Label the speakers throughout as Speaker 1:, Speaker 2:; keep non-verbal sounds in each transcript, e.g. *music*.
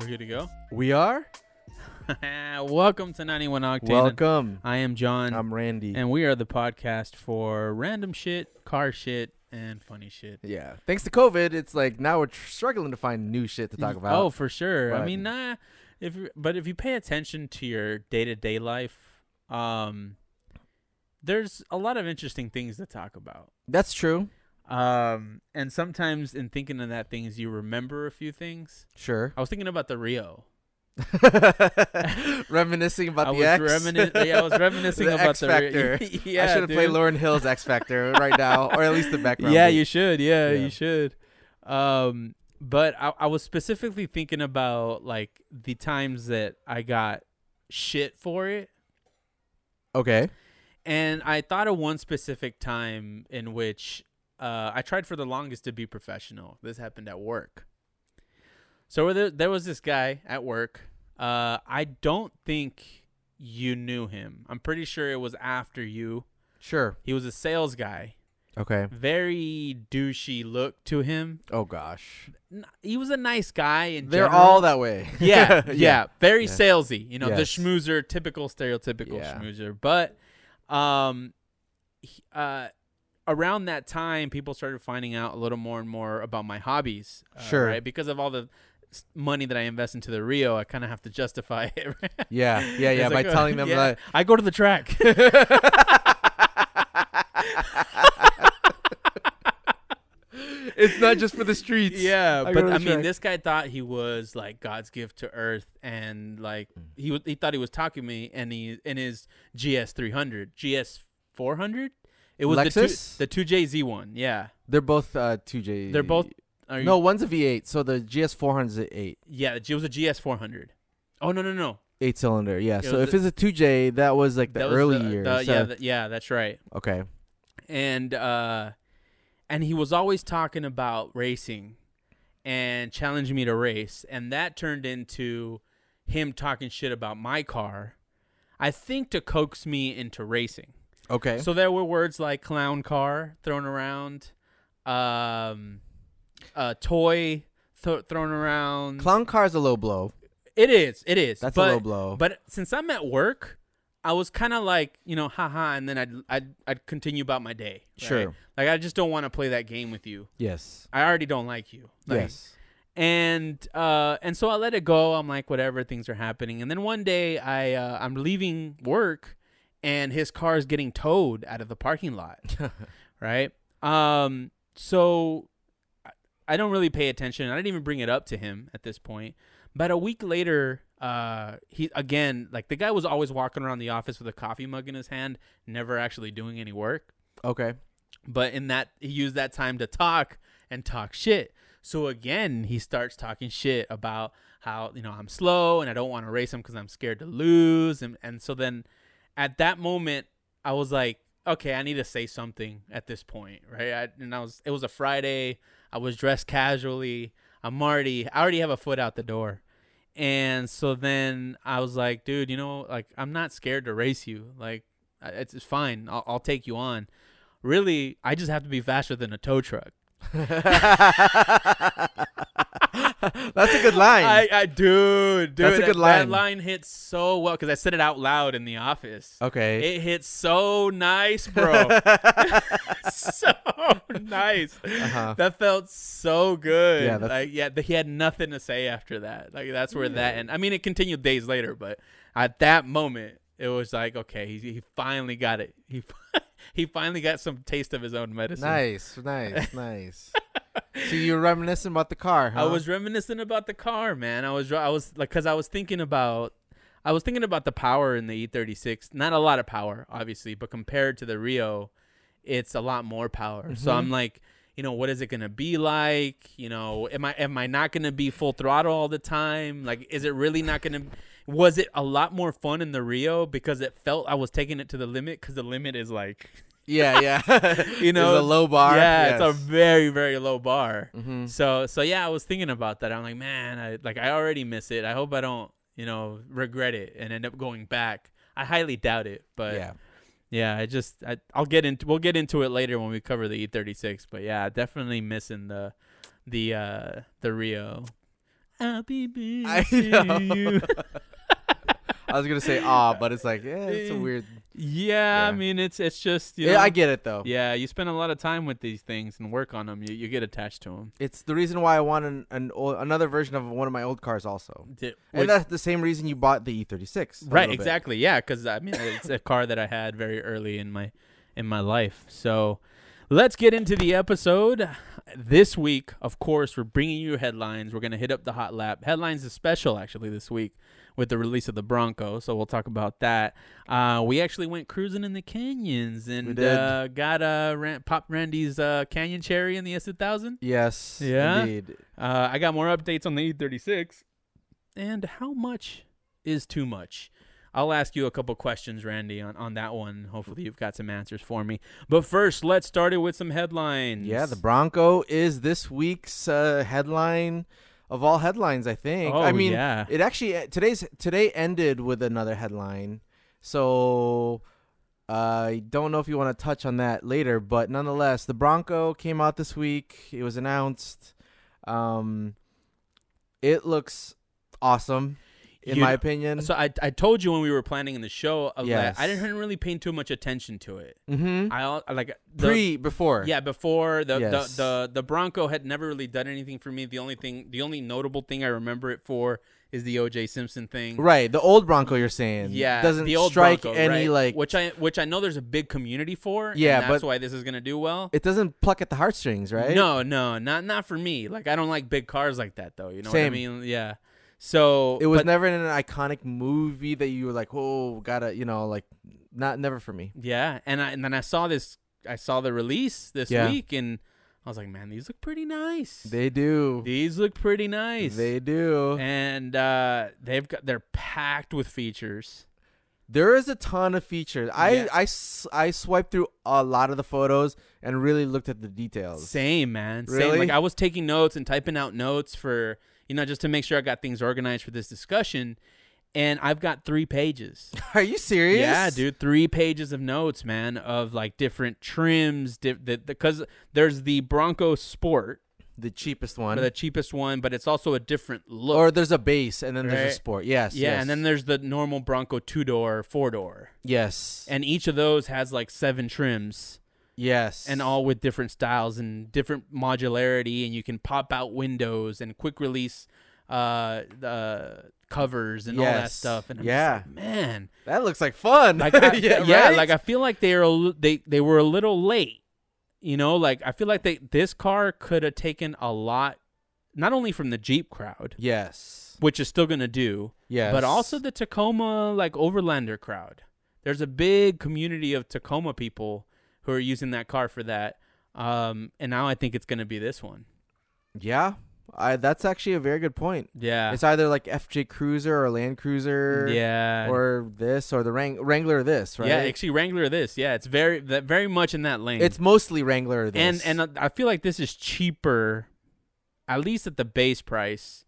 Speaker 1: We're good to go.
Speaker 2: We are.
Speaker 1: *laughs* Welcome to 91 Octane.
Speaker 2: Welcome.
Speaker 1: I am John,
Speaker 2: I'm Randy.
Speaker 1: and we are the podcast for random shit, car shit, and funny shit.
Speaker 2: yeah. Thanks to COVID, it's like now we're tr- struggling to find new shit to talk about.
Speaker 1: Oh, for sure. I
Speaker 2: but-
Speaker 1: mean, nah. If you- but if you pay attention to your day to day life, um, there's a lot of interesting things to talk about.
Speaker 2: that's true.
Speaker 1: Um, and sometimes in thinking of that things, you remember a few things.
Speaker 2: Sure.
Speaker 1: I was thinking about the Rio.
Speaker 2: *laughs* Reminiscing about
Speaker 1: I
Speaker 2: the
Speaker 1: was
Speaker 2: X.
Speaker 1: remini- yeah, I
Speaker 2: *laughs*
Speaker 1: was reminiscing
Speaker 2: The
Speaker 1: about
Speaker 2: X
Speaker 1: the *laughs*
Speaker 2: Factor.
Speaker 1: Rio. yeah,
Speaker 2: I should have played
Speaker 1: dude.
Speaker 2: Lauren Hill's X Factor right now, or at least the background.
Speaker 1: Yeah,
Speaker 2: beat.
Speaker 1: you should. Yeah,
Speaker 2: Yeah.
Speaker 1: you should. Um, but I, I was specifically thinking about like the times that I got shit for it,
Speaker 2: Okay.
Speaker 1: and I thought of one specific time in which uh, I tried for the longest to be professional. This happened at work. So there, there was this guy at work. Uh, I don't think you knew him. I'm pretty sure it was after you.
Speaker 2: Sure.
Speaker 1: He was a sales guy.
Speaker 2: Okay.
Speaker 1: Very douchey look to him.
Speaker 2: Oh gosh.
Speaker 1: n- he was a nice guy and
Speaker 2: They're all that way.
Speaker 1: *laughs* yeah, yeah very
Speaker 2: *laughs* yeah.
Speaker 1: salesy you know the
Speaker 2: Yes.
Speaker 1: schmoozer typical stereotypical
Speaker 2: Yeah.
Speaker 1: schmoozer but um he- uh around that time people started finding out a little more and more about my hobbies uh,
Speaker 2: Sure.
Speaker 1: right because of all the s- money that i invest into the rio i kind of have to justify *laughs* it right?
Speaker 2: Yeah.
Speaker 1: *laughs*
Speaker 2: Yeah. Yeah.
Speaker 1: It's
Speaker 2: By
Speaker 1: like, oh,
Speaker 2: telling them
Speaker 1: yeah,
Speaker 2: that.
Speaker 1: *laughs* i go to the track
Speaker 2: it's not just for the *laughs* streets.
Speaker 1: Yeah,
Speaker 2: I
Speaker 1: but
Speaker 2: go to
Speaker 1: I
Speaker 2: the
Speaker 1: mean,
Speaker 2: track.
Speaker 1: this guy thought he was like God's gift to Earth, and like
Speaker 2: Hmm.
Speaker 1: he wa- he thought he was talking to me, and he in his GS three hundred, GS four hundred. It was
Speaker 2: Lexus?
Speaker 1: the two, the two JZ one. Yeah,
Speaker 2: They're both uh, 2J.
Speaker 1: they're both. Are you,
Speaker 2: No, one's a V8. So the GS400 is a 8.
Speaker 1: yeah, it was a GS four hundred. Oh no no no,
Speaker 2: 8 cylinder. Yeah.
Speaker 1: It
Speaker 2: So
Speaker 1: was
Speaker 2: if it's a 2J, that was like the
Speaker 1: That was
Speaker 2: early
Speaker 1: the-
Speaker 2: years. uh,
Speaker 1: the-
Speaker 2: so-
Speaker 1: yeah, the- yeah, that's right.
Speaker 2: okay.
Speaker 1: And uh, and he was always talking about racing, and challenging me to race, and that turned into him talking shit about my car. I think to coax me into racing.
Speaker 2: Okay.
Speaker 1: So there were words like clown car thrown around, um, uh, toy th- thrown around.
Speaker 2: Clown car is a low blow.
Speaker 1: it is, it is.
Speaker 2: That's
Speaker 1: mm. but,
Speaker 2: a low blow.
Speaker 1: But since I'm at work, I was kind of like, you know, haha, and then I'd I'd, I'd continue about my day. right?
Speaker 2: Sure.
Speaker 1: Like I just don't want to play that game with you.
Speaker 2: yes.
Speaker 1: I already don't like you. Like,
Speaker 2: yes.
Speaker 1: and uh and so I let it go. I'm like whatever things are happening. And then one day I uh, I'm leaving work and his car is getting towed out of the parking lot, right? Um so I- I don't really pay attention. I didn't even bring it up to him at this point. But a week later, uh he again, like the guy was always walking around the office with a coffee mug in his hand, never actually doing any work
Speaker 2: Okay. *laughs*
Speaker 1: but in that he used that time to talk and talk shit so again he starts talking shit about how you know i'm slow and i don't want to race him because i'm scared to lose and, and so then at that moment i was like okay i need to say something at this point right I, and i was it was a friday i was dressed casually i'm already i already have a foot out the door and so then i was like dude you know like i'm not scared to race you like I- it's, it's fine I'll, I'll take you on really i just have to be faster than a tow truck
Speaker 2: *laughs* That's a good line.
Speaker 1: *laughs* i, I dude dude
Speaker 2: That's a
Speaker 1: that-
Speaker 2: good
Speaker 1: that
Speaker 2: line.
Speaker 1: line hits so well because i said it out loud in the office
Speaker 2: okay.
Speaker 1: it hits so nice
Speaker 2: *laughs*
Speaker 1: bro *laughs* so nice
Speaker 2: Uh-huh.
Speaker 1: that felt so good
Speaker 2: Yeah,
Speaker 1: yeah,
Speaker 2: that's-
Speaker 1: like yeah th- he had nothing to say after that like that's where that and i mean it continued days later but at that moment it was like okay he, he finally got it he *laughs* he finally got some taste of his own medicine
Speaker 2: nice.
Speaker 1: *laughs*
Speaker 2: Nice. Nice. so you're reminiscing about the car, huh?
Speaker 1: I was *laughs* reminiscing about the car, man. I was I was like cuz I was thinking about I was thinking about the power in the E36. Not a lot of power, obviously, but compared to the Rio, it's a lot more power. So
Speaker 2: Mhm.
Speaker 1: I'm like, you know, what is it going to be like? You know, am I am I not going to be full throttle all the time? Like is it really not going to was it a lot more fun in the Rio because it felt I was taking it to the limit cuz the limit is like
Speaker 2: Yeah. Yeah.
Speaker 1: *laughs* You know,
Speaker 2: It's a low bar.
Speaker 1: *laughs* Yeah, it's a
Speaker 2: Yes.
Speaker 1: very very low bar.
Speaker 2: Mhm.
Speaker 1: So so yeah, I was thinking about that. I'm like, man, I like I already miss it. I hope I don't, you know, regret it and end up going back. I highly doubt it, but yeah,
Speaker 2: yeah.
Speaker 1: I just I, I'll get into we'll get into it later when we cover the E E36. But yeah, definitely missing the the uh the Rio. I'll be busy.
Speaker 2: *laughs* I know.
Speaker 1: you.
Speaker 2: I was gonna say ah, but it's like yeah, it's a
Speaker 1: *laughs* Eh,
Speaker 2: weird.
Speaker 1: yeah, I
Speaker 2: Yeah.
Speaker 1: mean it's it's just you know,
Speaker 2: Yeah, I get it though.
Speaker 1: yeah, you spend a lot of time with these things and work on them. You you get attached to them.
Speaker 2: It's the reason why I want an, an old, another version of one of my old cars also. and that's the same reason you bought the E36. a
Speaker 1: right,
Speaker 2: little bit.
Speaker 1: exactly. Yeah, because I mean it's a car that I had very early in my in my life. So let's get into the episode. This week, of course, we're bringing you headlines. We're gonna hit up the hot lap. Headlines is special actually this week with the release of the Bronco. So we'll talk about that. Uh, we actually went cruising in the canyons and
Speaker 2: did.
Speaker 1: uh, got uh, Ran- Pop Randy's uh, Canyon Cherry in the S1000.
Speaker 2: Yes.
Speaker 1: Yeah?
Speaker 2: Indeed.
Speaker 1: Uh, I got more updates on the E36. And how much is too much? I'll ask you a couple questions, Randy, on, on that one. Hopefully, you've got some answers for me. But first, let's start it with some headlines.
Speaker 2: Yeah, the Bronco is this week's uh, headline of all headlines. I think.
Speaker 1: Oh,
Speaker 2: I mean,
Speaker 1: yeah.
Speaker 2: it actually uh, today's today ended with another headline. So uh, I don't know if you want to touch on that later, but nonetheless, the Bronco came out this week. It was announced. Um, it looks awesome, in
Speaker 1: You
Speaker 2: my
Speaker 1: kn-
Speaker 2: opinion.
Speaker 1: So I, I told you when we were planning in the show, uh,
Speaker 2: Yes.
Speaker 1: I didn't really pay too much attention to it.
Speaker 2: mm-hmm.
Speaker 1: I al- like the,
Speaker 2: Pre before.
Speaker 1: Yeah, before the,
Speaker 2: Yes.
Speaker 1: the the the Bronco had never really done anything for me. The only thing, the only notable thing I remember it for is the O.J. Simpson thing.
Speaker 2: Right, the old Bronco you're saying.
Speaker 1: yeah
Speaker 2: doesn't
Speaker 1: the old
Speaker 2: strike
Speaker 1: Bronco, right?
Speaker 2: any like
Speaker 1: which i which i know there's a big community for and
Speaker 2: Yeah,
Speaker 1: that's
Speaker 2: but-
Speaker 1: why this is gonna do well
Speaker 2: it doesn't pluck at the heartstrings, right?
Speaker 1: no no not not for me like i don't like big cars like that though you know what i
Speaker 2: Same.
Speaker 1: mean yeah so
Speaker 2: it was
Speaker 1: but-
Speaker 2: never in an iconic movie that you were like, oh, gotta, you know, like, not never for me.
Speaker 1: yeah and i and then i saw this i saw the release this
Speaker 2: Yeah.
Speaker 1: week and i was like man these look pretty nice
Speaker 2: They do,
Speaker 1: these look pretty nice
Speaker 2: they do.
Speaker 1: and uh they've got they're packed with features
Speaker 2: There is a ton of features. I,
Speaker 1: Yeah.
Speaker 2: I s- I swiped through a lot of the photos and really looked at the
Speaker 1: *laughs*
Speaker 2: details.
Speaker 1: Same, man. Same.
Speaker 2: Really?
Speaker 1: Like I was taking notes and typing out notes for you know just to make sure I got things organized for this discussion, and I've got three pages.
Speaker 2: Are you serious?
Speaker 1: Yeah, dude, three pages of notes, man, of like different trims, because the, the, 'cause there's the Bronco Sport,
Speaker 2: The cheapest
Speaker 1: or
Speaker 2: one,
Speaker 1: the cheapest one, but it's also a different look.
Speaker 2: or there's a base and then there's
Speaker 1: Right.
Speaker 2: a sport. Yes,
Speaker 1: yeah,
Speaker 2: yes.
Speaker 1: and then there's the normal Bronco two door, four door,
Speaker 2: yes,
Speaker 1: and each of those has like seven trims.
Speaker 2: yes,
Speaker 1: and all with different styles and different modularity and you can pop out windows and quick release uh uh covers and all that
Speaker 2: Yes.
Speaker 1: stuff and I'm
Speaker 2: Yeah.
Speaker 1: just like,
Speaker 2: *laughs*
Speaker 1: man
Speaker 2: That looks like fun.
Speaker 1: like I, yeah,
Speaker 2: *laughs* yeah, right?
Speaker 1: like i feel like they're a li- they they were a little late you know like i feel like they this car could have taken a lot not only from the jeep crowd
Speaker 2: yes,
Speaker 1: which is still gonna do
Speaker 2: yes,
Speaker 1: but also the Tacoma like overlander crowd. There's a big community of Tacoma people who are using that car for that. Um, and now I think it's gonna be this one.
Speaker 2: yeah, I, that's actually a very good point.
Speaker 1: Yeah,
Speaker 2: It's either like FJ Cruiser or Land Cruiser,
Speaker 1: yeah,
Speaker 2: or this or the Wrang- Wrangler. This, right?
Speaker 1: yeah. Actually, Wrangler or this. Yeah, it's very that very much in that lane.
Speaker 2: it's mostly Wrangler. This
Speaker 1: and uh, and I feel like this is cheaper, at least at the base price,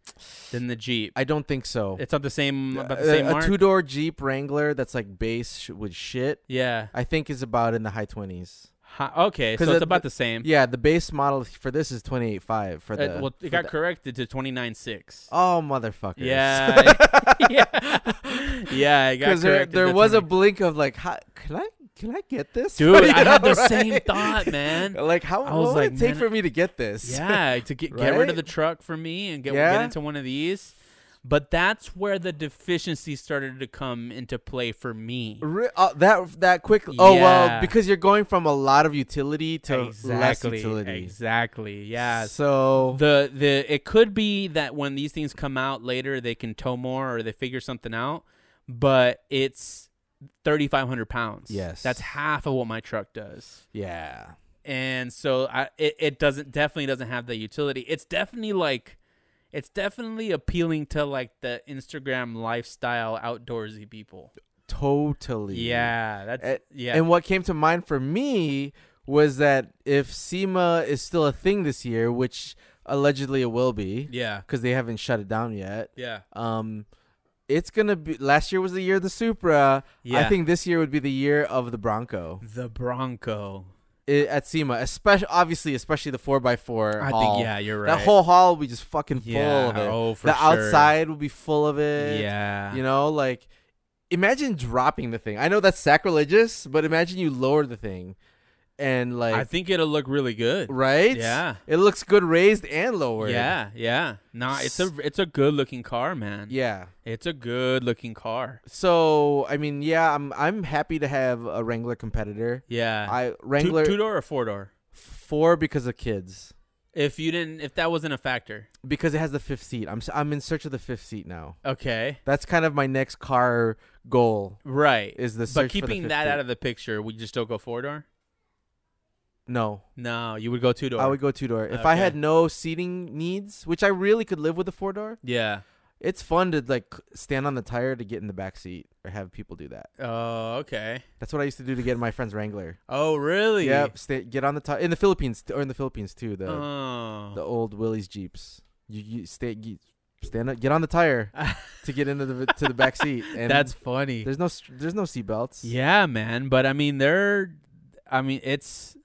Speaker 1: than the Jeep.
Speaker 2: I don't think so.
Speaker 1: It's not the same about the
Speaker 2: A-
Speaker 1: same
Speaker 2: a,
Speaker 1: mark.
Speaker 2: two door Jeep Wrangler that's like base sh- with shit.
Speaker 1: yeah.
Speaker 2: I think is about in the high twenties.
Speaker 1: Hi- okay, so
Speaker 2: 'Cause
Speaker 1: it's
Speaker 2: it-
Speaker 1: about the same.
Speaker 2: Yeah, the base model for this is twenty eight five for
Speaker 1: Uh,
Speaker 2: the.
Speaker 1: well, it
Speaker 2: for
Speaker 1: got
Speaker 2: the-
Speaker 1: corrected to twenty nine six.
Speaker 2: oh motherfuckers!
Speaker 1: Yeah. *laughs* yeah. Yeah,
Speaker 2: *laughs*
Speaker 1: I got
Speaker 2: because there,
Speaker 1: corrected
Speaker 2: there
Speaker 1: to
Speaker 2: was a
Speaker 1: 20.
Speaker 2: *laughs* blink of like, how, can I can I get this? *laughs*
Speaker 1: Dude,
Speaker 2: You
Speaker 1: I had
Speaker 2: know,
Speaker 1: the same
Speaker 2: right?
Speaker 1: thought, man.
Speaker 2: *laughs* Like how
Speaker 1: I
Speaker 2: what
Speaker 1: was
Speaker 2: would
Speaker 1: like,
Speaker 2: it take
Speaker 1: man,
Speaker 2: for me to get this?
Speaker 1: Yeah, to get, get rid of
Speaker 2: Right?
Speaker 1: the truck for me and get, get
Speaker 2: Yeah.
Speaker 1: into one of these. But that's where the deficiency started to come into play for me.
Speaker 2: *laughs* Re- uh, that that quick. Oh
Speaker 1: Yeah.
Speaker 2: well, because you're going from a lot of utility to less
Speaker 1: Exactly.
Speaker 2: utility.
Speaker 1: Exactly. Yeah.
Speaker 2: So
Speaker 1: The the it could be that when these things come out later they can tow more or they figure something out, but it's thirty five hundred pounds.
Speaker 2: Yes.
Speaker 1: That's half of what my truck does.
Speaker 2: yeah,
Speaker 1: and so I, it, it doesn't definitely doesn't have the utility it's definitely like it's definitely appealing to like the instagram lifestyle outdoorsy people
Speaker 2: totally.
Speaker 1: yeah that's
Speaker 2: A-
Speaker 1: yeah
Speaker 2: Eh, And what came to mind for me was that if SEMA is still a thing this year, which allegedly it will be,
Speaker 1: yeah
Speaker 2: because they haven't shut it down yet.
Speaker 1: yeah
Speaker 2: Um. It's gonna be. Last year was the year of the Supra.
Speaker 1: yeah
Speaker 2: I think this year would be the year of the Bronco.
Speaker 1: the bronco
Speaker 2: i- at SEMA, especially obviously, especially the four x four.
Speaker 1: I
Speaker 2: hall.
Speaker 1: think yeah, you're right.
Speaker 2: That whole hall will be just fucking full
Speaker 1: yeah,
Speaker 2: of it.
Speaker 1: oh, for
Speaker 2: the
Speaker 1: sure.
Speaker 2: outside will be full of it.
Speaker 1: yeah,
Speaker 2: You know, like imagine dropping the thing. I know that's sacrilegious, but imagine you lower the thing and like
Speaker 1: I think it'll look really good.
Speaker 2: right?
Speaker 1: Yeah.
Speaker 2: It looks good raised and lowered.
Speaker 1: Yeah, yeah. Nah, it's a it's a good looking car, man.
Speaker 2: Yeah.
Speaker 1: It's a good looking car.
Speaker 2: So, I mean, yeah, I'm I'm happy to have a Wrangler competitor.
Speaker 1: Yeah.
Speaker 2: I Wrangler
Speaker 1: two door or four door?
Speaker 2: 4 because of kids.
Speaker 1: If you didn't if that wasn't a factor.
Speaker 2: Because it has the fifth seat. I'm s- I'm in search of the fifth seat now.
Speaker 1: Okay.
Speaker 2: That's kind of my next car goal
Speaker 1: Right.
Speaker 2: is the
Speaker 1: but
Speaker 2: search for the
Speaker 1: keeping
Speaker 2: fifth
Speaker 1: that
Speaker 2: seat.
Speaker 1: out of the picture, would you still go four door?
Speaker 2: No.
Speaker 1: No, you would go two door.
Speaker 2: I would go two door. If I had
Speaker 1: Okay.
Speaker 2: no seating needs, which I really could live with a four door,
Speaker 1: Yeah.
Speaker 2: it's fun to like stand on the tire to get in the back seat or have people do that.
Speaker 1: Oh, okay.
Speaker 2: That's what I used to do to get in my friend's Wrangler.
Speaker 1: Oh, really?
Speaker 2: Yep, stay, get on the tire in the Philippines or in the Philippines too. The
Speaker 1: oh.
Speaker 2: the old Willie's Jeeps. You, you stay you stand up, get on
Speaker 1: *laughs*
Speaker 2: the tire to get into the to the back seat. And
Speaker 1: That's funny.
Speaker 2: there's no str- there's no seat belts.
Speaker 1: Yeah, man. But I mean, they're, I mean, it's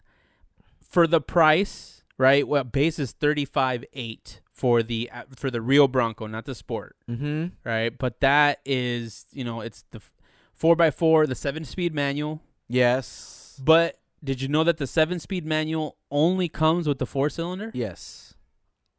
Speaker 1: for the price, right? Well, base is thirty five eight for the uh, for the real Bronco, not the sport,
Speaker 2: Mm-hmm.
Speaker 1: right? But that is, you know, it's the four x four, the seven speed manual.
Speaker 2: Yes.
Speaker 1: But did you know that the seven speed manual only comes with the four cylinder?
Speaker 2: Yes.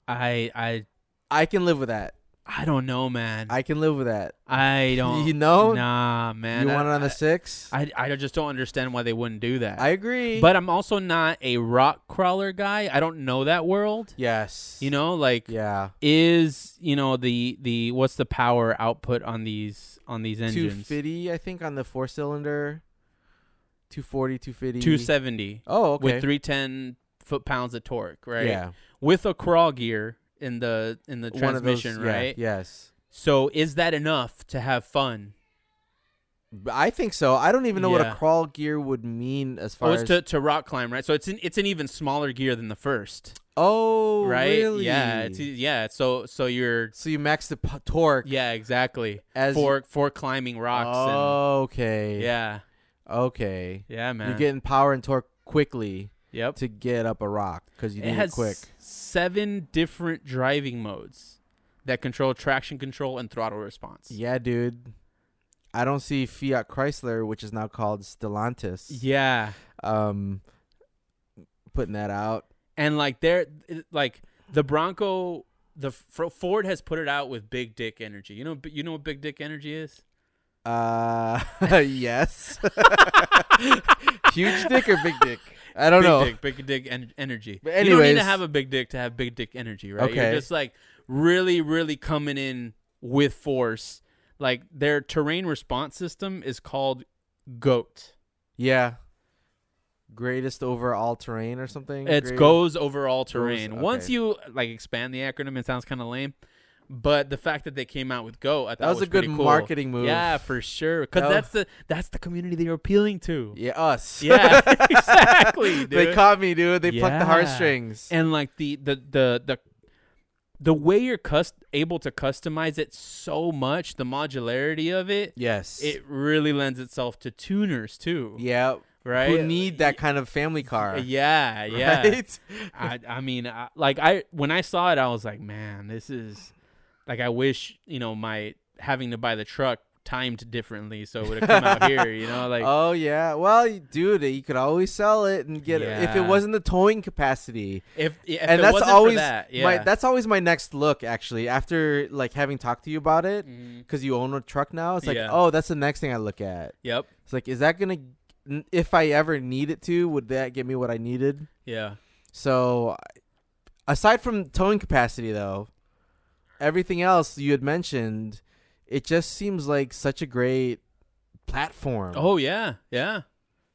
Speaker 1: I I
Speaker 2: I can live with that.
Speaker 1: I don't know, man. I,
Speaker 2: I can live with that.
Speaker 1: don't.
Speaker 2: You know?
Speaker 1: Nah, man.
Speaker 2: you
Speaker 1: I-
Speaker 2: want it on the six?
Speaker 1: I, I just don't understand why they wouldn't do that.
Speaker 2: I agree.
Speaker 1: But I'm also not a rock crawler guy. I don't know that world.
Speaker 2: yes,
Speaker 1: You know, like
Speaker 2: yeah,
Speaker 1: is you know the the what's the power output on these on these engines?
Speaker 2: 250 I think on the four cylinder, 240, 250,
Speaker 1: 270
Speaker 2: Oh, okay.
Speaker 1: with 310 foot pounds of torque, right?
Speaker 2: Yeah,
Speaker 1: With a crawl gear in the in the
Speaker 2: One of those-
Speaker 1: transmission,
Speaker 2: yeah,
Speaker 1: right?
Speaker 2: yes,
Speaker 1: So is that enough to have fun?
Speaker 2: B- I think so. I don't even know what
Speaker 1: Yeah.
Speaker 2: a crawl gear would mean as far
Speaker 1: Oh, it's
Speaker 2: as
Speaker 1: to, to rock climb, right? So it's an it's an even smaller gear than the first,
Speaker 2: oh,
Speaker 1: right?
Speaker 2: Really?
Speaker 1: Yeah, it's, e, yeah. So so you're
Speaker 2: so you max the p- torque
Speaker 1: yeah exactly.
Speaker 2: as Oh.
Speaker 1: for for climbing rocks.
Speaker 2: Okay,
Speaker 1: and, yeah,
Speaker 2: okay.
Speaker 1: yeah, man.
Speaker 2: You're getting power and torque quickly
Speaker 1: yep.
Speaker 2: to get up a rock because you need
Speaker 1: It
Speaker 2: it,
Speaker 1: has
Speaker 2: quick.
Speaker 1: seven different driving modes that control traction control and throttle response.
Speaker 2: Yeah, dude. I don't see Fiat Chrysler, which is now called Stellantis.
Speaker 1: Yeah,
Speaker 2: um putting that out.
Speaker 1: and like there, it- like the Bronco, the F- Ford has put it out with big dick energy. You know, b- you know what big dick energy is? *laughs*
Speaker 2: Uh *laughs* yes. *laughs* Huge dick or big dick? I don't
Speaker 1: big
Speaker 2: know.
Speaker 1: dick, big dick en- energy.
Speaker 2: But
Speaker 1: you don't need to
Speaker 2: anyways-
Speaker 1: have a big dick to have big dick energy, right? You're
Speaker 2: Okay.
Speaker 1: just like really, really coming in with force. Like their terrain response system is called GOAT.
Speaker 2: Yeah. Greatest overall terrain or something.
Speaker 1: It's
Speaker 2: Great-
Speaker 1: goes over all terrain.
Speaker 2: okay.
Speaker 1: Once you like expand the acronym, it sounds kind of lame. But the fact that they came out with GOAT, I thought
Speaker 2: That was, a good
Speaker 1: pretty cool.
Speaker 2: marketing move.
Speaker 1: Yeah, for sure. Because
Speaker 2: That
Speaker 1: that's
Speaker 2: was-
Speaker 1: the that's the community they are appealing to.
Speaker 2: *laughs* Yeah,
Speaker 1: *laughs*
Speaker 2: us.
Speaker 1: Yeah, exactly,
Speaker 2: *laughs* They
Speaker 1: dude.
Speaker 2: caught me, dude. They plucked the
Speaker 1: Yeah.
Speaker 2: heartstrings.
Speaker 1: and like the the the the the way you're cust- able to customize it so much, the modularity of it,
Speaker 2: yes.
Speaker 1: it really lends itself to tuners too,
Speaker 2: yeah.
Speaker 1: right?
Speaker 2: Who need that kind of family car? *laughs*
Speaker 1: Yeah, yeah.
Speaker 2: Right?
Speaker 1: I I mean, I, like I when I saw it, I was like, man, this is like I wish you know my having to buy the truck timed differently so it would have come out here, you know, like
Speaker 2: *laughs* oh yeah. Well, y- dude, you could always sell it and get it if it
Speaker 1: Yeah.
Speaker 2: wasn't the towing capacity.
Speaker 1: if, if
Speaker 2: and
Speaker 1: it
Speaker 2: that's
Speaker 1: wasn't
Speaker 2: always
Speaker 1: for that, yeah.
Speaker 2: my that's always my next look actually after like having talked to you about it
Speaker 1: Mhm.
Speaker 2: because you own a truck now it's like
Speaker 1: Yeah.
Speaker 2: oh that's the next thing i look at
Speaker 1: Yep.
Speaker 2: it's like is that gonna n- if i ever need it to would that get me what i needed
Speaker 1: Yeah.
Speaker 2: so aside from towing capacity though everything else you had mentioned it just seems like such a great platform
Speaker 1: Oh yeah, yeah,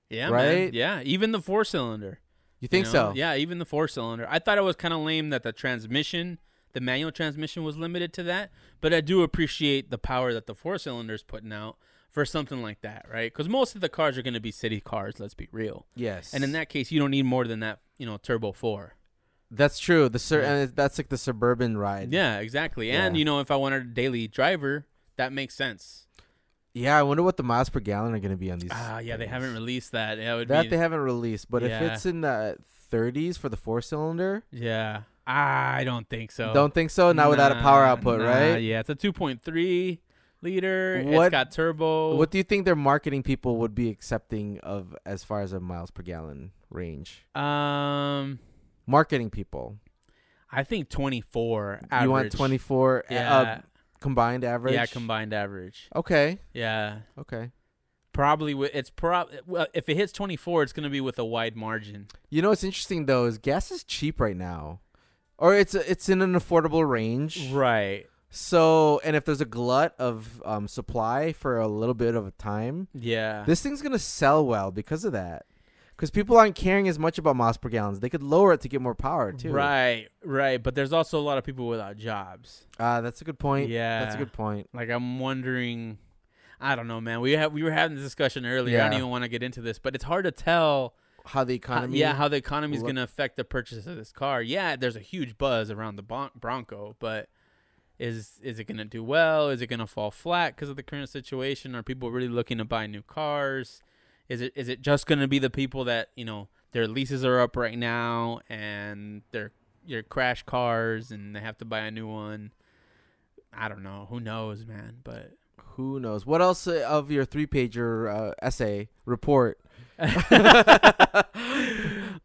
Speaker 1: yeah, man.
Speaker 2: Right?
Speaker 1: Yeah, even the four cylinder.
Speaker 2: you think so
Speaker 1: Yeah, even the four cylinder. I thought it was kind of lame that the transmission, the manual transmission, was limited to that. But I do appreciate the power that the four cylinder is putting out for something like that, right? Because most of the cars are going to be city cars. Let's be real.
Speaker 2: yes
Speaker 1: And in that case, you don't need more than that, you know, turbo four.
Speaker 2: that's true the sur-
Speaker 1: Yeah.
Speaker 2: and that's like the suburban ride
Speaker 1: Yeah, exactly. And
Speaker 2: Yeah.
Speaker 1: you know, if I wanted a daily driver, that makes sense.
Speaker 2: Yeah, I wonder what the miles per gallon are going to be on these.
Speaker 1: Ah, yeah, they
Speaker 2: things.
Speaker 1: haven't released that. That would
Speaker 2: that
Speaker 1: be.
Speaker 2: they haven't released, but
Speaker 1: Yeah.
Speaker 2: if it's in the 30s for the four cylinder,
Speaker 1: yeah, I don't think so.
Speaker 2: don't think so. Oh, Not without a power
Speaker 1: Nah,
Speaker 2: output,
Speaker 1: nah,
Speaker 2: right?
Speaker 1: Yeah, it's a 2.3 liter. It's
Speaker 2: What-
Speaker 1: got turbo.
Speaker 2: What do you think their marketing people would be accepting of as far as a miles per gallon range?
Speaker 1: Um,
Speaker 2: Marketing people,
Speaker 1: I think 24 average.
Speaker 2: you want 24 a-
Speaker 1: Yeah,
Speaker 2: uh, combined average?
Speaker 1: yeah, combined average.
Speaker 2: Okay,
Speaker 1: Yeah,
Speaker 2: okay.
Speaker 1: probably. With, it's prob. Well, if it hits 24, it's gonna be with a wide margin.
Speaker 2: You know what's interesting though is gas is cheap right now, or it's it's in an affordable range.
Speaker 1: Right.
Speaker 2: So, and if there's a glut of um, supply for a little bit of a time,
Speaker 1: Yeah.
Speaker 2: this thing's gonna sell well because of that. Because people aren't caring as much about miles per gallons. They could lower it to get more power too.
Speaker 1: Right. Right. But there's also a lot of people without jobs.
Speaker 2: Uh, that's a good point.
Speaker 1: Yeah.
Speaker 2: That's a good point.
Speaker 1: Like I'm wondering, I don't know, man. We have we were having this discussion earlier. I don't
Speaker 2: Yeah.
Speaker 1: even want to get into this, but it's hard to tell.
Speaker 2: How the
Speaker 1: how-
Speaker 2: economy.
Speaker 1: yeah, how the economy is
Speaker 2: Look-
Speaker 1: going to affect the purchase of this car. Yeah, there's a huge buzz around the bon- Bronco, but is is it going to do well? Is it going to fall flat because of the current situation? Are people really looking to buy new cars? Is it is it just going to be the people that you know their leases are up right now and they're your crash cars and they have to buy a new one? I don't know. Who knows, man? But
Speaker 2: Who knows? What else uh, of your three pager uh, essay report?
Speaker 1: *laughs*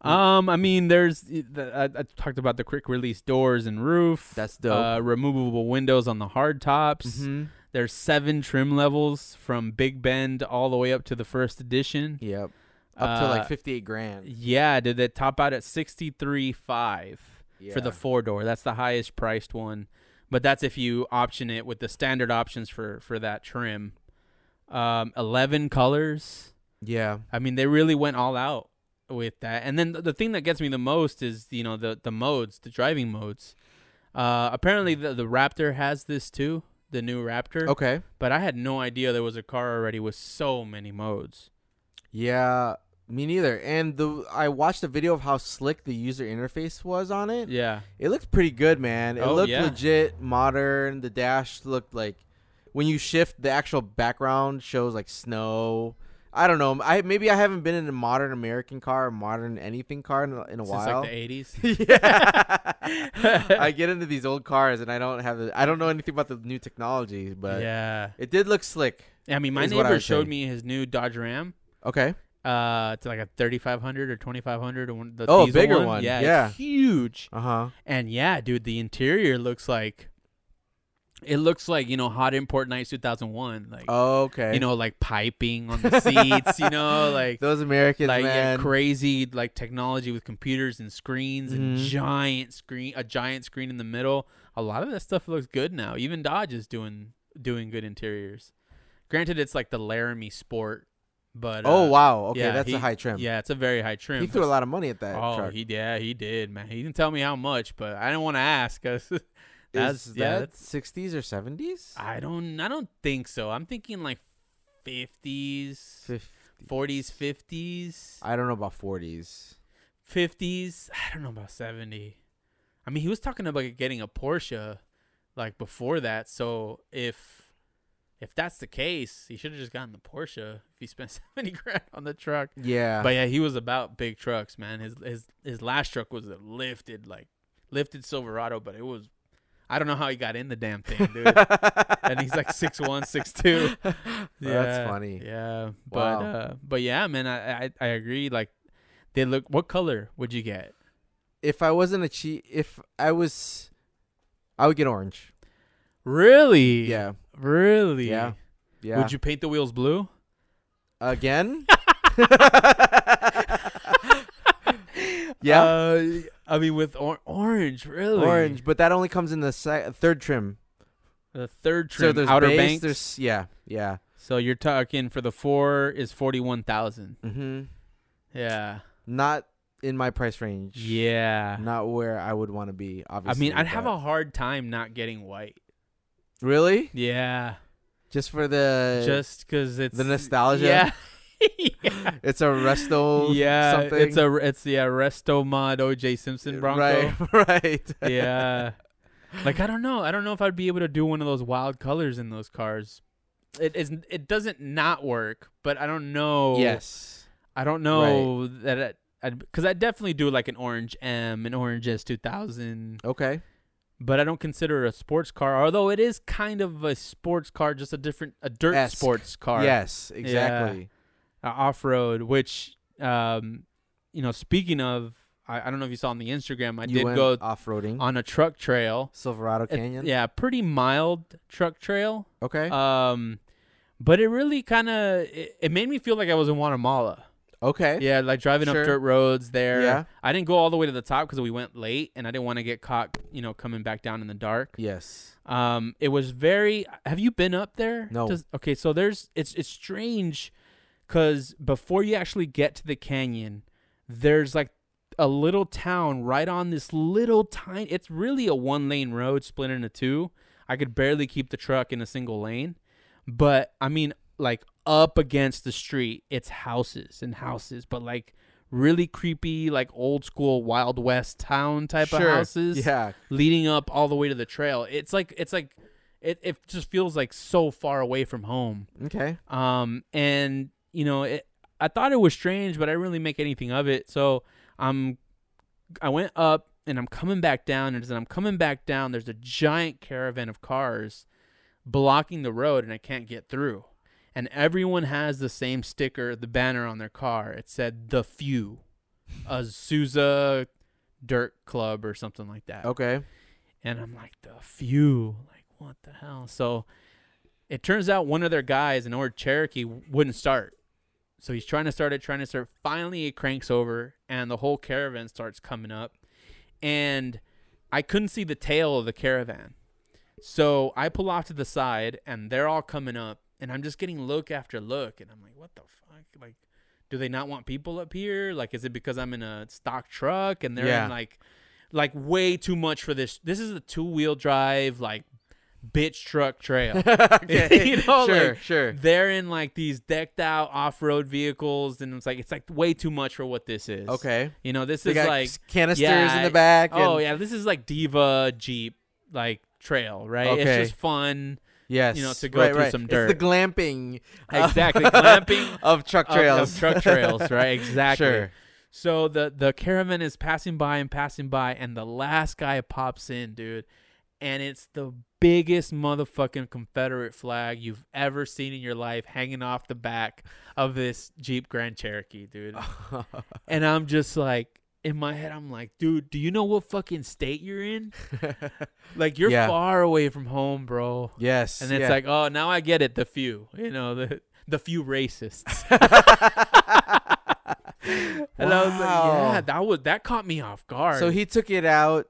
Speaker 1: um, I mean, there's the, I, I talked about the quick release doors and roof.
Speaker 2: That's dope.
Speaker 1: Uh, removable windows on the hard tops.
Speaker 2: Mhm.
Speaker 1: There's seven trim levels from Big Bend all the way up to the first edition.
Speaker 2: Yep. Up to like
Speaker 1: Uh,
Speaker 2: 58 grand.
Speaker 1: Yeah, did that top out at sixty three five for the
Speaker 2: Yeah.
Speaker 1: four door? That's the highest priced one, but that's if you option it with the standard options for for that trim. Um, eleven colors.
Speaker 2: yeah.
Speaker 1: I mean, they really went all out with that. And then th- the thing that gets me the most is you know the the modes, the driving modes. Uh, apparently the the Raptor has this too, the new Raptor.
Speaker 2: Okay.
Speaker 1: But I had no idea there was a car already with so many modes.
Speaker 2: Yeah. Me neither. And the I watched a video of how slick the user interface was on it.
Speaker 1: Yeah,
Speaker 2: It looked pretty good, man. It
Speaker 1: Oh,
Speaker 2: looked
Speaker 1: yeah.
Speaker 2: legit, modern. The dash looked like when you shift, the actual background shows like snow. I don't know. I maybe I haven't been in a modern American car or modern anything car in, a- in a
Speaker 1: since
Speaker 2: while.
Speaker 1: like the eighties.
Speaker 2: *laughs*
Speaker 1: *laughs*
Speaker 2: yeah. I get into these old cars and I don't have the, I don't know anything about the new technology, but
Speaker 1: yeah,
Speaker 2: it did look slick.
Speaker 1: I mean, my
Speaker 2: is what I
Speaker 1: neighbor
Speaker 2: would
Speaker 1: showed
Speaker 2: say.
Speaker 1: me his new Dodge Ram.
Speaker 2: Okay.
Speaker 1: Uh, it's like a 3500 or 2500 or one, the
Speaker 2: Oh, a
Speaker 1: diesel
Speaker 2: bigger
Speaker 1: one.
Speaker 2: one.
Speaker 1: Yeah,
Speaker 2: Yeah.
Speaker 1: It's huge.
Speaker 2: Uh-huh.
Speaker 1: And yeah, dude, the interior looks like it looks like, you know, hot import nights 2001, like
Speaker 2: Okay.
Speaker 1: you know, like piping on
Speaker 2: *laughs*
Speaker 1: the seats, you know, like
Speaker 2: those Americans,
Speaker 1: like yeah,
Speaker 2: man.
Speaker 1: crazy like technology with computers and screens and
Speaker 2: Mhm.
Speaker 1: giant screen a giant screen in the middle. A lot of that stuff looks good now. Even Dodge is doing doing good interiors. Granted it's like the Laramie Sport, but
Speaker 2: oh
Speaker 1: uh,
Speaker 2: wow. Okay,
Speaker 1: yeah,
Speaker 2: that's
Speaker 1: he-
Speaker 2: a high trim.
Speaker 1: Yeah, it's a very high trim.
Speaker 2: He
Speaker 1: but
Speaker 2: threw a lot of money at that
Speaker 1: Oh,
Speaker 2: truck.
Speaker 1: he yeah, he did, man. He didn't tell me how much, but I didn't want to ask. 'cause *laughs* that's
Speaker 2: is
Speaker 1: yeah,
Speaker 2: that
Speaker 1: that's,
Speaker 2: sixties or seventies?
Speaker 1: I don't I don't think so. I'm thinking like 50s, 40s, 50s,
Speaker 2: I don't know about forties.
Speaker 1: 50s. I don't know about 70. I mean, he was talking about getting a Porsche like before that. So if if that's the case, he should have just gotten the Porsche if he spent *laughs* 70 grand on the truck.
Speaker 2: Yeah. *laughs*
Speaker 1: But yeah, he was about big trucks, man. His his his last truck was a lifted like lifted Silverado, but it was I don't know how he got in the damn thing,
Speaker 2: *laughs*
Speaker 1: dude. and he's like 6'1", 6'2".
Speaker 2: that's funny.
Speaker 1: Yeah, but
Speaker 2: Wow.
Speaker 1: uh, but yeah, man, I, I I agree. Like they look. What color would you get?
Speaker 2: If I wasn't a cheat, if I was, I would get orange.
Speaker 1: Really?
Speaker 2: Yeah.
Speaker 1: Really?
Speaker 2: Yeah. Yeah.
Speaker 1: Would you paint the wheels blue? *laughs*
Speaker 2: again? *laughs* yeah.
Speaker 1: Uh, I mean, with or- orange, really?
Speaker 2: orange, but that only comes in the se- third trim.
Speaker 1: The third trim,
Speaker 2: so there's
Speaker 1: outer
Speaker 2: base,
Speaker 1: banks.
Speaker 2: There's yeah, yeah.
Speaker 1: So you're talking for the four is forty one thousand.
Speaker 2: Mm-hmm.
Speaker 1: Yeah.
Speaker 2: Not in my price range.
Speaker 1: Yeah.
Speaker 2: Not where I would want to be.
Speaker 1: I
Speaker 2: Obviously.
Speaker 1: mean, I'd have
Speaker 2: but-
Speaker 1: a hard time not getting white.
Speaker 2: really
Speaker 1: Yeah.
Speaker 2: just for the
Speaker 1: Just because it's
Speaker 2: Uh, the nostalgia.
Speaker 1: Yeah.
Speaker 2: *laughs*
Speaker 1: yeah.
Speaker 2: It's a resto.
Speaker 1: *laughs* Yeah,
Speaker 2: something.
Speaker 1: it's a it's the Resto Mod OJ Simpson Bronco. *laughs*
Speaker 2: Right, *laughs* right.
Speaker 1: yeah. Like I don't know. I don't know if I'd be able to do one of those wild colors in those cars. it is it doesn't not work, but I don't know.
Speaker 2: Yes.
Speaker 1: I don't know that I because I definitely do like an Orange M, an Orange S two thousand,
Speaker 2: Okay.
Speaker 1: but I don't consider it a sports car. Although it is kind of a sports car, just a different a dirt
Speaker 2: Esque.
Speaker 1: sports car.
Speaker 2: Yes. Exactly.
Speaker 1: off road, uh, which um, you know, speaking of, I, I don't know if you saw on the Instagram, I
Speaker 2: you
Speaker 1: did
Speaker 2: went
Speaker 1: go
Speaker 2: off-roading.
Speaker 1: on a truck trail.
Speaker 2: Silverado
Speaker 1: It-
Speaker 2: Canyon.
Speaker 1: yeah, pretty mild truck trail.
Speaker 2: Okay.
Speaker 1: Um, but it really kind of it, it made me feel like I was in Guatemala.
Speaker 2: okay.
Speaker 1: Yeah, like driving
Speaker 2: Sure.
Speaker 1: up dirt roads there.
Speaker 2: Yeah.
Speaker 1: I didn't go all the way to the top because we went late, and I didn't want to get caught, you know, coming back down in the dark.
Speaker 2: Yes.
Speaker 1: Um, it was very. Have you been up there?
Speaker 2: No.
Speaker 1: Does- okay, so there's it's it's strange, because before you actually get to the canyon, there's like a little town right on this little tiny. It's really a one lane road split into two. I could barely keep the truck in a single lane, but I mean, like up against the street, it's houses and houses, but like really creepy, like old school Wild West town type
Speaker 2: sure.
Speaker 1: of houses
Speaker 2: Yeah.
Speaker 1: leading up all the way to the trail. It's like it's like it, it just feels like so far away from home.
Speaker 2: Okay.
Speaker 1: Um and you know, it I thought it was strange, but I didn't really make anything of it. So I'm I went up and I'm coming back down and as I'm coming back down there's a giant caravan of cars blocking the road and I can't get through. And everyone has the same sticker, the banner on their car. It said the few. A Souza dirt club or something like that
Speaker 2: Okay.
Speaker 1: and I'm like the few, like what the hell? So it turns out one of their guys, an old Cherokee, wouldn't start. So he's trying to start it, trying to start. Finally, it cranks over, and the whole caravan starts coming up, and I couldn't see the tail of the caravan. So I pull off to the side, and they're all coming up, and I'm just getting look after look, and I'm like, what the fuck? Like, do they not want people up here? Like, is it because I'm in a stock truck and they're
Speaker 2: Yeah.
Speaker 1: in like, like way too much for this? This is a two wheel drive like bitch truck trail.
Speaker 2: *laughs* okay.
Speaker 1: *laughs* You know,
Speaker 2: sure.
Speaker 1: like,
Speaker 2: sure.
Speaker 1: they're in like these decked out off road vehicles, and it's like it's like way too much for what this is.
Speaker 2: Okay.
Speaker 1: you know this
Speaker 2: They
Speaker 1: is
Speaker 2: got
Speaker 1: like
Speaker 2: s- canisters in
Speaker 1: yeah,
Speaker 2: the back. And,
Speaker 1: oh yeah, this is like diva jeep like trail, right?
Speaker 2: Okay.
Speaker 1: It's just fun.
Speaker 2: Yes.
Speaker 1: you know, to go
Speaker 2: right,
Speaker 1: through
Speaker 2: right.
Speaker 1: some
Speaker 2: It's
Speaker 1: dirt.
Speaker 2: the glamping. of- *laughs*
Speaker 1: Exactly, glamping
Speaker 2: of truck
Speaker 1: of-
Speaker 2: trails.
Speaker 1: of truck
Speaker 2: *laughs*
Speaker 1: trails, right? Exactly. *laughs*
Speaker 2: Sure.
Speaker 1: So the the caravan is passing by and passing by, and the last guy pops in, dude, and it's the biggest motherfucking Confederate flag you've ever seen in your life, hanging off the back of this Jeep Grand Cherokee, dude. and I'm just like, in my head, I'm like, dude, do you know what fucking state you're in? Like you're
Speaker 2: Yeah.
Speaker 1: far away from home, bro.
Speaker 2: yes.
Speaker 1: And it's
Speaker 2: yeah.
Speaker 1: like, oh, now I get it. The few, you know, the the few racists.
Speaker 2: *laughs*
Speaker 1: And I was like,
Speaker 2: Wow.
Speaker 1: yeah, that was that caught me off guard.
Speaker 2: So he took it out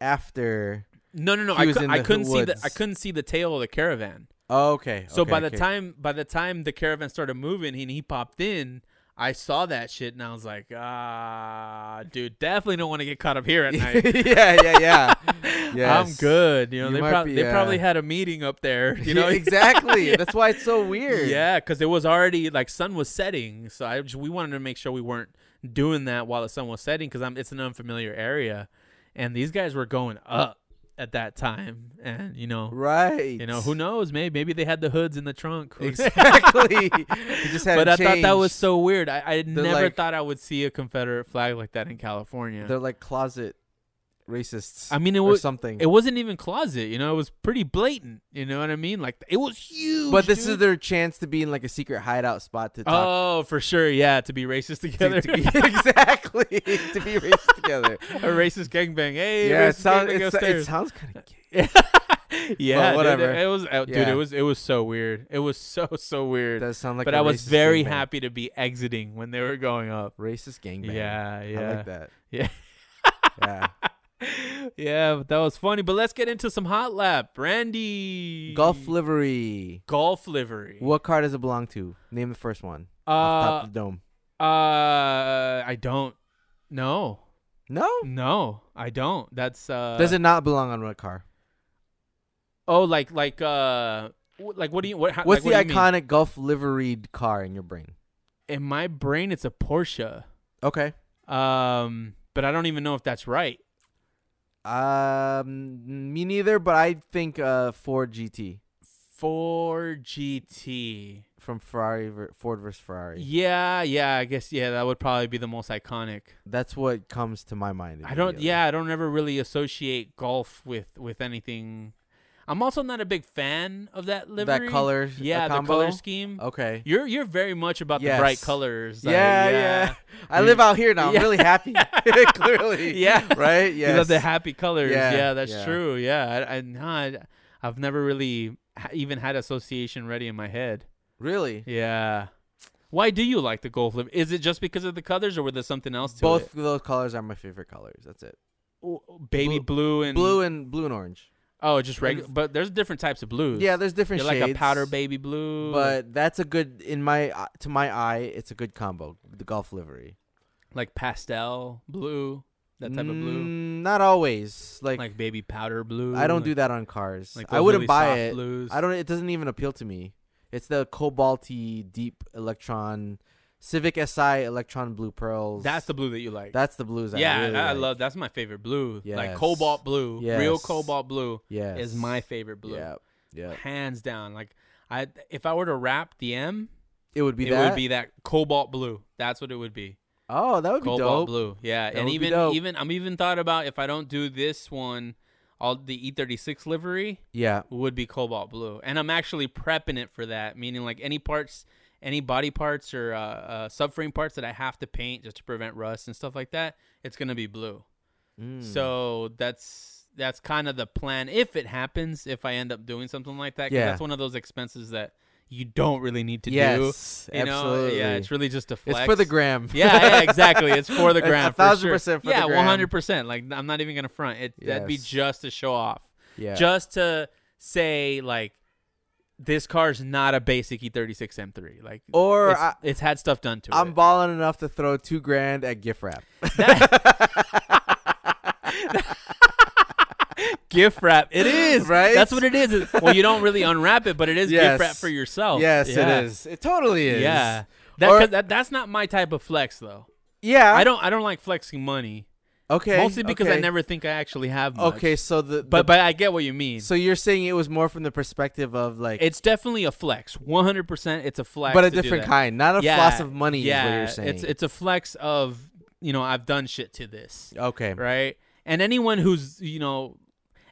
Speaker 2: after.
Speaker 1: no, no, no.
Speaker 2: he
Speaker 1: I,
Speaker 2: was
Speaker 1: cou-
Speaker 2: in
Speaker 1: I
Speaker 2: the
Speaker 1: couldn't see the I
Speaker 2: woods.
Speaker 1: couldn't see the tail of the caravan.
Speaker 2: Oh, okay.
Speaker 1: So
Speaker 2: okay,
Speaker 1: by the
Speaker 2: okay.
Speaker 1: time by the time the caravan started moving and he popped in, I saw that shit and I was like, ah, dude, definitely don't want to get caught up
Speaker 2: *laughs*
Speaker 1: here at night.
Speaker 2: yeah, yeah, yeah.
Speaker 1: *laughs*
Speaker 2: Yes.
Speaker 1: I'm good. You know,
Speaker 2: You
Speaker 1: they,
Speaker 2: might
Speaker 1: prob-
Speaker 2: be,
Speaker 1: they
Speaker 2: uh,
Speaker 1: probably had a meeting up there. *laughs* You know,
Speaker 2: *laughs*
Speaker 1: *laughs*
Speaker 2: exactly.
Speaker 1: Yeah.
Speaker 2: That's why it's so weird.
Speaker 1: Yeah, because it was already like sun was setting, so I just, we wanted to make sure we weren't doing that while the sun was setting because I'm it's an unfamiliar area, and these guys were going up at that time, and you know,
Speaker 2: Right.
Speaker 1: you know who knows? Maybe maybe they had the hoods in the trunk. Who- *laughs*
Speaker 2: Exactly. It just hadn't
Speaker 1: but I thought that
Speaker 2: changed.
Speaker 1: was so weird. I, I never
Speaker 2: like-
Speaker 1: thought I would see a Confederate flag like that in California.
Speaker 2: They're like closet racists
Speaker 1: I mean, it
Speaker 2: or
Speaker 1: was
Speaker 2: something.
Speaker 1: it wasn't even closet. You know, it was pretty blatant. You know what I mean? Like it was huge.
Speaker 2: but this
Speaker 1: dude.
Speaker 2: is their chance to be in like a secret hideout spot to talk.
Speaker 1: Oh, for sure, yeah, to be racist *laughs* together.
Speaker 2: to, to be, *laughs* exactly. To be racist together.
Speaker 1: a racist gangbang. *laughs* Hey,
Speaker 2: yeah,
Speaker 1: racist
Speaker 2: it, sound,
Speaker 1: gangbang
Speaker 2: it, so- it
Speaker 1: upstairs.
Speaker 2: sounds kind of
Speaker 1: yeah, dude,
Speaker 2: whatever.
Speaker 1: it, it was, uh, dude.
Speaker 2: Yeah.
Speaker 1: It was, it was so weird. It was so, so
Speaker 2: It
Speaker 1: weird.
Speaker 2: does sound like
Speaker 1: but
Speaker 2: I
Speaker 1: I was very happy to be exiting when they were going up.
Speaker 2: Racist gangbang.
Speaker 1: Yeah, yeah,
Speaker 2: I like that.
Speaker 1: *laughs* Yeah.
Speaker 2: yeah.
Speaker 1: yeah. But that was funny. But let's get into some hot lap, Randy.
Speaker 2: Golf livery.
Speaker 1: golf livery.
Speaker 2: What car does it belong to? Name the first one. off top
Speaker 1: Uh,
Speaker 2: of the dome.
Speaker 1: uh, I don't. No,
Speaker 2: No.
Speaker 1: no, I don't. That's uh.
Speaker 2: does it not belong on what car?
Speaker 1: Oh, like like uh, wh- like what do you what? how-
Speaker 2: What's
Speaker 1: like, what do
Speaker 2: the
Speaker 1: you mean?
Speaker 2: iconic golf liveried car in your brain?
Speaker 1: In my brain, it's a Porsche.
Speaker 2: Okay.
Speaker 1: Um, but I don't even know if that's right.
Speaker 2: Um, me neither. But I think uh Ford GT.
Speaker 1: Four GT.
Speaker 2: from Ferrari, ver- Ford versus Ferrari.
Speaker 1: Yeah, yeah, I guess yeah, that would probably be the most iconic.
Speaker 2: That's what comes to my mind.
Speaker 1: I don't
Speaker 2: immediately.
Speaker 1: yeah, I don't ever really associate golf with with anything. I'm also not a big fan of that livery.
Speaker 2: that color.
Speaker 1: Yeah, the
Speaker 2: combo?
Speaker 1: color scheme. *laughs*
Speaker 2: Okay.
Speaker 1: You're you're very much about the bright
Speaker 2: Yes.
Speaker 1: colors. like,
Speaker 2: yeah, yeah. I
Speaker 1: You-
Speaker 2: live out here now. I'm
Speaker 1: Yeah. *laughs*
Speaker 2: really happy. *laughs* Clearly.
Speaker 1: Yeah.
Speaker 2: Right.
Speaker 1: You
Speaker 2: Yes.
Speaker 1: love the happy colors.
Speaker 2: Yeah,
Speaker 1: Yeah, that's
Speaker 2: yeah.
Speaker 1: true. Yeah, I, I, no, I I've never really ha- even had association ready in my head.
Speaker 2: really.
Speaker 1: Yeah. Why do you like the golf livery? Is it just because of the colors, or was there something else to
Speaker 2: Both
Speaker 1: it?
Speaker 2: of those colors are my favorite colors. That's it.
Speaker 1: Both baby blue,
Speaker 2: blue-
Speaker 1: and
Speaker 2: Blue and blue and orange.
Speaker 1: Oh, just regular.
Speaker 2: and-
Speaker 1: But there's different types of blues.
Speaker 2: Yeah, there's different
Speaker 1: You're like a
Speaker 2: shades.
Speaker 1: powder baby blue,
Speaker 2: But that's a good in my uh, to my eye. It's a good combo. The golf livery.
Speaker 1: like pastel blue, that type of blue,
Speaker 2: Mm, Not always. Like,
Speaker 1: like, baby powder blue.
Speaker 2: Mm, I don't
Speaker 1: like,
Speaker 2: do that on cars.
Speaker 1: Like
Speaker 2: I
Speaker 1: those
Speaker 2: wouldn't
Speaker 1: really
Speaker 2: buy
Speaker 1: soft
Speaker 2: it.
Speaker 1: Blues.
Speaker 2: I don't. It doesn't even appeal to me. It's the cobalty deep electron, Civic Si electron blue pearls.
Speaker 1: That's the blue that you like.
Speaker 2: *laughs* that's the blues.
Speaker 1: yeah,
Speaker 2: I, really
Speaker 1: I, I
Speaker 2: like.
Speaker 1: love. That's my favorite blue. Like
Speaker 2: Yes.
Speaker 1: cobalt blue, real
Speaker 2: Yes.
Speaker 1: cobalt blue
Speaker 2: Yes,
Speaker 1: is my favorite blue,
Speaker 2: Yeah, yeah.
Speaker 1: hands down. Like I, if I were to wrap the M,
Speaker 2: It would be
Speaker 1: it
Speaker 2: that.
Speaker 1: would be that cobalt blue. That's what it would be.
Speaker 2: oh, that would be
Speaker 1: cobalt
Speaker 2: dope.
Speaker 1: blue. Yeah,
Speaker 2: That
Speaker 1: and
Speaker 2: would be
Speaker 1: even
Speaker 2: dope.
Speaker 1: even I'm even thought about if I don't do this one, all the E36 livery
Speaker 2: Yeah,
Speaker 1: would be cobalt blue, and I'm actually prepping it for that. Meaning like any parts, any body parts or uh, uh, subframe parts that I have to paint just to prevent rust and stuff like that, it's gonna be blue.
Speaker 2: Mm.
Speaker 1: So that's that's kind of the plan if it happens. If I end up doing something like that, 'cause
Speaker 2: Yeah.
Speaker 1: that's one of those expenses that you don't really need to do.
Speaker 2: yes,
Speaker 1: You
Speaker 2: absolutely.
Speaker 1: know, yeah, it's really just a flex.
Speaker 2: It's for the gram.
Speaker 1: *laughs*
Speaker 2: *laughs*
Speaker 1: yeah, yeah, exactly. It's for the
Speaker 2: A- a
Speaker 1: gram. for
Speaker 2: thousand
Speaker 1: sure.
Speaker 2: percent for the
Speaker 1: yeah,
Speaker 2: gram.
Speaker 1: one hundred percent. Like I'm not even gonna front. It that'd be
Speaker 2: Yes.
Speaker 1: just to show off,
Speaker 2: yeah.
Speaker 1: just to say like this car's not a basic E E36 M3. Like
Speaker 2: or
Speaker 1: it's,
Speaker 2: I,
Speaker 1: it's had stuff done to
Speaker 2: I'm
Speaker 1: it.
Speaker 2: balling enough to throw two grand at gift wrap.
Speaker 1: gift wrap. It is
Speaker 2: *laughs* Right?
Speaker 1: That's what it is. It- well, you don't really unwrap it, but it is
Speaker 2: Yes.
Speaker 1: gift wrap for yourself.
Speaker 2: yes,
Speaker 1: Oh, Yeah.
Speaker 2: it is. It totally is.
Speaker 1: Yeah. That,
Speaker 2: Or-
Speaker 1: 'cause that, that's not my type of flex though.
Speaker 2: yeah.
Speaker 1: I don't I don't like flexing money.
Speaker 2: Okay.
Speaker 1: Mostly because I
Speaker 2: okay.
Speaker 1: never think I actually have much.
Speaker 2: Okay, so the,
Speaker 1: But but I get what you mean.
Speaker 2: So you're saying it was more from the perspective of like,
Speaker 1: It's definitely a flex. 100% it's a flex.
Speaker 2: but a
Speaker 1: to do
Speaker 2: different
Speaker 1: that.
Speaker 2: kind, not a
Speaker 1: Yeah,
Speaker 2: floss of money.
Speaker 1: Yeah.
Speaker 2: is what you're saying.
Speaker 1: It's it's a flex of, you know, I've done shit to this,
Speaker 2: okay.
Speaker 1: right? And anyone who's, you know,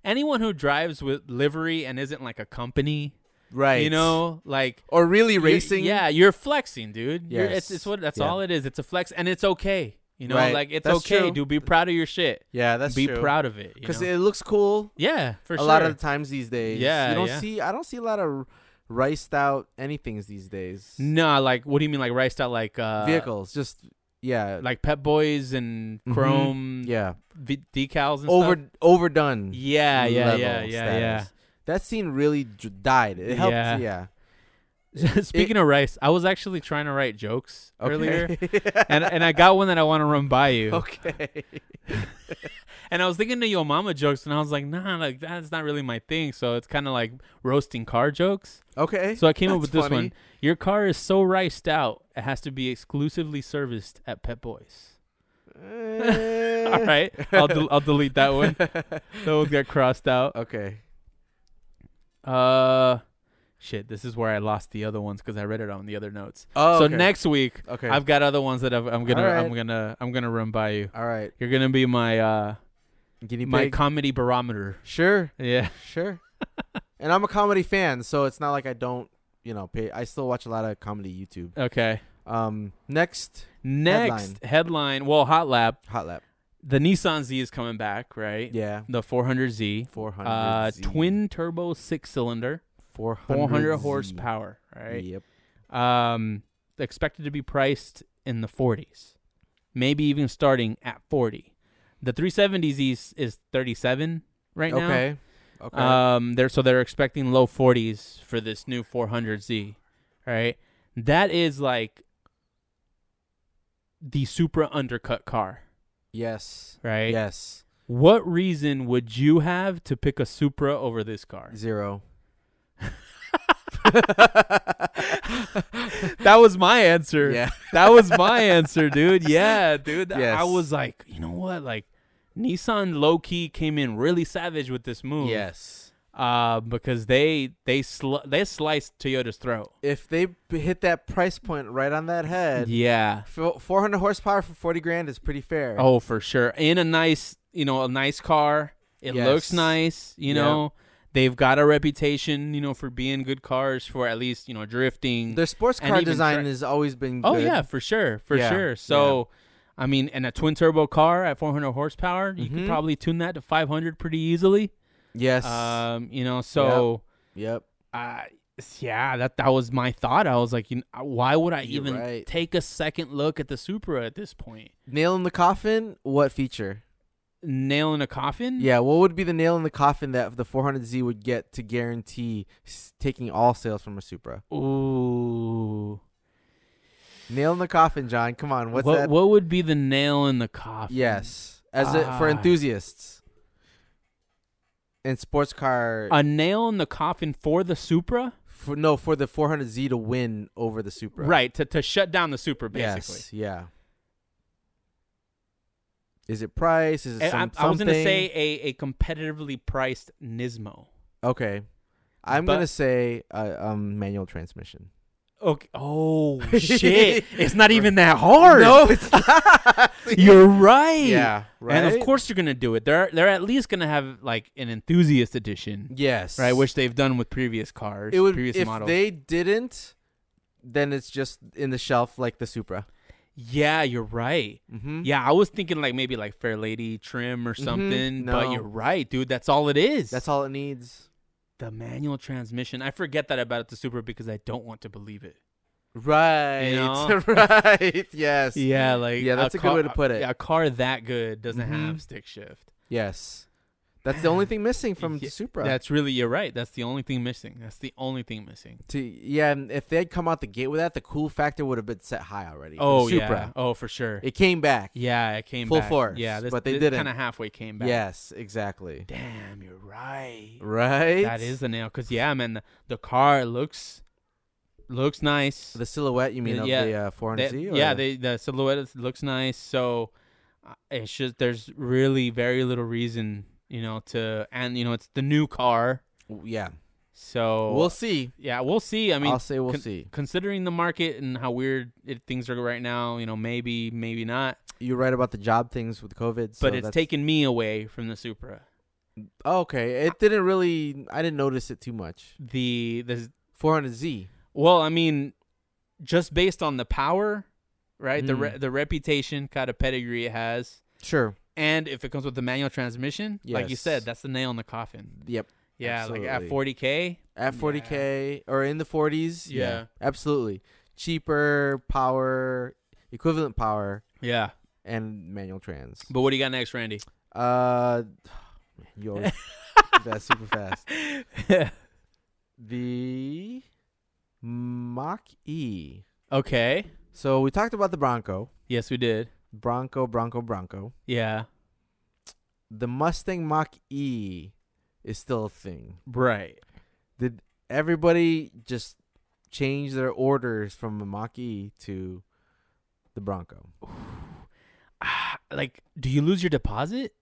Speaker 1: anyone who drives with livery and isn't like a company,
Speaker 2: Right.
Speaker 1: you know, like
Speaker 2: or really
Speaker 1: you're-
Speaker 2: racing.
Speaker 1: yeah, you're flexing, dude. You're- it's,
Speaker 2: Yes.
Speaker 1: it's what that's
Speaker 2: Yeah.
Speaker 1: all it is. It's a flex and it's okay. You know,
Speaker 2: Right.
Speaker 1: like it's
Speaker 2: That's
Speaker 1: okay,
Speaker 2: true.
Speaker 1: dude. Be proud of your shit.
Speaker 2: Yeah, that's
Speaker 1: be
Speaker 2: true.
Speaker 1: proud of it. you
Speaker 2: because
Speaker 1: know?
Speaker 2: it looks cool
Speaker 1: yeah, for
Speaker 2: a
Speaker 1: sure.
Speaker 2: lot of the times these days.
Speaker 1: Yeah,
Speaker 2: you don't
Speaker 1: yeah.
Speaker 2: see. I don't see a lot of riced out anything's these days.
Speaker 1: no, like what do you mean, like riced out, like uh,
Speaker 2: Vehicles, just yeah,
Speaker 1: like Pep Boys and
Speaker 2: Mhm.
Speaker 1: Chrome
Speaker 2: yeah,
Speaker 1: v- decals and
Speaker 2: over
Speaker 1: stuff.
Speaker 2: overdone.
Speaker 1: Yeah, yeah,
Speaker 2: level
Speaker 1: yeah, yeah,
Speaker 2: status. That scene really d- died. It helped.
Speaker 1: Yeah.
Speaker 2: Yeah.
Speaker 1: yeah. *laughs* Speaking of rice, I was actually trying to write jokes
Speaker 2: *laughs*
Speaker 1: earlier,
Speaker 2: Okay.
Speaker 1: and and I got one that I want to run by you.
Speaker 2: okay.
Speaker 1: And I was thinking of your mama jokes, and I was like, nah, like that's not really my thing. So it's kind of like roasting car jokes.
Speaker 2: Okay.
Speaker 1: So I came up
Speaker 2: That's
Speaker 1: with this
Speaker 2: funny.
Speaker 1: one. Your car is so riced out, it has to be exclusively serviced at Pet Boys.
Speaker 2: *laughs* Eh.
Speaker 1: All right, I'll del I'll delete that one. That one got crossed out.
Speaker 2: *laughs* Okay.
Speaker 1: Uh, shit. This is where I lost the other ones because I read it on the other notes.
Speaker 2: Oh.
Speaker 1: so
Speaker 2: okay.
Speaker 1: next week,
Speaker 2: Okay.
Speaker 1: I've got other ones that I've, I'm gonna I'm
Speaker 2: Alright.
Speaker 1: gonna I'm gonna run by you.
Speaker 2: All right.
Speaker 1: You're gonna be my uh
Speaker 2: Guinea
Speaker 1: my
Speaker 2: pig.
Speaker 1: comedy barometer.
Speaker 2: sure.
Speaker 1: Yeah. *laughs*
Speaker 2: Sure. and I'm a comedy fan, so it's not like I don't, you know, pay. I still watch a lot of comedy YouTube.
Speaker 1: Okay.
Speaker 2: Um. Next
Speaker 1: Next headline. Well, hot lap.
Speaker 2: hot lap.
Speaker 1: The Nissan Z is coming back, right?
Speaker 2: Yeah.
Speaker 1: The 400Z.
Speaker 2: Four hundred.
Speaker 1: Uh, twin turbo six cylinder,
Speaker 2: Four hundred.
Speaker 1: 400 horsepower, right?
Speaker 2: Yep.
Speaker 1: Um, expected to be priced in the 40s, maybe even starting at 40. The 370Z is, is 37 right now.
Speaker 2: okay. Okay.
Speaker 1: Um, they're so they're expecting low 40s for this new 400Z, right? That is like the Supra undercut car,
Speaker 2: yes.
Speaker 1: right?
Speaker 2: Yes.
Speaker 1: What reason would you have to pick a Supra over this car?
Speaker 2: Zero.
Speaker 1: *laughs*
Speaker 2: *laughs*
Speaker 1: That was my answer.
Speaker 2: yeah.
Speaker 1: *laughs* That was my answer, dude. Yeah, dude.
Speaker 2: Yes.
Speaker 1: I was like, you know what? Like Nissan low key came in really savage with this move.
Speaker 2: Yes.
Speaker 1: uh, because they they sl- they sliced Toyota's throat.
Speaker 2: If they b- hit that price point right on that head,
Speaker 1: Yeah.
Speaker 2: fo- 400 horsepower for 40 grand is pretty fair.
Speaker 1: Oh, for sure. In a nice, you know, a nice car. It looks
Speaker 2: Yes.
Speaker 1: nice. You
Speaker 2: Yeah.
Speaker 1: know, they've got a reputation, you know, for being good cars for at least you know drifting.
Speaker 2: Their sports
Speaker 1: And
Speaker 2: car
Speaker 1: even
Speaker 2: design
Speaker 1: tra-
Speaker 2: has always been
Speaker 1: oh
Speaker 2: good.
Speaker 1: yeah, for sure, for
Speaker 2: Yeah,
Speaker 1: sure. So. I mean, and a twin turbo car at 400 horsepower, you could
Speaker 2: Mhm.
Speaker 1: probably tune that to 500 pretty easily.
Speaker 2: Yes.
Speaker 1: Um, you know, so
Speaker 2: yep.
Speaker 1: uh yeah that that was my thought i was like you know, why would i
Speaker 2: You're
Speaker 1: even
Speaker 2: right.
Speaker 1: take a second look at the supra at this point
Speaker 2: Nail in the coffin, what feature?
Speaker 1: nail in a coffin
Speaker 2: Yeah, what would be the nail in the coffin that the 400Z would get to guarantee s- taking all sales from a Supra?
Speaker 1: ooh
Speaker 2: Nail in the coffin, John. Come on. What's
Speaker 1: what,
Speaker 2: that?
Speaker 1: what would be the nail in the coffin
Speaker 2: Yes. As it for
Speaker 1: Ah.
Speaker 2: enthusiasts. And sports car
Speaker 1: a nail in the coffin for the supra
Speaker 2: for, no, for the 400Z to win over the Supra.
Speaker 1: right, to, to shut down the supra basically
Speaker 2: Yes. Yeah. Is it price? Is it
Speaker 1: And I,
Speaker 2: some,
Speaker 1: I was gonna
Speaker 2: something?
Speaker 1: say a, a competitively priced nismo
Speaker 2: Okay. I'm
Speaker 1: But-
Speaker 2: gonna say uh, um manual transmission.
Speaker 1: okay
Speaker 2: *laughs*
Speaker 1: oh shit it's not even that hard *laughs*
Speaker 2: No, *laughs* it's not.
Speaker 1: you're right
Speaker 2: yeah, right.
Speaker 1: And of course you're gonna do it. They're they're at least gonna have like an enthusiast edition,
Speaker 2: yes,
Speaker 1: right? Which they've done with previous cars,
Speaker 2: it would
Speaker 1: previous
Speaker 2: if
Speaker 1: models.
Speaker 2: they didn't, then it's just in the shelf like the Supra.
Speaker 1: yeah, you're right.
Speaker 2: Mm-hmm.
Speaker 1: Yeah, I was thinking like maybe like Fair Lady trim or something, but
Speaker 2: No.
Speaker 1: you're right, dude. That's all it is.
Speaker 2: that's all it needs.
Speaker 1: the manual transmission. I forget that about the Supra because I don't want to believe it.
Speaker 2: Right,
Speaker 1: know?
Speaker 2: *laughs* right. Yes,
Speaker 1: Yeah, like
Speaker 2: *laughs* Yeah, that's a good
Speaker 1: car-
Speaker 2: way to put it.
Speaker 1: Yeah, a car that good doesn't
Speaker 2: Mhm.
Speaker 1: have stick shift.
Speaker 2: yes. That's the only thing missing from
Speaker 1: *laughs* Yeah,
Speaker 2: the Supra.
Speaker 1: That's really you're right. That's the only thing missing. That's the only thing missing.
Speaker 2: to, yeah, and if they'd come out the gate with that, the cool factor would have been set high already. for the
Speaker 1: Oh yeah.
Speaker 2: Supra.
Speaker 1: Oh for sure.
Speaker 2: It came back.
Speaker 1: Yeah, it came
Speaker 2: Full
Speaker 1: back.
Speaker 2: force,
Speaker 1: Yeah, this,
Speaker 2: but they
Speaker 1: this
Speaker 2: didn't.
Speaker 1: Kind of halfway came back.
Speaker 2: Yes, exactly.
Speaker 1: Damn, you're right.
Speaker 2: Right.
Speaker 1: That is the nail, cause yeah, man, the, the car looks looks nice.
Speaker 2: the silhouette. You mean
Speaker 1: Yeah,
Speaker 2: of
Speaker 1: yeah.
Speaker 2: the uh,
Speaker 1: They-
Speaker 2: 400Z? or-
Speaker 1: yeah, they, the silhouette is- looks nice. So uh, it's just there's really very little reason, you know, to and you know it's the new car.
Speaker 2: yeah.
Speaker 1: So
Speaker 2: We'll see.
Speaker 1: yeah, we'll see. Oh. I
Speaker 2: I
Speaker 1: mean,
Speaker 2: will say we'll
Speaker 1: con-
Speaker 2: see.
Speaker 1: considering the market and how weird it, things are right now, you know, maybe maybe not.
Speaker 2: You're right about the job things with COVID. so
Speaker 1: But it's
Speaker 2: that's-
Speaker 1: taken me away from the Supra.
Speaker 2: Oh, okay, it didn't really. I didn't notice it too much.
Speaker 1: The the
Speaker 2: 400Z.
Speaker 1: Well, I mean, just based on the power, right? The
Speaker 2: Mm.
Speaker 1: re- the reputation, kind of pedigree it has,
Speaker 2: Sure.
Speaker 1: and if it comes with the manual transmission, like you
Speaker 2: Yes.
Speaker 1: said, that's the nail in the coffin.
Speaker 2: Yep.
Speaker 1: Yeah, like at
Speaker 2: Absolutely.
Speaker 1: 40k.
Speaker 2: At 40k or in the 40s.
Speaker 1: Yeah.
Speaker 2: Absolutely. Cheaper power, equivalent power,
Speaker 1: Yeah.
Speaker 2: and manual trans.
Speaker 1: But what do you got next, Randy? *sighs*
Speaker 2: Uh, man, you
Speaker 1: *laughs*
Speaker 2: always do that super fast. The Mach E.
Speaker 1: okay.
Speaker 2: So we talked about the Bronco.
Speaker 1: Yes, we did.
Speaker 2: Bronco, Bronco, Bronco.
Speaker 1: Yeah.
Speaker 2: The Mustang Mach E is still a thing.
Speaker 1: Right.
Speaker 2: Did everybody just change their orders from a Mach E to the Bronco?
Speaker 1: Ah, like, do you lose your deposit?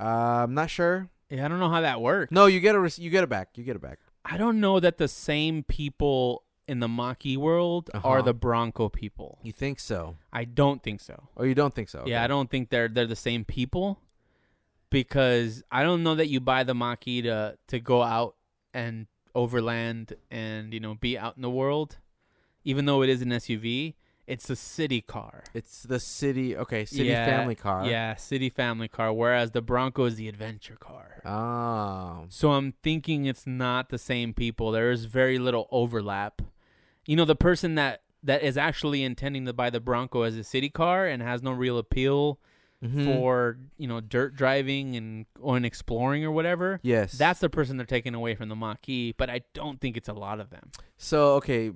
Speaker 2: Uh, I'm not sure.
Speaker 1: Yeah, I don't know how that works.
Speaker 2: No, you get a rec- you get it back. You get it back.
Speaker 1: I don't know that the same people in the Maki world are
Speaker 2: Uh-huh.
Speaker 1: the Bronco people.
Speaker 2: You think so,
Speaker 1: I don't think so.
Speaker 2: or you don't think so?
Speaker 1: Yeah, I don't think they're they're the same people because I don't know that you buy the Maki to to go out and overland and you know be out in the world, even though it is an SUV. It's a city car.
Speaker 2: It's the city. Okay, city
Speaker 1: Yeah,
Speaker 2: family car.
Speaker 1: Yeah, city family car. Whereas the Bronco is the adventure car.
Speaker 2: Oh.
Speaker 1: So I'm thinking it's not the same people. There is very little overlap. You know, the person that that is actually intending to buy the Bronco as a city car and has no real appeal Mm-hmm.
Speaker 2: Mhm.
Speaker 1: for you know dirt driving and or and exploring or whatever.
Speaker 2: yes.
Speaker 1: That's the person they're taking away from the Maquis, but I don't think it's a lot of them.
Speaker 2: so okay.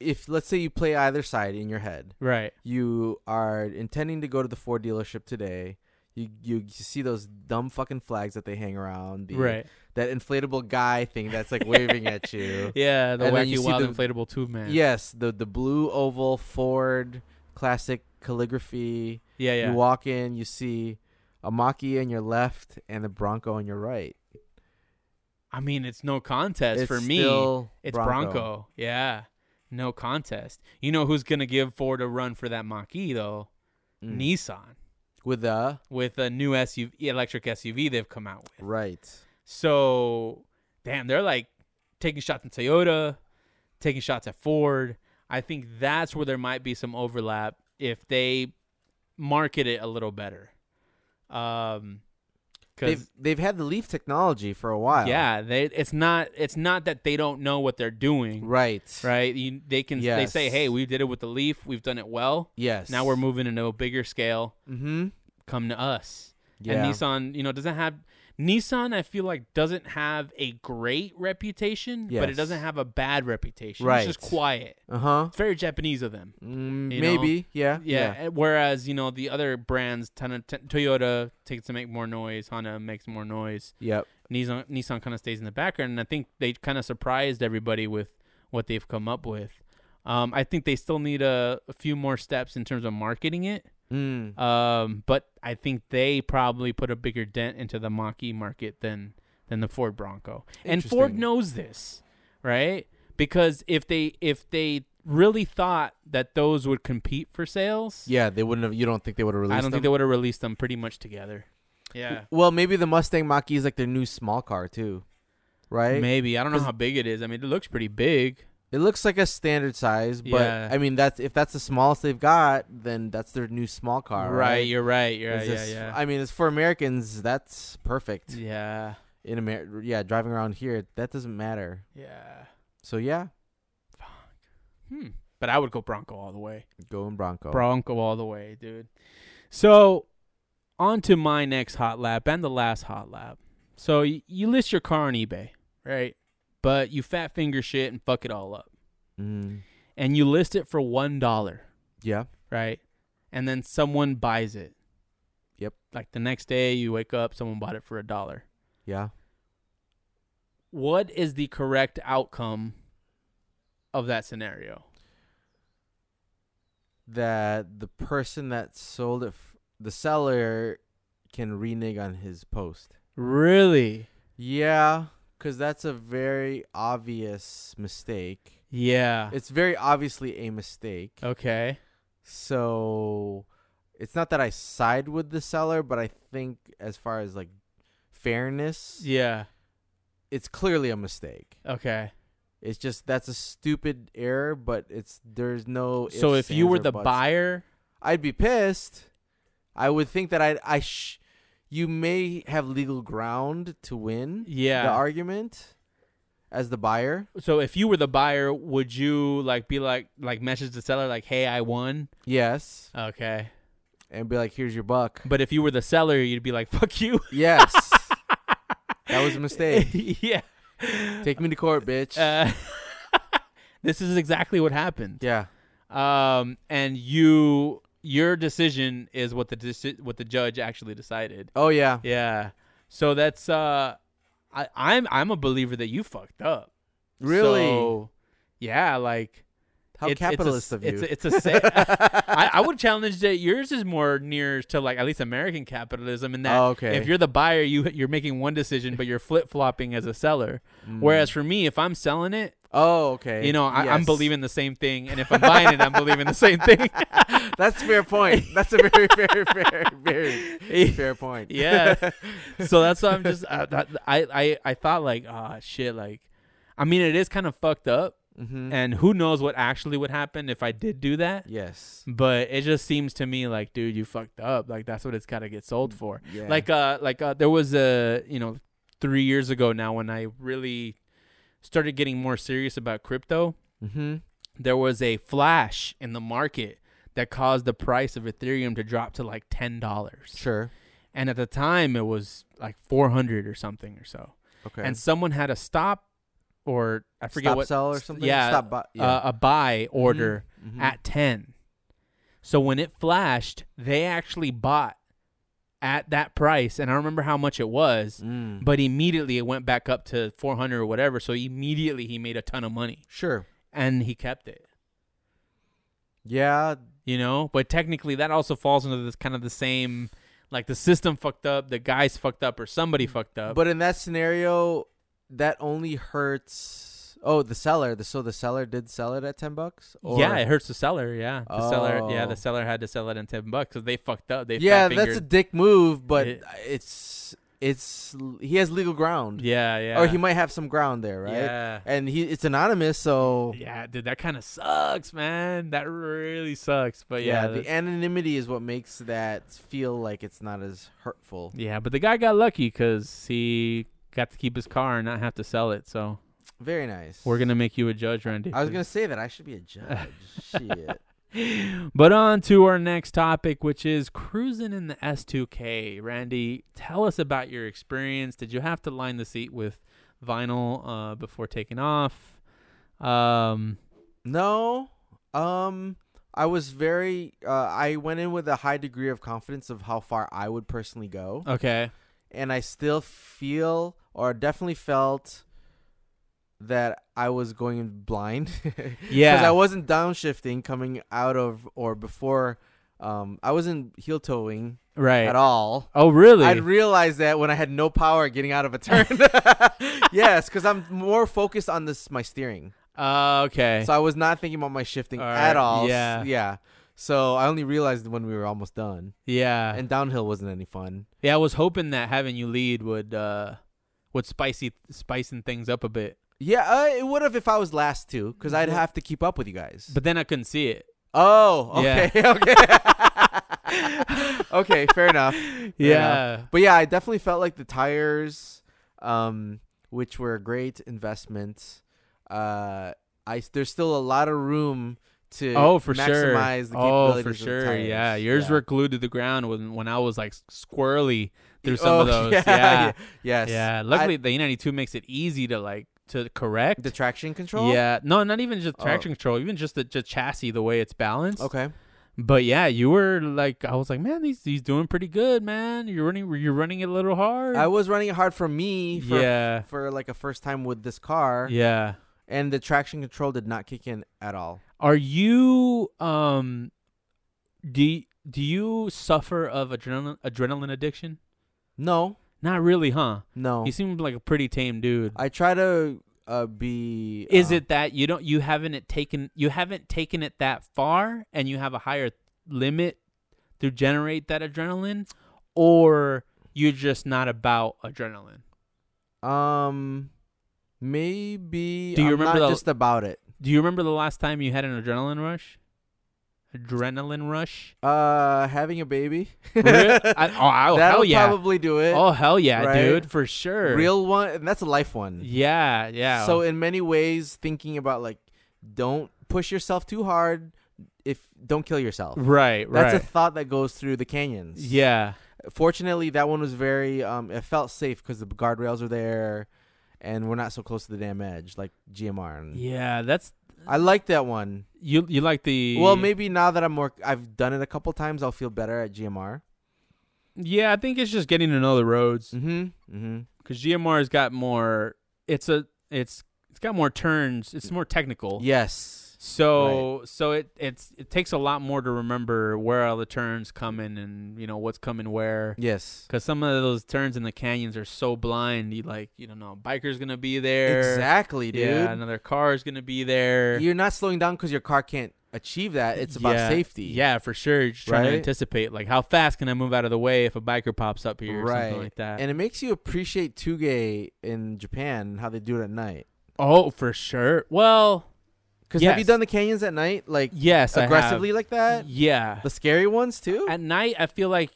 Speaker 2: If let's say you play either side in your head,
Speaker 1: Right.
Speaker 2: you are intending to go to the Ford dealership today. You, you you see those dumb fucking flags that they hang around, the,
Speaker 1: Right.
Speaker 2: That inflatable guy thing that's like waving at you.
Speaker 1: *laughs* Yeah, the
Speaker 2: And then
Speaker 1: wacky
Speaker 2: you see
Speaker 1: wild
Speaker 2: the-
Speaker 1: inflatable tube man.
Speaker 2: Yes, the the blue oval Ford classic calligraphy.
Speaker 1: Yeah. Yeah.
Speaker 2: You walk in, you see a Mach-E on your left and the Bronco on your right.
Speaker 1: I mean, it's no contest
Speaker 2: It's
Speaker 1: for me.
Speaker 2: still
Speaker 1: it's Bronco.
Speaker 2: Bronco.
Speaker 1: Yeah. No contest. You know who's going to give Ford a run for that Mach E, though?
Speaker 2: Mm.
Speaker 1: Nissan
Speaker 2: with a
Speaker 1: with a new SUV, electric SUV they've come out with.
Speaker 2: right.
Speaker 1: So, damn, they're like taking shots at Toyota, taking shots at Ford. I think that's where there might be some overlap if they market it a little better. Um,
Speaker 2: They've
Speaker 1: because
Speaker 2: they've had the Leaf technology for a while.
Speaker 1: yeah, they it's not it's not that they don't know what they're doing,
Speaker 2: Right.
Speaker 1: right? You, they can they say,
Speaker 2: Yes.
Speaker 1: hey, we did it with the Leaf, we've done it well.
Speaker 2: Yes.
Speaker 1: Now we're moving into a bigger scale.
Speaker 2: Mm-hmm.
Speaker 1: Come to us.
Speaker 2: Yeah.
Speaker 1: And Nissan, you know, doesn't have Nissan. I feel like doesn't have a great reputation, but it
Speaker 2: Yes.
Speaker 1: doesn't have a bad reputation.
Speaker 2: Right.
Speaker 1: It's just quiet.
Speaker 2: uh huh.
Speaker 1: It's very Japanese of them.
Speaker 2: Mm,
Speaker 1: You
Speaker 2: maybe. Yeah.
Speaker 1: Yeah. and Whereas you know the other brands, ton t- Toyota takes to make more noise, Honda makes more noise.
Speaker 2: Yep.
Speaker 1: Nissan Nissan kind of stays in the background, and I think they kind of surprised everybody with what they've come up with. Um, I think they still need a, a few more steps in terms of marketing it.
Speaker 2: Mm.
Speaker 1: Um, but I think they probably put a bigger dent into the Mach E market than than the Ford Bronco. And Ford
Speaker 2: Interesting.
Speaker 1: knows this, right? Because if they if they really thought that those would compete for sales,
Speaker 2: Yeah. They wouldn't have. You don't think they would have released?
Speaker 1: I don't think they would have released them pretty much together. Yeah.
Speaker 2: Well, maybe the Mustang Mach E is like their new small car too, right?
Speaker 1: Maybe. I don't know
Speaker 2: 'Cause-
Speaker 1: how big it is. I mean, it looks pretty big.
Speaker 2: It looks like a standard size, but
Speaker 1: Yeah.
Speaker 2: I mean that's if that's the smallest they've got, then that's their new small car,
Speaker 1: right,
Speaker 2: right?
Speaker 1: you're right. You're right.
Speaker 2: It's
Speaker 1: Yeah,
Speaker 2: just-
Speaker 1: yeah.
Speaker 2: I mean, it's for Americans. That's perfect
Speaker 1: yeah.
Speaker 2: in America. Yeah, driving around here, that doesn't matter.
Speaker 1: Yeah.
Speaker 2: So yeah,
Speaker 1: Hmm. But I would go Bronco all the way.
Speaker 2: going Bronco.
Speaker 1: Bronco all the way, dude. So, on to my next hot lap and the last hot lap. So, y- you list your car on eBay, right? But you fat finger shit and fuck it all up.
Speaker 2: Mm,
Speaker 1: And you list it for $1,
Speaker 2: yeah,
Speaker 1: right? And then someone buys it.
Speaker 2: Yep.
Speaker 1: Like the next day you wake up, someone bought it for a dollar.
Speaker 2: yeah.
Speaker 1: What is the correct outcome of that scenario?
Speaker 2: That the person that sold it, f- the seller, can renege on his post.
Speaker 1: Really?
Speaker 2: Yeah, because that's a very obvious mistake.
Speaker 1: Yeah.
Speaker 2: It's very obviously a mistake.
Speaker 1: Oh. Okay.
Speaker 2: So it's not that I side with the seller, but I think as far as like fairness,
Speaker 1: Yeah.
Speaker 2: it's clearly a mistake.
Speaker 1: Okay.
Speaker 2: It's just that's a stupid error, but it's there's no. ifs,
Speaker 1: So if you
Speaker 2: ands,
Speaker 1: were
Speaker 2: or
Speaker 1: the
Speaker 2: buts.
Speaker 1: buyer,
Speaker 2: I'd be pissed. I would think that I I sh- you may have legal ground to win the
Speaker 1: Yeah.
Speaker 2: argument as the buyer.
Speaker 1: so if you were the buyer, would you like be like like message the seller like, "Hey, I won."
Speaker 2: Yes,
Speaker 1: Okay.
Speaker 2: and be like, here's your buck.
Speaker 1: But if you were the seller, you'd be like, "Fuck you." *laughs*
Speaker 2: Yes, that was a mistake.
Speaker 1: yeah.
Speaker 2: Take me to court, bitch.
Speaker 1: Uh, *laughs* this is exactly what happened.
Speaker 2: yeah.
Speaker 1: Um, and you your decision is what the deci- what the judge actually decided.
Speaker 2: Oh yeah.
Speaker 1: Yeah. So that's uh, I I'm I'm a believer that you fucked up.
Speaker 2: Really?
Speaker 1: So, yeah. Like.
Speaker 2: How
Speaker 1: it's- it's a
Speaker 2: capitalist
Speaker 1: s-
Speaker 2: of you.
Speaker 1: It's a, it's a sa- *laughs* I,
Speaker 2: *laughs*
Speaker 1: I would challenge that yours is more near to like at least American capitalism in that
Speaker 2: Oh, okay.
Speaker 1: if you're the buyer, you you're making one decision, but you're flip flopping as a seller.
Speaker 2: Mm.
Speaker 1: Whereas for me, if I'm selling it,
Speaker 2: oh, okay.
Speaker 1: you know, I, I'm
Speaker 2: Yes.
Speaker 1: believing the same thing, and if I'm buying it, I'm believing the same thing.
Speaker 2: *laughs* That's a *laughs* fair point. That's a very, very,
Speaker 1: *laughs*
Speaker 2: very, very fair point. *laughs*
Speaker 1: yeah. So that's why I'm just I, that- I I I thought like ah shit like, I mean it is kind of fucked up,
Speaker 2: hmm
Speaker 1: and who knows what actually would happen if I did do that.
Speaker 2: yes.
Speaker 1: but it just seems to me like dude you fucked up like that's what it's got to get sold
Speaker 2: Mm.
Speaker 1: for
Speaker 2: Yeah.
Speaker 1: like uh like uh there was a you know three years ago now when i really started getting more serious about crypto
Speaker 2: Mm-hmm.
Speaker 1: there was a flash in the market that caused the price of ethereum to drop to like ten dollars
Speaker 2: Sure.
Speaker 1: and at the time it was like 400 or something or so
Speaker 2: Okay.
Speaker 1: and someone had a stop or i forget
Speaker 2: Stop
Speaker 1: what
Speaker 2: sell or something.
Speaker 1: yeah,
Speaker 2: Stop. Bu- yeah.
Speaker 1: uh, a buy order
Speaker 2: Mhm.
Speaker 1: at 10. So when it flashed, they actually bought at that price. And I remember how much it was,
Speaker 2: Mm.
Speaker 1: but immediately it went back up to 400 or whatever. So immediately he made a ton of money
Speaker 2: Sure.
Speaker 1: and he kept it,
Speaker 2: Yeah.
Speaker 1: you know? But technically, that also falls into this kind of the same
Speaker 2: Mm.
Speaker 1: like the system fucked up, the guys fucked up, or somebody fucked up.
Speaker 2: But in that scenario, that only hurts. Oh, the seller. The, so the seller did sell it at ten bucks.
Speaker 1: yeah, it hurts the seller. Yeah, the seller. Yeah, the
Speaker 2: Oh.
Speaker 1: seller had to sell it in ten bucks because they fucked up. They
Speaker 2: yeah,
Speaker 1: fat
Speaker 2: that's a
Speaker 1: fingered-
Speaker 2: dick move, but
Speaker 1: It-
Speaker 2: it's it's he has legal ground,
Speaker 1: yeah, yeah.
Speaker 2: or he might have some ground there, right?
Speaker 1: Yeah.
Speaker 2: And he it's anonymous, so
Speaker 1: Yeah, dude, that kind of sucks, man. That really sucks. But yeah,
Speaker 2: yeah,
Speaker 1: that's-
Speaker 2: the anonymity is what makes that feel like it's not as hurtful.
Speaker 1: yeah. But the guy got lucky because he got to keep his car and not have to sell it. So
Speaker 2: Very nice.
Speaker 1: we're gonna make you a judge, Randy.
Speaker 2: I
Speaker 1: *laughs*
Speaker 2: was gonna say that I should be a judge. Shit.
Speaker 1: *gasps* But on to our next topic, which is cruising in the S2K. Randy, tell us about your experience. Did you have to line the seat with vinyl uh, before taking off? Um,
Speaker 2: No. Um I was very uh, I went in with a high degree of confidence of how far I would personally go
Speaker 1: okay.
Speaker 2: and I still feel or definitely felt that I was going blind *laughs*
Speaker 1: Yeah.
Speaker 2: I wasn't downshifting coming out of or before um I wasn't heel towing
Speaker 1: right.
Speaker 2: at all.
Speaker 1: Oh, really?
Speaker 2: I'd realize that when I had no power getting out of
Speaker 1: *laughs*
Speaker 2: a turn. *laughs* yes, cuz I'm more focused on this my steering.
Speaker 1: uh, okay.
Speaker 2: So I was not thinking about my shifting
Speaker 1: All right,
Speaker 2: at all. S-
Speaker 1: yeah.
Speaker 2: Yeah. So I only realized when we were almost done.
Speaker 1: yeah.
Speaker 2: And downhill wasn't any fun.
Speaker 1: yeah, I was hoping that having you lead would uh, would spicy spicing things up a bit,
Speaker 2: Yeah, uh, it would have if I was last two, because I'd have to keep up with you guys.
Speaker 1: but then I couldn't see it.
Speaker 2: oh,
Speaker 1: Yeah.
Speaker 2: okay, *laughs* okay, *laughs* *laughs* okay, fair
Speaker 1: *laughs*
Speaker 2: enough.
Speaker 1: yeah.
Speaker 2: But yeah, I definitely felt like the tires, um, which were a great investment. Uh, I there's still a lot of room to
Speaker 1: Oh, for sure.
Speaker 2: maximize the
Speaker 1: oh,
Speaker 2: capabilities
Speaker 1: for
Speaker 2: of the
Speaker 1: sure. yeah,
Speaker 2: tires.
Speaker 1: yours
Speaker 2: Yeah.
Speaker 1: were glued to the ground when when I was like squirrely through some of
Speaker 2: Oh, *laughs*
Speaker 1: those. Yeah, yeah.
Speaker 2: Yes.
Speaker 1: Luckily, the E92 makes it easy to like to correct.
Speaker 2: The traction control?
Speaker 1: Yeah, no, not even just
Speaker 2: Oh.
Speaker 1: traction control, even just the just chassis, the way it's balanced.
Speaker 2: Okay.
Speaker 1: But yeah, you were like, I was like, man, he's he's doing pretty good, man. You're running, you're running it a little hard.
Speaker 2: I was running it hard for me for,
Speaker 1: yeah,
Speaker 2: for like a first time with this car.
Speaker 1: yeah.
Speaker 2: And the traction control did not kick in at all.
Speaker 1: Are you um, do do you suffer of adrenaline adrenaline addiction?
Speaker 2: No.
Speaker 1: Not really, huh?
Speaker 2: No.
Speaker 1: You seem like a pretty tame dude.
Speaker 2: I try to uh, be.
Speaker 1: Is
Speaker 2: uh,
Speaker 1: it that you don't you haven't it taken you haven't taken it that far and you have a higher limit to generate that adrenaline or you're just not about adrenaline?
Speaker 2: Um. Maybe.
Speaker 1: Do you
Speaker 2: I'm
Speaker 1: remember
Speaker 2: not
Speaker 1: the-
Speaker 2: just about it?
Speaker 1: Do you remember the last time you had an adrenaline rush? Adrenaline
Speaker 2: *laughs*
Speaker 1: rush?
Speaker 2: Uh, having a baby. *laughs*
Speaker 1: Re- I- oh, oh,
Speaker 2: That'll
Speaker 1: hell yeah.
Speaker 2: probably do it.
Speaker 1: oh hell yeah,
Speaker 2: right?
Speaker 1: dude, for sure.
Speaker 2: Real one, and that's a life one.
Speaker 1: Yeah, yeah.
Speaker 2: So in many ways, thinking about like, don't push yourself too hard. If don't kill yourself.
Speaker 1: right, right.
Speaker 2: That's a thought that goes through the canyons.
Speaker 1: yeah.
Speaker 2: Fortunately, that one was very. Um, it felt safe because the guardrails are there, and we're not so close to the damn edge like GMR. And
Speaker 1: Yeah, that's
Speaker 2: I like that one.
Speaker 1: you you like the
Speaker 2: Well, maybe now that I'm more, I've done it a couple times. I'll feel better at GMR.
Speaker 1: Yeah, I think it's just getting to know the roads.
Speaker 2: Mm-hmm. Mm-hmm.
Speaker 1: because GMR's got more. It's a it's it's got more turns. It's more technical.
Speaker 2: Yes.
Speaker 1: So so it it's it takes a lot more to remember where all the turns coming and you know what's coming
Speaker 2: Mm.
Speaker 1: where.
Speaker 2: Yes.
Speaker 1: Because some of those turns in the canyons are so blind. You like you don't know. Biker's gonna be there.
Speaker 2: Exactly, dude.
Speaker 1: Yeah, another car's gonna be there.
Speaker 2: You're not slowing down because your car can't achieve that. It's about
Speaker 1: Yeah,
Speaker 2: safety.
Speaker 1: Yeah, for sure. You're just trying to
Speaker 2: Right?
Speaker 1: anticipate like how fast can I move out of the way if a biker pops up here or something like that.
Speaker 2: And it makes you appreciate Tugay in Japan and how they do it at night.
Speaker 1: oh, for sure. Well,
Speaker 2: Because have you
Speaker 1: Yes.
Speaker 2: done the canyons at night, like
Speaker 1: yes, I have.
Speaker 2: aggressively like that?
Speaker 1: Yeah.
Speaker 2: The scary ones too.
Speaker 1: at night i feel like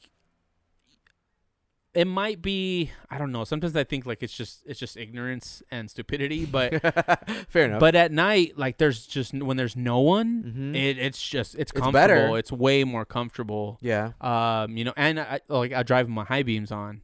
Speaker 1: it might be i don't know sometimes i think like it's just it's just ignorance and
Speaker 2: *laughs*
Speaker 1: stupidity but
Speaker 2: Fair enough.
Speaker 1: but at night like there's just when there's no one
Speaker 2: Mhm.
Speaker 1: it, it's just it's
Speaker 2: It's
Speaker 1: comfortable
Speaker 2: better.
Speaker 1: it's way more comfortable
Speaker 2: yeah,
Speaker 1: um you know and i like i drive my high beams on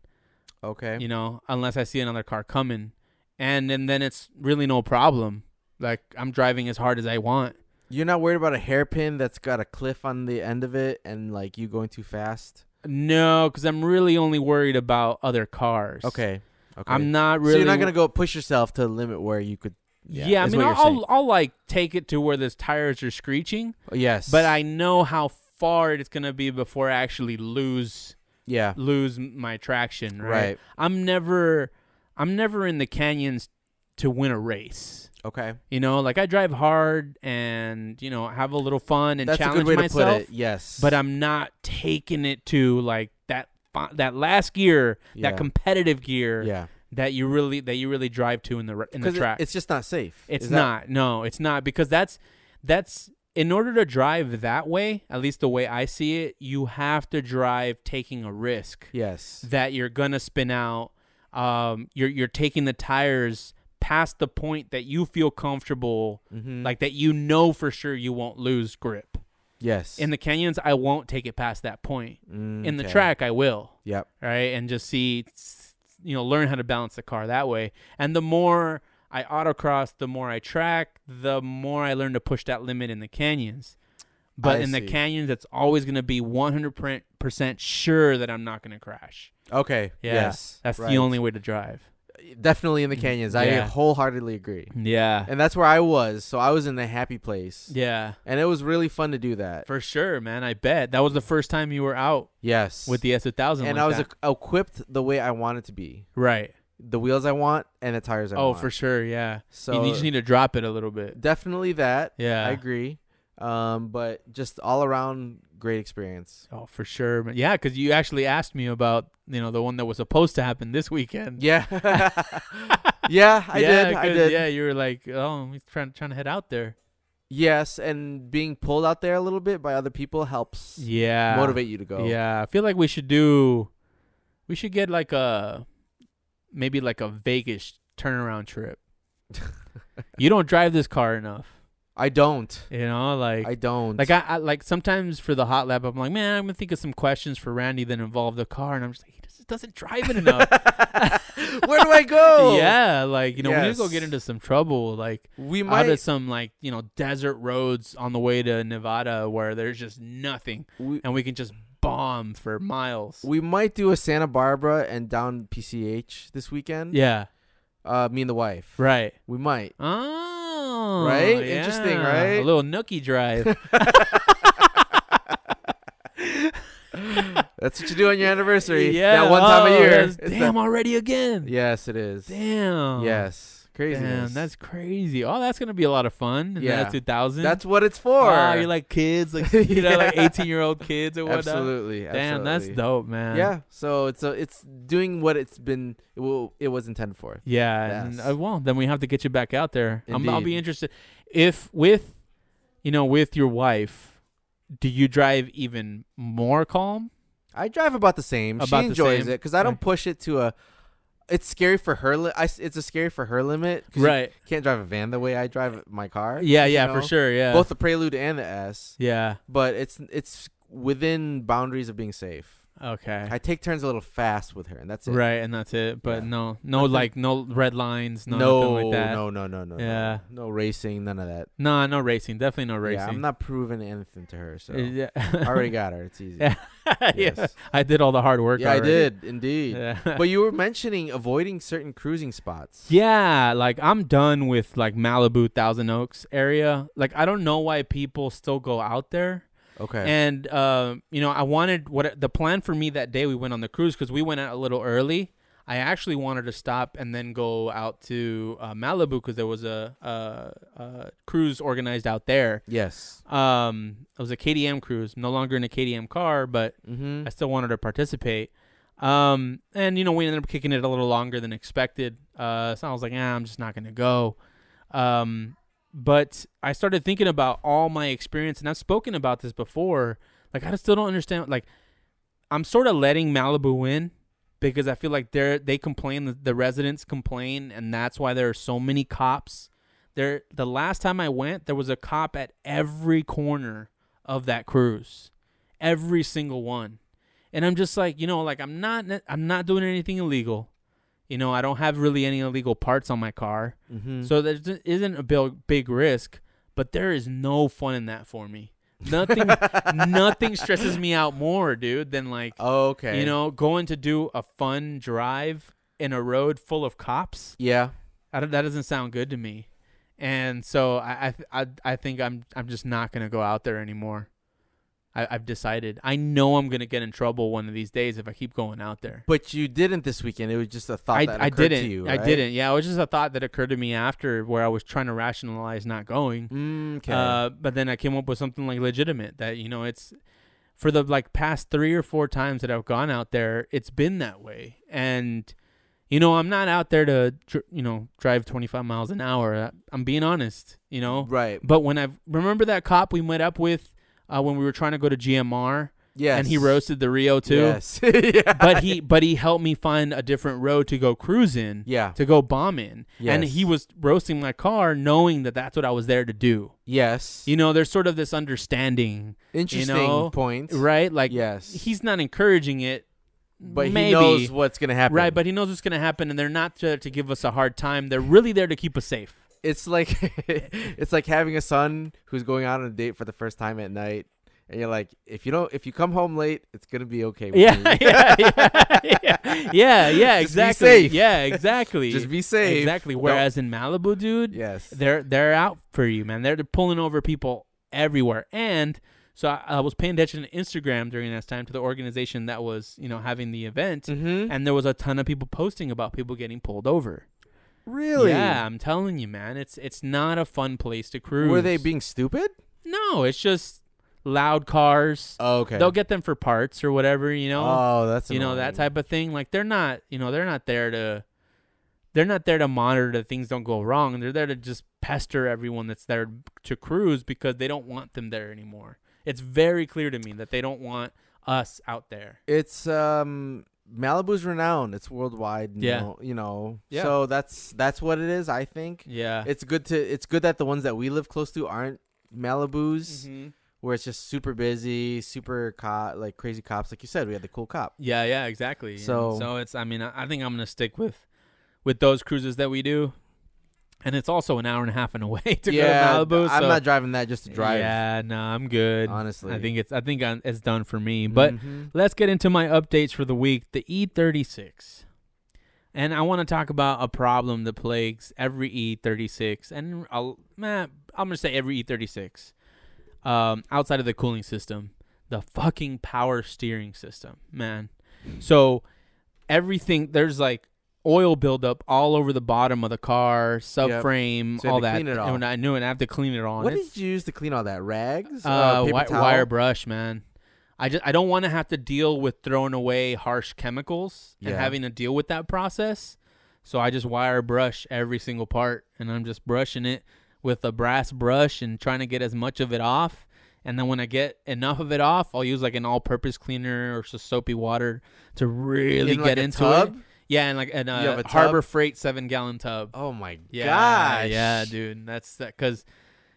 Speaker 2: okay.
Speaker 1: you know unless i see another car coming and and then it's really no problem like i'm driving as hard as i want
Speaker 2: You're not worried about a hairpin that's got a cliff on the end of it and like you going too fast.
Speaker 1: no because i'm really only worried about other cars
Speaker 2: Okay. Okay.
Speaker 1: i'm not really
Speaker 2: so you're not gonna go push yourself to the limit where you could.
Speaker 1: Yeah,
Speaker 2: Yeah,
Speaker 1: I
Speaker 2: is
Speaker 1: mean,
Speaker 2: what
Speaker 1: I'll,
Speaker 2: you're saying.
Speaker 1: I'll I'll like take it to where those tires are screeching,
Speaker 2: Yes.
Speaker 1: but I know how far it's gonna be before I actually lose
Speaker 2: Yeah.
Speaker 1: lose m- my traction. Right?
Speaker 2: Right.
Speaker 1: I'm never I'm never in the canyons to win a race.
Speaker 2: Okay.
Speaker 1: You know, like I drive hard and you know have a little fun and
Speaker 2: That's a
Speaker 1: challenge
Speaker 2: good way
Speaker 1: myself.
Speaker 2: to put it. Yes.
Speaker 1: but I'm not taking it to like that fi- that last gear,
Speaker 2: Yeah.
Speaker 1: that competitive gear
Speaker 2: yeah.
Speaker 1: that you really that you really drive to in the r- in the
Speaker 2: 'Cause it-
Speaker 1: track.
Speaker 2: it's just not safe.
Speaker 1: it's
Speaker 2: Is
Speaker 1: not.
Speaker 2: that-
Speaker 1: no, it's not because that's that's in order to drive that way, at least the way I see it, you have to drive taking a risk
Speaker 2: yes.
Speaker 1: that you're gonna spin out. Um, you're you're taking the tires past the point that you feel comfortable,
Speaker 2: Mhm.
Speaker 1: like that you know for sure you won't lose grip.
Speaker 2: yes.
Speaker 1: In the canyons, I won't take it past that point.
Speaker 2: Mm,
Speaker 1: In the
Speaker 2: okay.
Speaker 1: track, I will
Speaker 2: Yep.
Speaker 1: right? And just see, you know, learn how to balance the car that way. And the more I autocross, the more I track, the more I learn to push that limit in the canyons. But
Speaker 2: I
Speaker 1: in the
Speaker 2: see.
Speaker 1: canyons, it's always going to be 100% sure that I'm not going to crash.
Speaker 2: Okay.
Speaker 1: Yeah,
Speaker 2: Yes.
Speaker 1: That's
Speaker 2: right.
Speaker 1: the only way to drive.
Speaker 2: Definitely in the canyons. I
Speaker 1: Yeah.
Speaker 2: wholeheartedly agree.
Speaker 1: Yeah.
Speaker 2: And that's where I was. So I was in the happy place.
Speaker 1: Yeah.
Speaker 2: And it was really fun to do that.
Speaker 1: For sure, man. I bet. That was the first time you were out
Speaker 2: Yes.
Speaker 1: with the S2000.
Speaker 2: and
Speaker 1: like
Speaker 2: I was
Speaker 1: that.
Speaker 2: equ- equipped the way I wanted to be.
Speaker 1: right.
Speaker 2: The wheels I want and the tires I
Speaker 1: Oh,
Speaker 2: want.
Speaker 1: for sure. Yeah.
Speaker 2: So
Speaker 1: you, you just need to drop it a little bit.
Speaker 2: definitely that.
Speaker 1: Yeah.
Speaker 2: I agree. Um, but just all around great experience.
Speaker 1: Oh, for sure. man. Yeah, because you actually asked me about you know the one that was supposed to happen this weekend. *laughs*
Speaker 2: Yeah. *laughs* yeah, I
Speaker 1: Yeah,
Speaker 2: did. I
Speaker 1: 'cause-
Speaker 2: did.
Speaker 1: Yeah, you were like, oh, he's trying trying to head out there.
Speaker 2: Yes, and being pulled out there a little bit by other people helps
Speaker 1: Yeah,
Speaker 2: motivate you to go.
Speaker 1: Yeah, I feel like we should do. We should get like a maybe like a Vegas turnaround
Speaker 2: *laughs*
Speaker 1: trip. you don't drive this car enough,
Speaker 2: I don't.
Speaker 1: you know. Like
Speaker 2: I don't.
Speaker 1: Like I, I like sometimes for the hot lap, I'm like, man, I'm gonna think of some questions for Randy that involve the car, and I'm just like, he just doesn't drive
Speaker 2: *laughs*
Speaker 1: it enough.
Speaker 2: Where do I
Speaker 1: *laughs*
Speaker 2: go?
Speaker 1: yeah, like you know, we need to go
Speaker 2: Oh, Yes.
Speaker 1: get into some trouble, like
Speaker 2: We
Speaker 1: out
Speaker 2: might
Speaker 1: of some like you know desert roads on the way to Nevada where there's just nothing,
Speaker 2: we,
Speaker 1: and we can just bomb for miles.
Speaker 2: we might do a Santa Barbara and down PCH this weekend.
Speaker 1: yeah,
Speaker 2: Uh, me and the wife.
Speaker 1: right.
Speaker 2: We might.
Speaker 1: Oh,
Speaker 2: Right? Interesting,
Speaker 1: yeah.
Speaker 2: right?
Speaker 1: A little nookie
Speaker 2: *laughs*
Speaker 1: drive.
Speaker 2: That's what you do on your anniversary.
Speaker 1: *laughs* yeah,
Speaker 2: That one time
Speaker 1: oh,
Speaker 2: a year.
Speaker 1: that's-
Speaker 2: *laughs* It's
Speaker 1: Damn,
Speaker 2: that-
Speaker 1: already *laughs* again.
Speaker 2: yes, it is.
Speaker 1: Damn.
Speaker 2: Yes. Crazy.
Speaker 1: Damn, that's crazy. Oh, that's gonna be a lot of fun.
Speaker 2: Yeah.
Speaker 1: Yeah, two thousand.
Speaker 2: that's what it's for.
Speaker 1: you're Ah, like kids,
Speaker 2: *laughs*
Speaker 1: like you know, like
Speaker 2: Yeah.
Speaker 1: eighteen year old kids or whatnot.
Speaker 2: absolutely.
Speaker 1: Damn, that's
Speaker 2: absolutely.
Speaker 1: dope, man.
Speaker 2: Yeah. So it's a, it's doing what it's been it, will, it was intended for.
Speaker 1: Yeah,
Speaker 2: Yes.
Speaker 1: and, uh, well, then we have to get you back out there. I'm, I'll
Speaker 2: Indeed.
Speaker 1: be interested if with, you know, with your wife, do you drive even more calm?
Speaker 2: I drive about the same.
Speaker 1: About
Speaker 2: she
Speaker 1: the
Speaker 2: enjoys
Speaker 1: same.
Speaker 2: it because I don't
Speaker 1: Right.
Speaker 2: push it to a. It's scary for her. Li- I s it's a scary for her limit. 'cause you
Speaker 1: Right.
Speaker 2: can't drive a van the way I drive my car.
Speaker 1: Yeah,
Speaker 2: you
Speaker 1: yeah,
Speaker 2: know?
Speaker 1: for sure. Yeah.
Speaker 2: Both the Prelude and the S,
Speaker 1: Yeah.
Speaker 2: but it's it's within boundaries of being safe.
Speaker 1: Okay.
Speaker 2: I take turns a little fast with her, and that's it.
Speaker 1: Right, and that's it. But
Speaker 2: Yeah.
Speaker 1: no, no,
Speaker 2: Nothing-
Speaker 1: like no red lines, no,
Speaker 2: No,
Speaker 1: nothing like that.
Speaker 2: no, no, no, no. no.
Speaker 1: Yeah.
Speaker 2: No racing, none of that.
Speaker 1: no, no racing. Definitely no racing.
Speaker 2: Yeah, I'm not proving anything to her, so
Speaker 1: Uh, *laughs* Yeah.
Speaker 2: I already got her. It's easy.
Speaker 1: Yeah, yeah. *laughs*
Speaker 2: Yes.
Speaker 1: I did all the hard work.
Speaker 2: Yeah, I
Speaker 1: already.
Speaker 2: did indeed.
Speaker 1: Yeah.
Speaker 2: But you were mentioning avoiding certain cruising spots.
Speaker 1: Yeah, like I'm done with like Malibu, Thousand Oaks area. Like I don't know why people still go out there.
Speaker 2: Okay.
Speaker 1: And um, you know, I wanted what the plan for me that day we went on the cruise because we went out a little early. I actually wanted to stop and then go out to uh, Malibu because there was a, a, a cruise organized out there.
Speaker 2: yes.
Speaker 1: Um, it was a KDM cruise, no longer in a KDM car, but
Speaker 2: Mm-hmm.
Speaker 1: I still wanted to participate. Um, and you know, we ended up kicking it a little longer than expected. Uh, so I was like, ah, I'm just not gonna go. Um, but I started thinking about all my experience, and I've spoken about this before. Like, I still don't understand. Like, I'm sort of letting Malibu win because I feel like they're they complain, the- the residents complain, and that's why there are so many cops. There, the last time I went, there was a cop at every corner of that cruise, every single one and I'm just like, you know, like I'm not I'm not doing anything illegal. You know, I don't have really any illegal parts on my car.
Speaker 2: Mm-hmm.
Speaker 1: So there d- isn't a big, big risk, but there is no fun in that for me. Nothing
Speaker 2: *laughs*
Speaker 1: nothing stresses me out more, dude, than like
Speaker 2: Okay.
Speaker 1: you know, going to do a fun drive in a road full of cops.
Speaker 2: Yeah.
Speaker 1: I don't, that doesn't sound good to me. And so I I, th- I I think I'm I'm just not going to go out there anymore. I, I've decided. I know I'm gonna get in trouble one of these days if I keep going out there.
Speaker 2: But you didn't this weekend. It was just a thought
Speaker 1: I,
Speaker 2: that
Speaker 1: I
Speaker 2: occurred
Speaker 1: didn't.
Speaker 2: to you.
Speaker 1: I didn't. Yeah, it was just a thought that occurred to me after where I was trying to rationalize not going.
Speaker 2: Mm, Okay.
Speaker 1: Uh, but then I came up with something like legitimate that you know it's for the like past three or four times that I've gone out there, it's been that way. And you know, I'm not out there to dr- you know drive 25 miles an hour. I- I'm being honest. You know,
Speaker 2: right.
Speaker 1: but when I remember that cop we met up with uh, when we were trying to go to GMR,
Speaker 2: Yes.
Speaker 1: and he roasted the Rio too.
Speaker 2: Yes. *laughs* yeah.
Speaker 1: But he but he helped me find a different road to go cruise in.
Speaker 2: Yeah.
Speaker 1: To go bomb in, and
Speaker 2: Yes.
Speaker 1: he was roasting my car, knowing that that's what I was there to do.
Speaker 2: Yes.
Speaker 1: You know, there's sort of this understanding,
Speaker 2: Interesting
Speaker 1: know,
Speaker 2: point.
Speaker 1: right? Like,
Speaker 2: Yes.
Speaker 1: he's not encouraging it,
Speaker 2: But
Speaker 1: maybe,
Speaker 2: he knows what's gonna happen.
Speaker 1: right? But he knows what's gonna happen, and they're not there to give us a hard time. They're really there to keep us safe.
Speaker 2: *laughs* it's like it's like having a son who's going out on a date for the first time at night, and you're like, if you don't, if you come home late, it's gonna be okay. With
Speaker 1: Yeah, *laughs*
Speaker 2: you.
Speaker 1: yeah, yeah, yeah, yeah, yeah,
Speaker 2: Just be
Speaker 1: exactly.
Speaker 2: safe.
Speaker 1: Yeah, exactly.
Speaker 2: *laughs* *laughs* Just be safe.
Speaker 1: Exactly.
Speaker 2: Don't-
Speaker 1: Whereas in Malibu, dude,
Speaker 2: Yes.
Speaker 1: they're they're out for you, man. They're, they're pulling over people everywhere. And so I, I was paying attention to Instagram during this time to the organization that was, you know, having the event,
Speaker 2: Mm-hmm.
Speaker 1: and there was a ton of people posting about people getting pulled over.
Speaker 2: Really?
Speaker 1: Yeah, I'm telling you, man. It's it's not a fun place to cruise.
Speaker 2: Were they being stupid?
Speaker 1: No, it's just loud cars.
Speaker 2: Oh, okay.
Speaker 1: They'll get them for parts or whatever, you know
Speaker 2: oh, that's
Speaker 1: you know that
Speaker 2: annoying.
Speaker 1: type of thing like they're not you know they're not there to they're not there to monitor that things don't go wrong they're there to just pester everyone that's there to cruise because they don't want them there anymore it's very clear to me that they don't want us out there
Speaker 2: It's um Malibu's renowned. It's worldwide. You
Speaker 1: Yeah.
Speaker 2: Know, you know.
Speaker 1: Yeah.
Speaker 2: So that's that's what it is. I think
Speaker 1: yeah
Speaker 2: *laughs* it's good to. It's good that the ones that we live close to aren't Malibu's.
Speaker 1: Mhm.
Speaker 2: where it's just super busy, super cop, like crazy cops. Like you said, we had the cool cop.
Speaker 1: yeah yeah exactly And
Speaker 2: So-
Speaker 1: so it's i mean I, I think i'm gonna stick with with those cruises that we do and it's also an hour and a half and away *laughs* to go to malibu
Speaker 2: I'm
Speaker 1: so-
Speaker 2: not driving that just to drive.
Speaker 1: yeah no i'm good
Speaker 2: honestly.
Speaker 1: i think it's i think i it's done for me but
Speaker 2: Mhm.
Speaker 1: Let's get into my updates for the week, the E36. And I want to talk about a problem that plagues every E36, and I'll, man, I'm gonna say every E36, um, outside of the cooling system, the fucking power steering system, man. So everything there's like oil buildup all over the bottom of the car, subframe,
Speaker 2: So you had
Speaker 1: all
Speaker 2: to
Speaker 1: that.
Speaker 2: clean it all.
Speaker 1: And I knew, and I have to clean it all. and
Speaker 2: what
Speaker 1: it's-
Speaker 2: did you use to clean all that? Rags?
Speaker 1: uh,
Speaker 2: paper
Speaker 1: wi-
Speaker 2: towel?
Speaker 1: wire brush, man. I just I don't want to have to deal with throwing away harsh chemicals and
Speaker 2: Yeah.
Speaker 1: having to deal with that process. So I just wire brush every single part, and I'm just brushing it with a brass brush and trying to get as much of it off. And then when I get enough of it off, I'll use like an all-purpose cleaner or just soapy water to really
Speaker 2: In,
Speaker 1: get
Speaker 2: like, a
Speaker 1: into it.
Speaker 2: tub?
Speaker 1: Yeah, and like an
Speaker 2: You have
Speaker 1: uh,
Speaker 2: a tub?
Speaker 1: Harbor Freight seven-gallon tub.
Speaker 2: Oh my
Speaker 1: Yeah,
Speaker 2: gosh.
Speaker 1: yeah, dude. That's that because,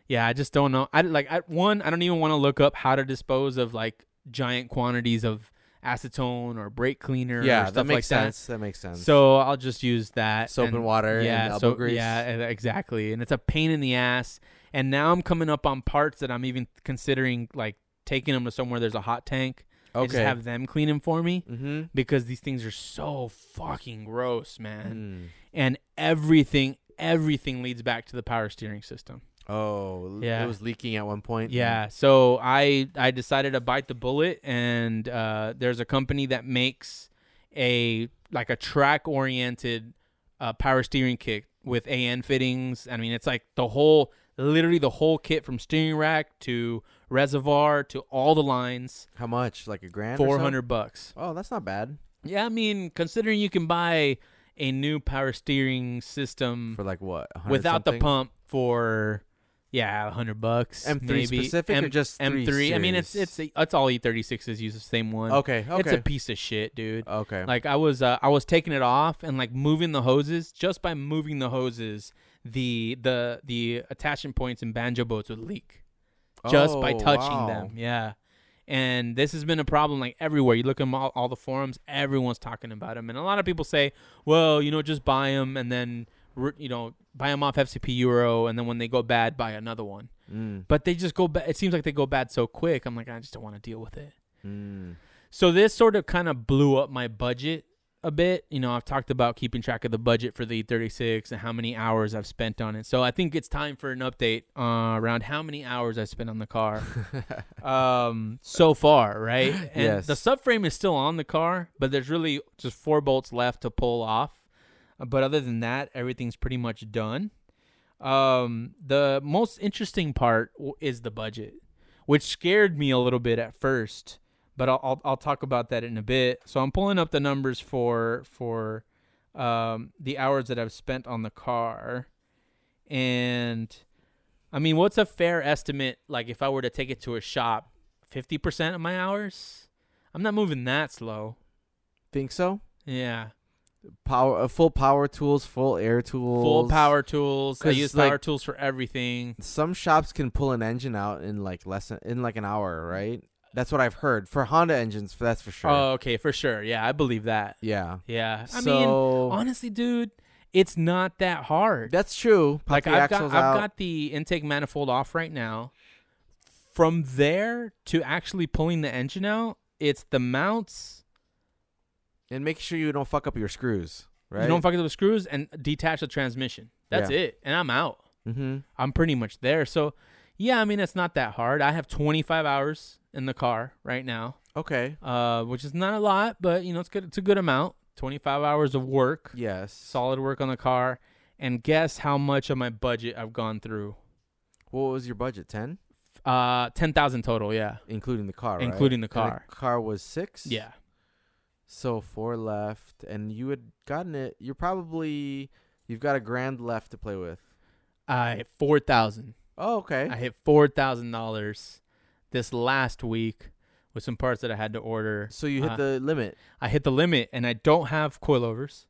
Speaker 1: yeah, I just don't know. I like I, one. I don't even want to look up how to dispose of like giant quantities of acetone or brake cleaner. or
Speaker 2: Yeah,
Speaker 1: stuff
Speaker 2: that
Speaker 1: like
Speaker 2: makes
Speaker 1: that.
Speaker 2: sense. That. makes sense.
Speaker 1: So I'll just use that
Speaker 2: soap and, water
Speaker 1: Yeah,
Speaker 2: and elbow
Speaker 1: so
Speaker 2: grease.
Speaker 1: yeah, and- exactly. And it's a pain in the ass. And now I'm coming up on parts that I'm even considering like taking them to somewhere there's a hot tank. and
Speaker 2: Okay.
Speaker 1: just have them clean them for me
Speaker 2: mm-hmm.
Speaker 1: because these things are so fucking gross, man
Speaker 2: Mm.
Speaker 1: and everything everything leads back to the power steering system
Speaker 2: Oh,
Speaker 1: Yeah.
Speaker 2: yeah. It was leaking at one point.
Speaker 1: yeah so i i decided to bite the bullet and uh, there's a company that makes a like a track oriented uh, power steering kit with an fittings i mean it's like the whole literally the whole kit from steering rack to reservoir to all the lines
Speaker 2: How much? Like a grand? or so?
Speaker 1: 400 bucks
Speaker 2: Oh, that's not bad
Speaker 1: yeah i mean considering you can buy a new power steering system
Speaker 2: for like what? 100
Speaker 1: Mm. without the
Speaker 2: something?
Speaker 1: pump for yeah, a hundred bucks.
Speaker 2: M3
Speaker 1: maybe.
Speaker 2: specific or just
Speaker 1: M3?
Speaker 2: 3
Speaker 1: I mean, it's it's
Speaker 2: series?
Speaker 1: it's all E36s use the same one.
Speaker 2: Okay. Okay.
Speaker 1: It's a piece of shit, dude.
Speaker 2: okay.
Speaker 1: Like I was uh, I was taking it off and like moving the hoses. Just by moving the hoses, the the the attachment points in banjo boats would leak just by
Speaker 2: Oh,
Speaker 1: touching
Speaker 2: wow.
Speaker 1: them. Yeah. And this has been a problem like everywhere. You look at 'em all, all the forums, everyone's talking about them. And a lot of people say, well, you know, just buy them and then, re- you know, buy them off FCP Euro. And then when they go bad, buy another one.
Speaker 2: Mm.
Speaker 1: But they just go bad. It seems like they go bad so quick.
Speaker 2: *laughs*
Speaker 1: I'm like, I just don't want to deal with it.
Speaker 2: Mm.
Speaker 1: So this sort of kind of blew up my budget a bit. You know, I've talked about keeping track of the budget for the 36 and how many hours I've spent on it. So I think it's time for an update uh, around how many hours I spent on the car um, so far, right? And
Speaker 2: Yes.
Speaker 1: the subframe is still on the car, but there's really just four bolts left to pull off. Uh, But other than that, everything's pretty much done. Um, the most interesting part w- is the budget, which scared me a little bit at first but I'll, I'll I'll talk about that in a bit. So I'm pulling up the numbers for for um, the hours that I've spent on the car, and I mean, what's a fair estimate? Like if I were to take it to a shop, fifty percent of my hours. I'm not moving that slow.
Speaker 2: Think so?
Speaker 1: Yeah,
Speaker 2: Power, uh, full power tools, full air tools,
Speaker 1: full power tools. I
Speaker 2: 'Cause,
Speaker 1: use
Speaker 2: like-
Speaker 1: power tools for everything.
Speaker 2: Some shops can pull an engine out in like less than, in like an hour, right? That's what I've heard for Honda engines. For that's for sure.
Speaker 1: Oh, okay, for sure. Yeah, I believe that.
Speaker 2: yeah.
Speaker 1: Yeah, I mean,
Speaker 2: so
Speaker 1: honestly, dude, it's not that hard.
Speaker 2: that's true. Pop
Speaker 1: like
Speaker 2: the
Speaker 1: I've got
Speaker 2: axles out.
Speaker 1: I've got the intake manifold off right now. From there to actually pulling the engine out, it's the mounts.
Speaker 2: and make sure you don't fuck up your screws. Right.
Speaker 1: You don't fuck it up with screws and detach the transmission. That's
Speaker 2: Yeah.
Speaker 1: it, and I'm out.
Speaker 2: mm-hmm.
Speaker 1: I'm pretty much there. So, yeah, I mean it's not that hard. I have 25 hours in the car right now,
Speaker 2: Okay.
Speaker 1: uh, which is not a lot, but you know it's good. It's a good amount. 25 hours of work,
Speaker 2: Yes.
Speaker 1: solid work on the car, and guess how much of my budget I've gone through?
Speaker 2: What was your budget? Ten,
Speaker 1: Uh, 10,000 total. Yeah.
Speaker 2: including the car. right?
Speaker 1: Including the
Speaker 2: And
Speaker 1: car.
Speaker 2: car was six.
Speaker 1: Yeah.
Speaker 2: So four left, and you had gotten it. You're probably you've got a grand left to play with.
Speaker 1: I hit four thousand.
Speaker 2: Oh, okay.
Speaker 1: I hit four thousand dollars this last week with some parts that I had to order.
Speaker 2: so you hit
Speaker 1: uh,
Speaker 2: the limit.
Speaker 1: *laughs* I hit the limit and I don't have coilovers.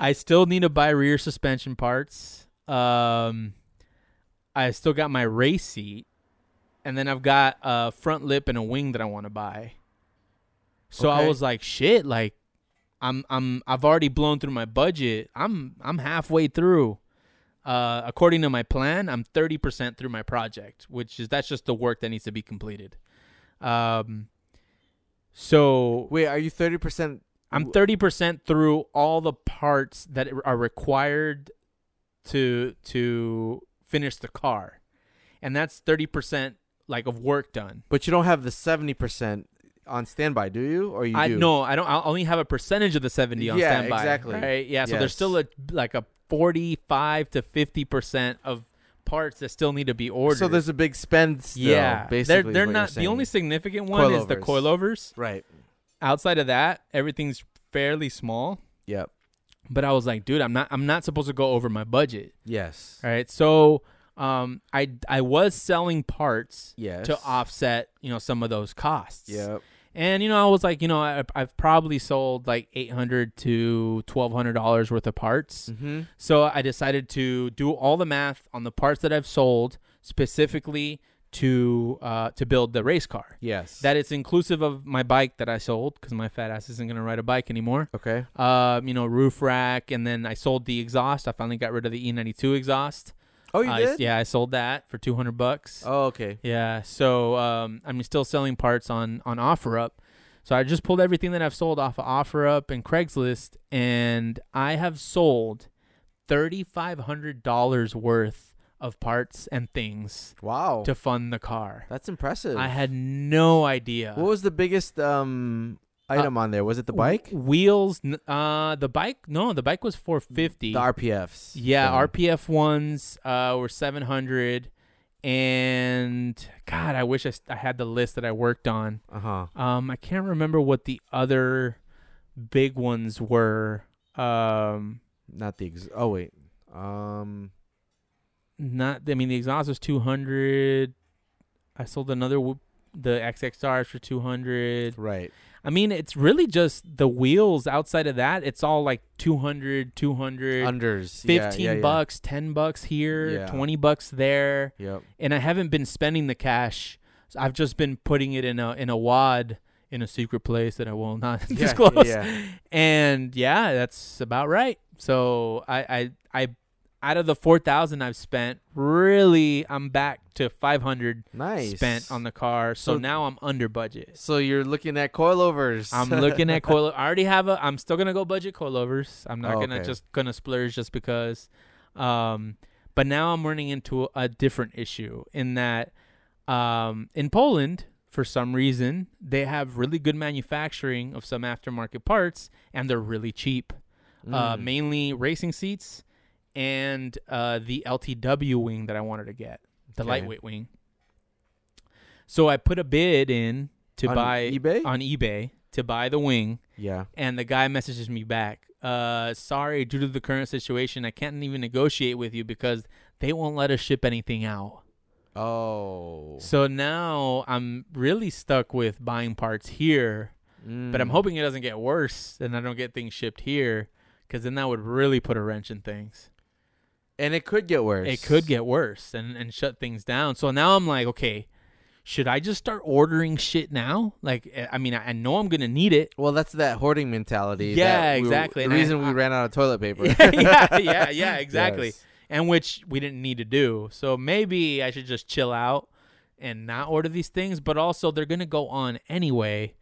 Speaker 1: I still need to buy rear suspension parts. Um I still got my race seat and then I've got a front lip and a wing that I want to buy. So I
Speaker 2: Okay.
Speaker 1: was like, shit, like I'm I'm I've already blown through my budget. I'm I'm halfway through. Uh, according to my plan, I'm 30% through my project, which is that's just the work that needs to be completed. Um, so
Speaker 2: Wait, are you thirty percent?
Speaker 1: I'm
Speaker 2: W-
Speaker 1: 30% through all the parts that are required to to finish the car. And that's 30% like of work done.
Speaker 2: But you don't have the seventy percent on standby, do you? Or you
Speaker 1: I
Speaker 2: do?
Speaker 1: no, I don't I only have a percentage of the 70 on
Speaker 2: Yeah,
Speaker 1: standby.
Speaker 2: exactly.
Speaker 1: Right? Yeah, so there's
Speaker 2: Yes.
Speaker 1: still a like a 45 to 50% of parts that still need to be ordered.
Speaker 2: So there's a big spend. Still,
Speaker 1: yeah,
Speaker 2: Basically,
Speaker 1: they're
Speaker 2: is
Speaker 1: they're
Speaker 2: what you're
Speaker 1: not the only
Speaker 2: saying.
Speaker 1: significant one is the coilovers.
Speaker 2: Right.
Speaker 1: Outside of that, everything's fairly small.
Speaker 2: Yep.
Speaker 1: But I was like, dude, I'm not I'm not supposed to go over my budget.
Speaker 2: Yes.
Speaker 1: All right. So um I I was selling parts
Speaker 2: Yes.
Speaker 1: to offset, you know, some of those costs.
Speaker 2: Yep.
Speaker 1: And you know, I was like, you know, I I've probably sold like 800 to 1200 dollars worth of parts.
Speaker 2: Mm-hmm.
Speaker 1: So I decided to do all the math on the parts that I've sold specifically to uh to build the race car.
Speaker 2: Yes.
Speaker 1: That it's inclusive of my bike that I sold cuz my fat ass isn't going to ride a bike anymore
Speaker 2: Okay.
Speaker 1: um, you know, roof rack, and then I sold the exhaust. I finally got rid of the E92 exhaust.
Speaker 2: Oh, you
Speaker 1: I-
Speaker 2: did.
Speaker 1: yeah, I sold that for 200 bucks.
Speaker 2: Oh, okay.
Speaker 1: Yeah, so um, I'm still selling parts on on OfferUp. So I just pulled everything that I've sold off of OfferUp and Craigslist, and I have sold $3,500 worth of parts and things
Speaker 2: Wow.
Speaker 1: to fund the car.
Speaker 2: That's impressive.
Speaker 1: I had uh, no idea.
Speaker 2: What was the biggest um item on there? Was it the
Speaker 1: Uh, W-
Speaker 2: bike?
Speaker 1: wheels? n- Uh, the bike? No, the bike was 450.
Speaker 2: The RPFs.
Speaker 1: Yeah,
Speaker 2: thing.
Speaker 1: RPF ones uh, were 700, and God, I wish I, s- I had the list that I worked on.
Speaker 2: Uh-huh.
Speaker 1: Um, I can't remember what the other big ones were. Um,
Speaker 2: Not the ex- Oh wait. Um
Speaker 1: not, I mean, the exhaust was 200. I sold another w- the XXRs for 200.
Speaker 2: right.
Speaker 1: I mean, it's really just the wheels. Outside of that, it's all like 200, 200.
Speaker 2: Unders. Yeah,
Speaker 1: 15
Speaker 2: yeah, yeah.
Speaker 1: bucks, 10 bucks here,
Speaker 2: Yeah.
Speaker 1: 20 bucks there.
Speaker 2: Yep.
Speaker 1: and I haven't been spending the cash. So I've just been putting it in a in a wad in a secret place that I will not *laughs*
Speaker 2: Yeah,
Speaker 1: disclose.
Speaker 2: Yeah.
Speaker 1: And yeah, that's about right. So I I I out of the 4000 I've spent, really I'm back to 500
Speaker 2: Nice.
Speaker 1: spent on the car. So,
Speaker 2: So-
Speaker 1: now I'm under budget.
Speaker 2: So you're looking at coilovers. *laughs*
Speaker 1: I'm looking at coil. I already have a. I'm still gonna go budget coilovers. I'm not
Speaker 2: Oh,
Speaker 1: gonna
Speaker 2: okay.
Speaker 1: just gonna splurge just because. Um, but now I'm running into a, different issue in that, um, in Poland for some reason they have really good manufacturing of some aftermarket parts and they're really cheap. Uh,
Speaker 2: Mm.
Speaker 1: mainly racing seats and uh, the LTW wing that I wanted to get, the
Speaker 2: Okay.
Speaker 1: lightweight wing. So I put a bid in to
Speaker 2: On
Speaker 1: buy
Speaker 2: eBay?
Speaker 1: on eBay to buy the wing,
Speaker 2: yeah.
Speaker 1: and the guy messages me back. Uh, sorry, due to the current situation, I can't even negotiate with you because they won't let us ship anything out.
Speaker 2: Oh.
Speaker 1: So now I'm really stuck with buying parts here, but I'm
Speaker 2: Mm.
Speaker 1: hoping it doesn't get worse and I don't get things shipped here because then that would really put a wrench in things.
Speaker 2: And it could get worse.
Speaker 1: It could get worse and, and shut things down. So now I'm like, okay, should I just start ordering shit now? Like, eh, I- I mean, I, I know I'm going to need it. *laughs*
Speaker 2: Well, that's that hoarding mentality.
Speaker 1: Yeah,
Speaker 2: that we-
Speaker 1: exactly, and
Speaker 2: the
Speaker 1: I-
Speaker 2: reason we
Speaker 1: I-
Speaker 2: ran out of toilet
Speaker 1: *laughs*
Speaker 2: paper. *laughs*
Speaker 1: yeah, yeah, yeah, exactly.
Speaker 2: Yes.
Speaker 1: And which we didn't need to do. So maybe I should just chill out and not order these things, but also they're going to go on anyway.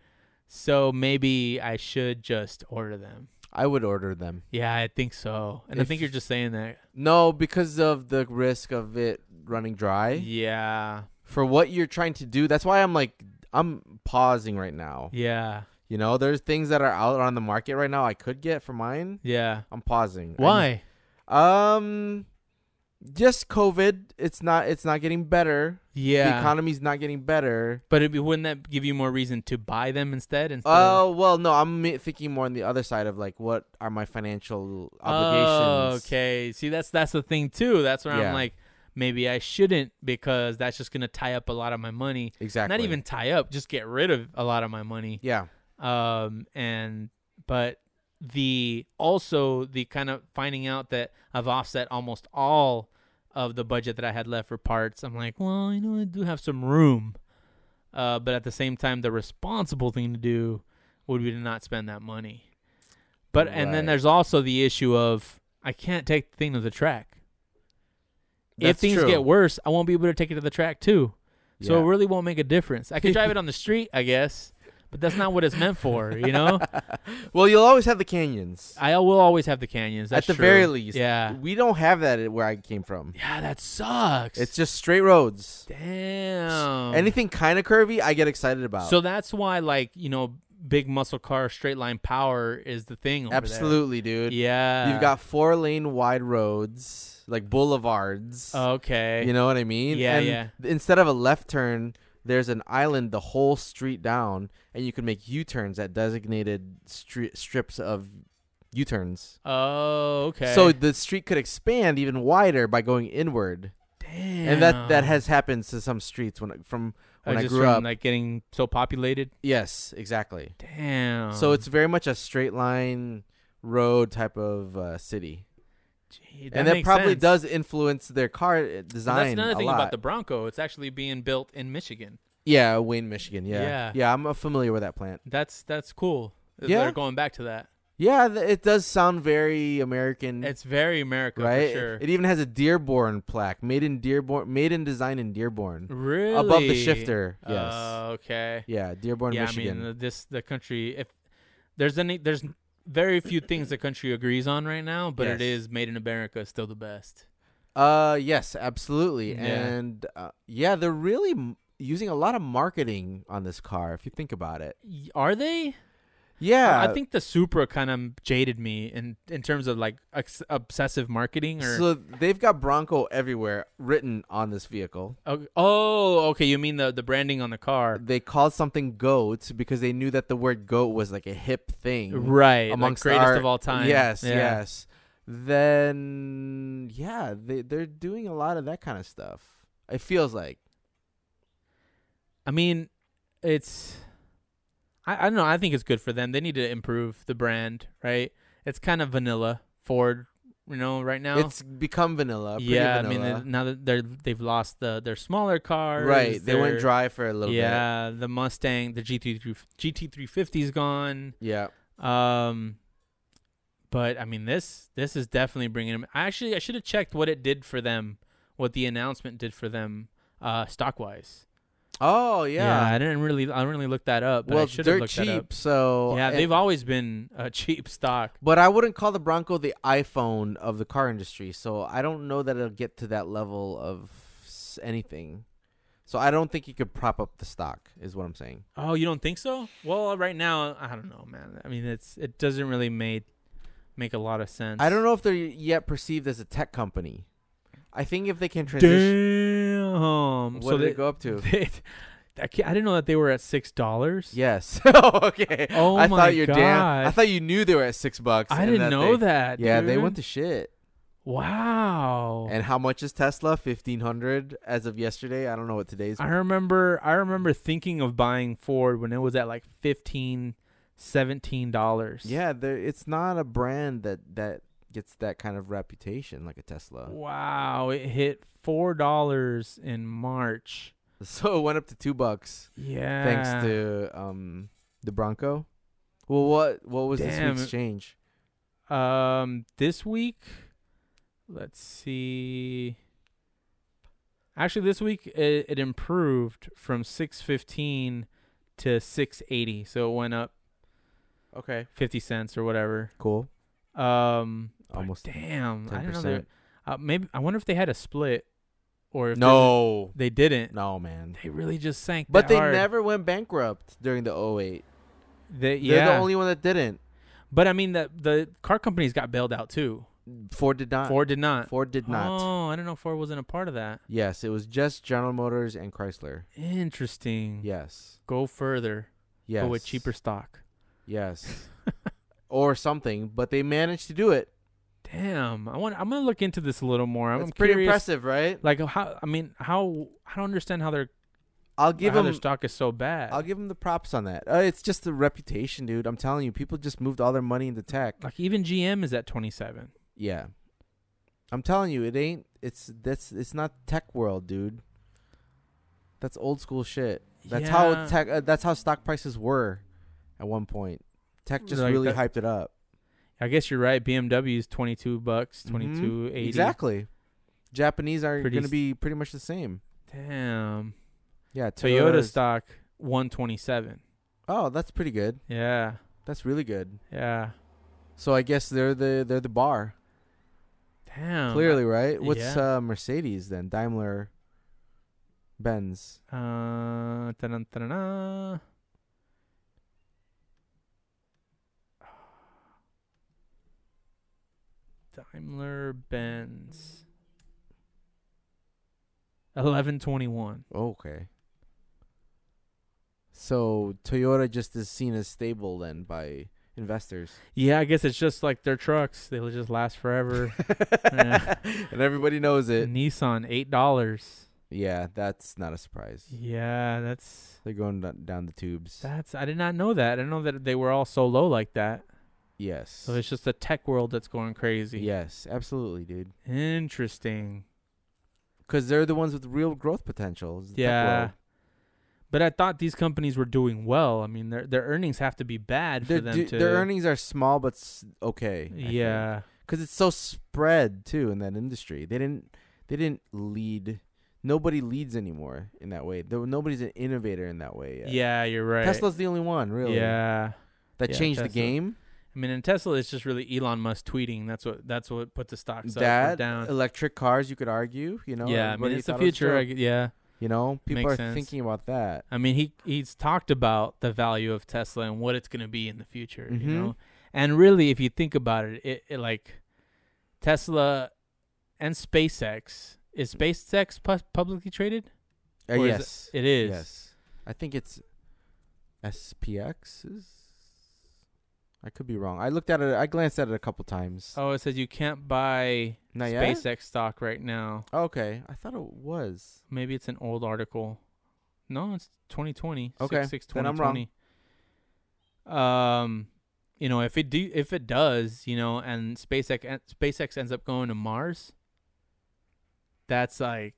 Speaker 1: So maybe I should just order them.
Speaker 2: I would order them.
Speaker 1: Yeah, I think so. And I think
Speaker 2: If-
Speaker 1: you're just saying that.
Speaker 2: No, because of the risk of it running dry.
Speaker 1: Yeah.
Speaker 2: For what you're trying to do, that's why I'm like I'm pausing right now.
Speaker 1: Yeah.
Speaker 2: You know, there's things that are out on the market right now I could get for mine.
Speaker 1: Yeah.
Speaker 2: I'm pausing. I
Speaker 1: Why?
Speaker 2: need- um just COVID. It's not it's not getting better. The
Speaker 1: Yeah.
Speaker 2: economy's not getting better.
Speaker 1: But it, wouldn't that give you more reason to buy them instead? Instead of-
Speaker 2: Oh, well, no, I'm mi- thinking more on the other side of like what are my financial
Speaker 1: Oh,
Speaker 2: obligations.
Speaker 1: okay. See, that's that's the thing too. That's where
Speaker 2: Yeah.
Speaker 1: I'm like, maybe I shouldn't because that's just gonna tie up a lot of my money.
Speaker 2: Exactly.
Speaker 1: Not even tie up, just get rid of a lot of my money.
Speaker 2: Yeah.
Speaker 1: Um, and but the also the kind of finding out that I've offset almost all of the budget that I had left for parts. I'm like, well, you know, I do have some room. Uh, but at the same time, the responsible thing to do would be to not spend that money. But and then
Speaker 2: Right.
Speaker 1: there's also the issue of I can't take the thing to the track. if
Speaker 2: That's
Speaker 1: things
Speaker 2: true.
Speaker 1: get worse, I won't be able to take it to the track too. So
Speaker 2: Yeah.
Speaker 1: it really won't make a difference. I could drive it
Speaker 2: *laughs*
Speaker 1: on the street, I guess, but that's not what it's meant for, you know?
Speaker 2: Well, you'll always have the canyons.
Speaker 1: I will always have the canyons.
Speaker 2: At
Speaker 1: that's
Speaker 2: the
Speaker 1: true.
Speaker 2: very least.
Speaker 1: Yeah.
Speaker 2: We don't have that at where I came from.
Speaker 1: Yeah, that sucks.
Speaker 2: It's just straight roads.
Speaker 1: damn.
Speaker 2: Anything kind of curvy, I get excited about.
Speaker 1: So that's why, like, you know, big muscle car, straight line power is the thing. Over there.
Speaker 2: absolutely, dude.
Speaker 1: Yeah.
Speaker 2: You've got four lane wide roads, like boulevards.
Speaker 1: Okay.
Speaker 2: You know what I mean?
Speaker 1: Yeah,
Speaker 2: and
Speaker 1: yeah.
Speaker 2: th- Instead of a left turn, there's an island the whole street down, and you can make U turns at designated stri- strips of U turns.
Speaker 1: oh, okay.
Speaker 2: So the street could expand even wider by going inward,
Speaker 1: damn.
Speaker 2: and that that has happened to some streets when I- from
Speaker 1: Oh,
Speaker 2: when I
Speaker 1: just
Speaker 2: grew
Speaker 1: from,
Speaker 2: up.
Speaker 1: like getting so populated.
Speaker 2: yes, exactly.
Speaker 1: Damn.
Speaker 2: So it's very much a straight line road type of uh, city,
Speaker 1: Gee,
Speaker 2: and that
Speaker 1: makes
Speaker 2: probably
Speaker 1: sense.
Speaker 2: does influence their car uh,
Speaker 1: And
Speaker 2: design.
Speaker 1: That's another
Speaker 2: a
Speaker 1: thing
Speaker 2: lot.
Speaker 1: about the Bronco. It's actually being built in Michigan.
Speaker 2: Yeah, Wayne, Michigan. Yeah.
Speaker 1: Yeah.
Speaker 2: Yeah, I'm uh, familiar with that plant.
Speaker 1: That's that's cool. that
Speaker 2: Yeah.
Speaker 1: They're going back to that.
Speaker 2: Yeah, th- it does sound very American,
Speaker 1: It's very America
Speaker 2: Mm-hmm. right?
Speaker 1: for
Speaker 2: It-
Speaker 1: sure.
Speaker 2: It, even has a Dearborn plaque, made in Dearborn, made in design in Dearborn,
Speaker 1: really
Speaker 2: above the shifter. Yes.
Speaker 1: Oh, okay.
Speaker 2: yeah, Dearborn,
Speaker 1: yeah,
Speaker 2: Michigan.
Speaker 1: I mean, uh, this the country. If there's any, there's very few things the country agrees on right now, but it
Speaker 2: Yes.
Speaker 1: is made in America is still the best.
Speaker 2: uh, yes, absolutely.
Speaker 1: Yeah.
Speaker 2: And uh, yeah, they're really m- using a lot of marketing on this car if you think about it.
Speaker 1: Y- Are they?
Speaker 2: Yeah.
Speaker 1: I think the Supra kind of jaded me in in terms of like ex- obsessive marketing or.
Speaker 2: so they've got Bronco everywhere written on this vehicle.
Speaker 1: Oh, oh, okay. You mean the the branding on the car,
Speaker 2: They called something goat because they knew that the word goat was like a hip thing.
Speaker 1: right?
Speaker 2: amongst
Speaker 1: like greatest
Speaker 2: our-
Speaker 1: of all time.
Speaker 2: Yes,
Speaker 1: Yeah.
Speaker 2: yes. Then yeah, they they're doing a lot of that kind of stuff. It feels like
Speaker 1: I mean, it's I, I don't know. I think it's good for them. They need to improve the brand, right? It's kind of vanilla Ford, you know, right now.
Speaker 2: it's become vanilla. Pretty
Speaker 1: yeah,
Speaker 2: vanilla.
Speaker 1: I mean, they- now that they're they've lost the their smaller cars,
Speaker 2: right. They went
Speaker 1: their-
Speaker 2: dry for a little bit.
Speaker 1: Yeah, the Mustang, the GT GT350 is gone.
Speaker 2: Yeah,
Speaker 1: Um, But I mean, this this is definitely bringing them. I actually I should have checked what it did for them, what the announcement did for them, uh, stock wise.
Speaker 2: Oh yeah.
Speaker 1: I didn't really I didn't really look that up. But I
Speaker 2: well,
Speaker 1: should have
Speaker 2: they're
Speaker 1: looked that up.
Speaker 2: cheap, so
Speaker 1: yeah,
Speaker 2: and-
Speaker 1: they've always been a *laughs* cheap stock.
Speaker 2: But I wouldn't call the Bronco the iPhone of the car industry, so I don't know that it'll get to that level of s- anything. So I don't think you could prop up the stock, is what I'm saying.
Speaker 1: Oh, you don't think so? Well, right now I don't know, man. I mean, it's it doesn't really make make a lot of sense.
Speaker 2: I don't know if they're yet perceived as a tech company. I think if they can transition,
Speaker 1: Damn.
Speaker 2: what
Speaker 1: so
Speaker 2: did
Speaker 1: they
Speaker 2: it go up
Speaker 1: *laughs*
Speaker 2: to?
Speaker 1: They, I, can't- I didn't know that they were at six dollars.
Speaker 2: Yes. *laughs* okay.
Speaker 1: Oh
Speaker 2: I
Speaker 1: my
Speaker 2: thought you're damn. I
Speaker 1: God.
Speaker 2: thought you knew they were at six bucks.
Speaker 1: I
Speaker 2: and
Speaker 1: didn't know
Speaker 2: they-
Speaker 1: that.
Speaker 2: Yeah, they
Speaker 1: dude. Oh.
Speaker 2: went to shit.
Speaker 1: Wow.
Speaker 2: And how much is Tesla? Fifteen hundred as of yesterday. I don't know what today's.
Speaker 1: I remember I remember thinking of buying Ford when it was at like 15 17 dollars.
Speaker 2: Yeah, there it's not a brand that that gets that kind of reputation like a Tesla.
Speaker 1: Wow, it hit four dollars in March.
Speaker 2: *laughs* So it went up to two bucks
Speaker 1: Yeah.
Speaker 2: thanks to
Speaker 1: Ah.
Speaker 2: um the Bronco. Well, what what was
Speaker 1: Damn,
Speaker 2: this
Speaker 1: it-
Speaker 2: week's change?
Speaker 1: Um, this week, let's see. Actually, this week it, it improved from 615 to 680, so it went up
Speaker 2: Okay,
Speaker 1: 50 cents or whatever.
Speaker 2: cool.
Speaker 1: Um, but
Speaker 2: Almost
Speaker 1: Damn, I don't
Speaker 2: Ten
Speaker 1: know. they-
Speaker 2: percent.
Speaker 1: Uh, maybe I wonder if they had a split, or if they-
Speaker 2: No,
Speaker 1: they didn't.
Speaker 2: no, man.
Speaker 1: They really just sank.
Speaker 2: But
Speaker 1: that
Speaker 2: they
Speaker 1: hard.
Speaker 2: never went bankrupt during the 08.
Speaker 1: They, yeah.
Speaker 2: They're the only one that didn't.
Speaker 1: but I mean, the the car companies got bailed out too.
Speaker 2: Ford did not.
Speaker 1: Ford did not.
Speaker 2: Ford did not.
Speaker 1: Oh, I don't know. Ford wasn't a part of that.
Speaker 2: Yes, it was just General Motors and Chrysler.
Speaker 1: Interesting.
Speaker 2: Yes.
Speaker 1: Go further.
Speaker 2: Yes.
Speaker 1: Go Mm. with cheaper stock. *laughs*
Speaker 2: Yes. or something, but they managed to do it.
Speaker 1: Damn. I want. I'm gonna look into this a little more. I'm
Speaker 2: It's pretty
Speaker 1: curious,
Speaker 2: impressive, right?
Speaker 1: Like how? I mean, how? I don't understand how their
Speaker 2: I'll give
Speaker 1: how
Speaker 2: him.
Speaker 1: their stock is so bad.
Speaker 2: I'll give him the props on that. Uh, it's just the reputation, dude. I'm telling you, people just moved all their money into tech.
Speaker 1: like even GM is at 27.
Speaker 2: Yeah, I'm telling you, it ain't. It's that's. It's not tech world, dude. That's old school shit. That's how
Speaker 1: Yeah.
Speaker 2: tech. Uh, that's how stock prices were, at one point. Tech just
Speaker 1: Like
Speaker 2: really
Speaker 1: that-
Speaker 2: hyped it up.
Speaker 1: I guess you're right. BMW is 22 bucks,
Speaker 2: Mhm.
Speaker 1: 22.80.
Speaker 2: Exactly. Japanese are
Speaker 1: Pretty
Speaker 2: going to
Speaker 1: s-
Speaker 2: be pretty much the same.
Speaker 1: Damn.
Speaker 2: Yeah.
Speaker 1: Toyota
Speaker 2: Toyota's-
Speaker 1: stock 127.
Speaker 2: Oh, that's pretty good.
Speaker 1: Yeah.
Speaker 2: That's really good.
Speaker 1: Yeah.
Speaker 2: So I guess they're the they're the bar.
Speaker 1: Damn.
Speaker 2: Clearly, right? What's
Speaker 1: Um, yeah.
Speaker 2: uh, Mercedes then? Daimler, Benz.
Speaker 1: Uh, dun, dun, dun, *sighs* Daimler Benz. 1121.
Speaker 2: okay. So Toyota just is seen as stable then by
Speaker 1: *laughs*
Speaker 2: investors,
Speaker 1: Yeah, I guess it's just like their trucks. They'll just last forever. Yeah.
Speaker 2: *laughs* and everybody knows
Speaker 1: Mm.
Speaker 2: it.
Speaker 1: Nissan, $8.
Speaker 2: Yeah, that's not a surprise.
Speaker 1: Yeah, that's
Speaker 2: They're going do- down the tubes.
Speaker 1: that's I did not know that. I didn't know that they were all so low like that.
Speaker 2: yes.
Speaker 1: So it's just the tech world that's going crazy.
Speaker 2: Yes, absolutely, dude.
Speaker 1: Interesting.
Speaker 2: Because they're the ones with real growth potential. is the tech
Speaker 1: Yeah.
Speaker 2: world.
Speaker 1: But I thought these companies were doing well. I mean, their their earnings have to be bad for
Speaker 2: Their,
Speaker 1: them
Speaker 2: du-
Speaker 1: to.
Speaker 2: their earnings are small but s- okay. I think.
Speaker 1: yeah.
Speaker 2: because it's so spread too in that industry. They didn't they didn't lead. Nobody leads anymore in that way. There, nobody's an innovator in that way.
Speaker 1: yeah,
Speaker 2: Yet.
Speaker 1: you're right.
Speaker 2: Tesla's the only one really.
Speaker 1: Yeah,
Speaker 2: that
Speaker 1: yeah,
Speaker 2: changed the
Speaker 1: Tesla.
Speaker 2: game.
Speaker 1: I mean, in Tesla, it's just really Elon Musk tweeting. That's what that's what put the stocks up or
Speaker 2: that
Speaker 1: down.
Speaker 2: electric cars, you could argue. You know.
Speaker 1: yeah, I mean,
Speaker 2: everybody
Speaker 1: it's the
Speaker 2: thought it was a
Speaker 1: future. I
Speaker 2: joke.
Speaker 1: gu- yeah,
Speaker 2: you know, people
Speaker 1: Makes
Speaker 2: are
Speaker 1: sense.
Speaker 2: thinking about that.
Speaker 1: I mean, he he's talked about the value of Tesla and what it's going to be in the future,
Speaker 2: Mhm.
Speaker 1: you know. And really, if you think about it, it, it like Tesla and SpaceX is SpaceX pu- publicly traded?
Speaker 2: Uh,
Speaker 1: Or is it-
Speaker 2: yes.
Speaker 1: It is.
Speaker 2: Yes. I think it's SPX. Is I could be wrong. I looked at it. I glanced at it a couple times.
Speaker 1: Oh, it says you can't buy
Speaker 2: Not yet?
Speaker 1: SpaceX stock right now.
Speaker 2: Okay. I thought it was.
Speaker 1: Maybe it's an old article. No, it's 2020.
Speaker 2: Okay,
Speaker 1: 6, 6,
Speaker 2: then I'm wrong.
Speaker 1: 2020. Um, you know, if it do, if it does, you know, and SpaceX en- SpaceX ends up going to Mars, that's like,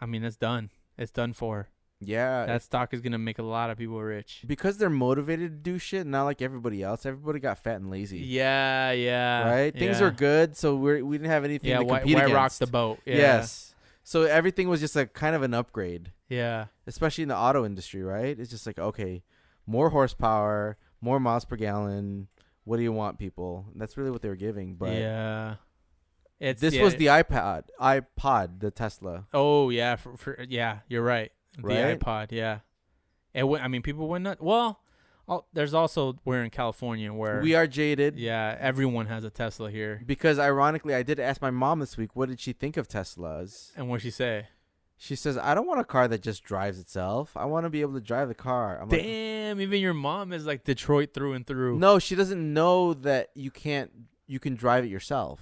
Speaker 1: I mean, it's done. It's done for.
Speaker 2: Yeah,
Speaker 1: That stock is gonna make a lot of people rich.
Speaker 2: because they're motivated to do shit, not like everybody else. Everybody got fat and lazy.
Speaker 1: Yeah, yeah.
Speaker 2: right? Things
Speaker 1: yeah.
Speaker 2: were good, so we we didn't have anything
Speaker 1: Yeah,
Speaker 2: to
Speaker 1: why,
Speaker 2: compete
Speaker 1: why
Speaker 2: against.
Speaker 1: rock the boat? Yeah.
Speaker 2: Yes. So everything was just like kind of an upgrade,
Speaker 1: Yeah.
Speaker 2: especially in the auto industry, right? It's just like okay, more horsepower, more miles per gallon. What do you want, people? And that's really what they were giving. But
Speaker 1: yeah. It's
Speaker 2: this
Speaker 1: yeah,
Speaker 2: was the iPad, iPod, the Tesla.
Speaker 1: Oh yeah, for, for yeah, you're right. The
Speaker 2: Right?
Speaker 1: iPod, yeah. It went, I mean, people went nuts. Well, all, there's also we're in California where
Speaker 2: We are jaded
Speaker 1: Yeah, everyone has a Tesla here.
Speaker 2: because, ironically, I did ask my mom this week what did she think of Teslas.
Speaker 1: And what'd she say?
Speaker 2: She says, "I don't want a car that just drives itself. I want to be able to drive the car." I'm like,
Speaker 1: Damn, even your mom is like Detroit through and through.
Speaker 2: No, she doesn't know that you can't you can drive it yourself.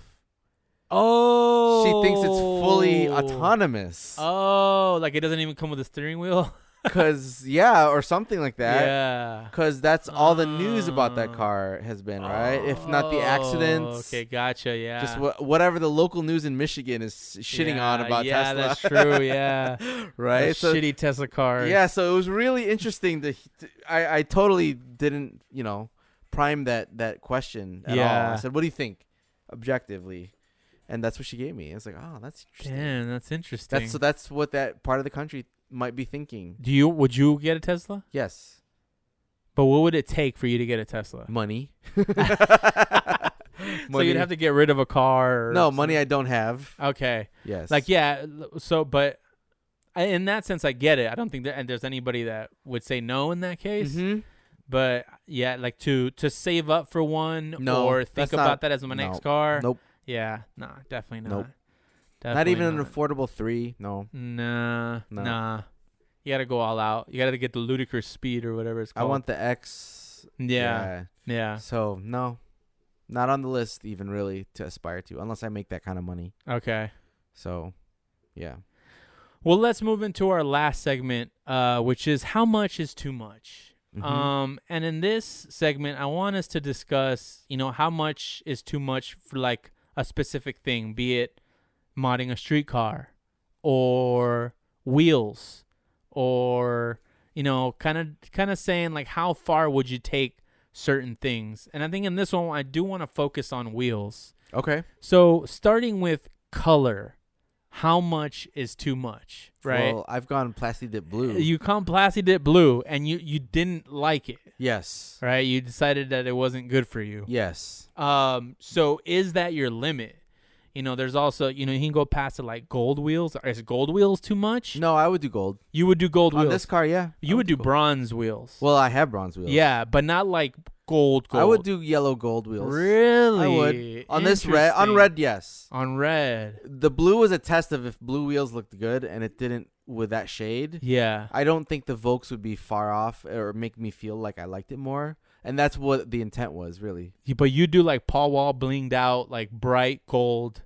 Speaker 1: Oh,
Speaker 2: She thinks it's fully autonomous.
Speaker 1: Oh, *laughs* like it doesn't even come with a steering wheel. *laughs*
Speaker 2: Cuz yeah, or something like that.
Speaker 1: yeah.
Speaker 2: Cuz that's all the news about that
Speaker 1: Oh.
Speaker 2: car has been, right? If not the accidents.
Speaker 1: Okay, gotcha. Yeah.
Speaker 2: Just wha- whatever the local news in Michigan is shitting on
Speaker 1: Yeah,
Speaker 2: about
Speaker 1: yeah,
Speaker 2: Tesla.
Speaker 1: that's true. Yeah.
Speaker 2: *laughs* right?
Speaker 1: Those
Speaker 2: So
Speaker 1: shitty Tesla cars.
Speaker 2: yeah, so it was really interesting to, to- I I totally didn't, you know, prime that that question at all.
Speaker 1: Yeah.
Speaker 2: I said, "What do you think objectively?" And that's what she gave me. I was like, "Oh, that's interesting."
Speaker 1: Damn, that's interesting.
Speaker 2: That's so that's what that part of the country might be thinking.
Speaker 1: Do you would you get a Tesla?
Speaker 2: Yes,
Speaker 1: But what would it take for you to get a Tesla? *laughs*
Speaker 2: money. *laughs*
Speaker 1: So you'd have to get rid of a car. Or
Speaker 2: no money. I don't have.
Speaker 1: Okay.
Speaker 2: Yes,
Speaker 1: Like yeah. l- So, but I, in that sense, I get it. I don't think that and there's anybody that would say no in that case.
Speaker 2: Mhm.
Speaker 1: But yeah, like to to save up for one
Speaker 2: No,
Speaker 1: or think
Speaker 2: that's
Speaker 1: about
Speaker 2: not-
Speaker 1: that as my
Speaker 2: no,
Speaker 1: next car.
Speaker 2: Nope,
Speaker 1: Yeah. Nah. Definitely not.
Speaker 2: Nope. not
Speaker 1: Definitely
Speaker 2: even an affordable three. No,
Speaker 1: Nah.
Speaker 2: No.
Speaker 1: Nah. You gotta go all out. You gotta get the ludicrous speed or whatever it's
Speaker 2: I
Speaker 1: called.
Speaker 2: want the X.
Speaker 1: Oh. Yeah. Yeah.
Speaker 2: So no, not on the list even really to aspire to unless I make that kind of money.
Speaker 1: Okay.
Speaker 2: So, yeah.
Speaker 1: Well, let's move into our last segment, uh, which is how much is too much.
Speaker 2: Mhm.
Speaker 1: Um, and in this segment, I want us to discuss, you know, how much is too much for like a specific thing, be it modding a streetcar or wheels or you know, kind of kind of saying like how far would you take certain things. And I think in this one, I do want to focus on wheels.
Speaker 2: okay.
Speaker 1: So starting with color, how much is too much, right? Uh,
Speaker 2: Well, I've gone plastic dip blue.
Speaker 1: you come plastied it blue and you you didn't like it
Speaker 2: yes.
Speaker 1: right you decided that it wasn't good for you
Speaker 2: Yes.
Speaker 1: um so is that your limit you know there's also you know you can go past it like gold wheels is gold wheels too much
Speaker 2: No, I would do gold
Speaker 1: you would do gold
Speaker 2: on
Speaker 1: wheels
Speaker 2: this car. Yeah. I
Speaker 1: you would do
Speaker 2: gold.
Speaker 1: bronze wheels
Speaker 2: Well, I have bronze wheels.
Speaker 1: yeah but not like gold gold
Speaker 2: I would do yellow gold wheels.
Speaker 1: really
Speaker 2: I would. On this red, on
Speaker 1: Interesting.
Speaker 2: red, yes.
Speaker 1: on red
Speaker 2: The blue was a test of if blue wheels looked good, and it didn't with that shade.
Speaker 1: yeah
Speaker 2: I don't think the Volks would be far off or make me feel like I liked it more, and that's what the intent was really.
Speaker 1: You- but you do like paul wall blinged out like bright gold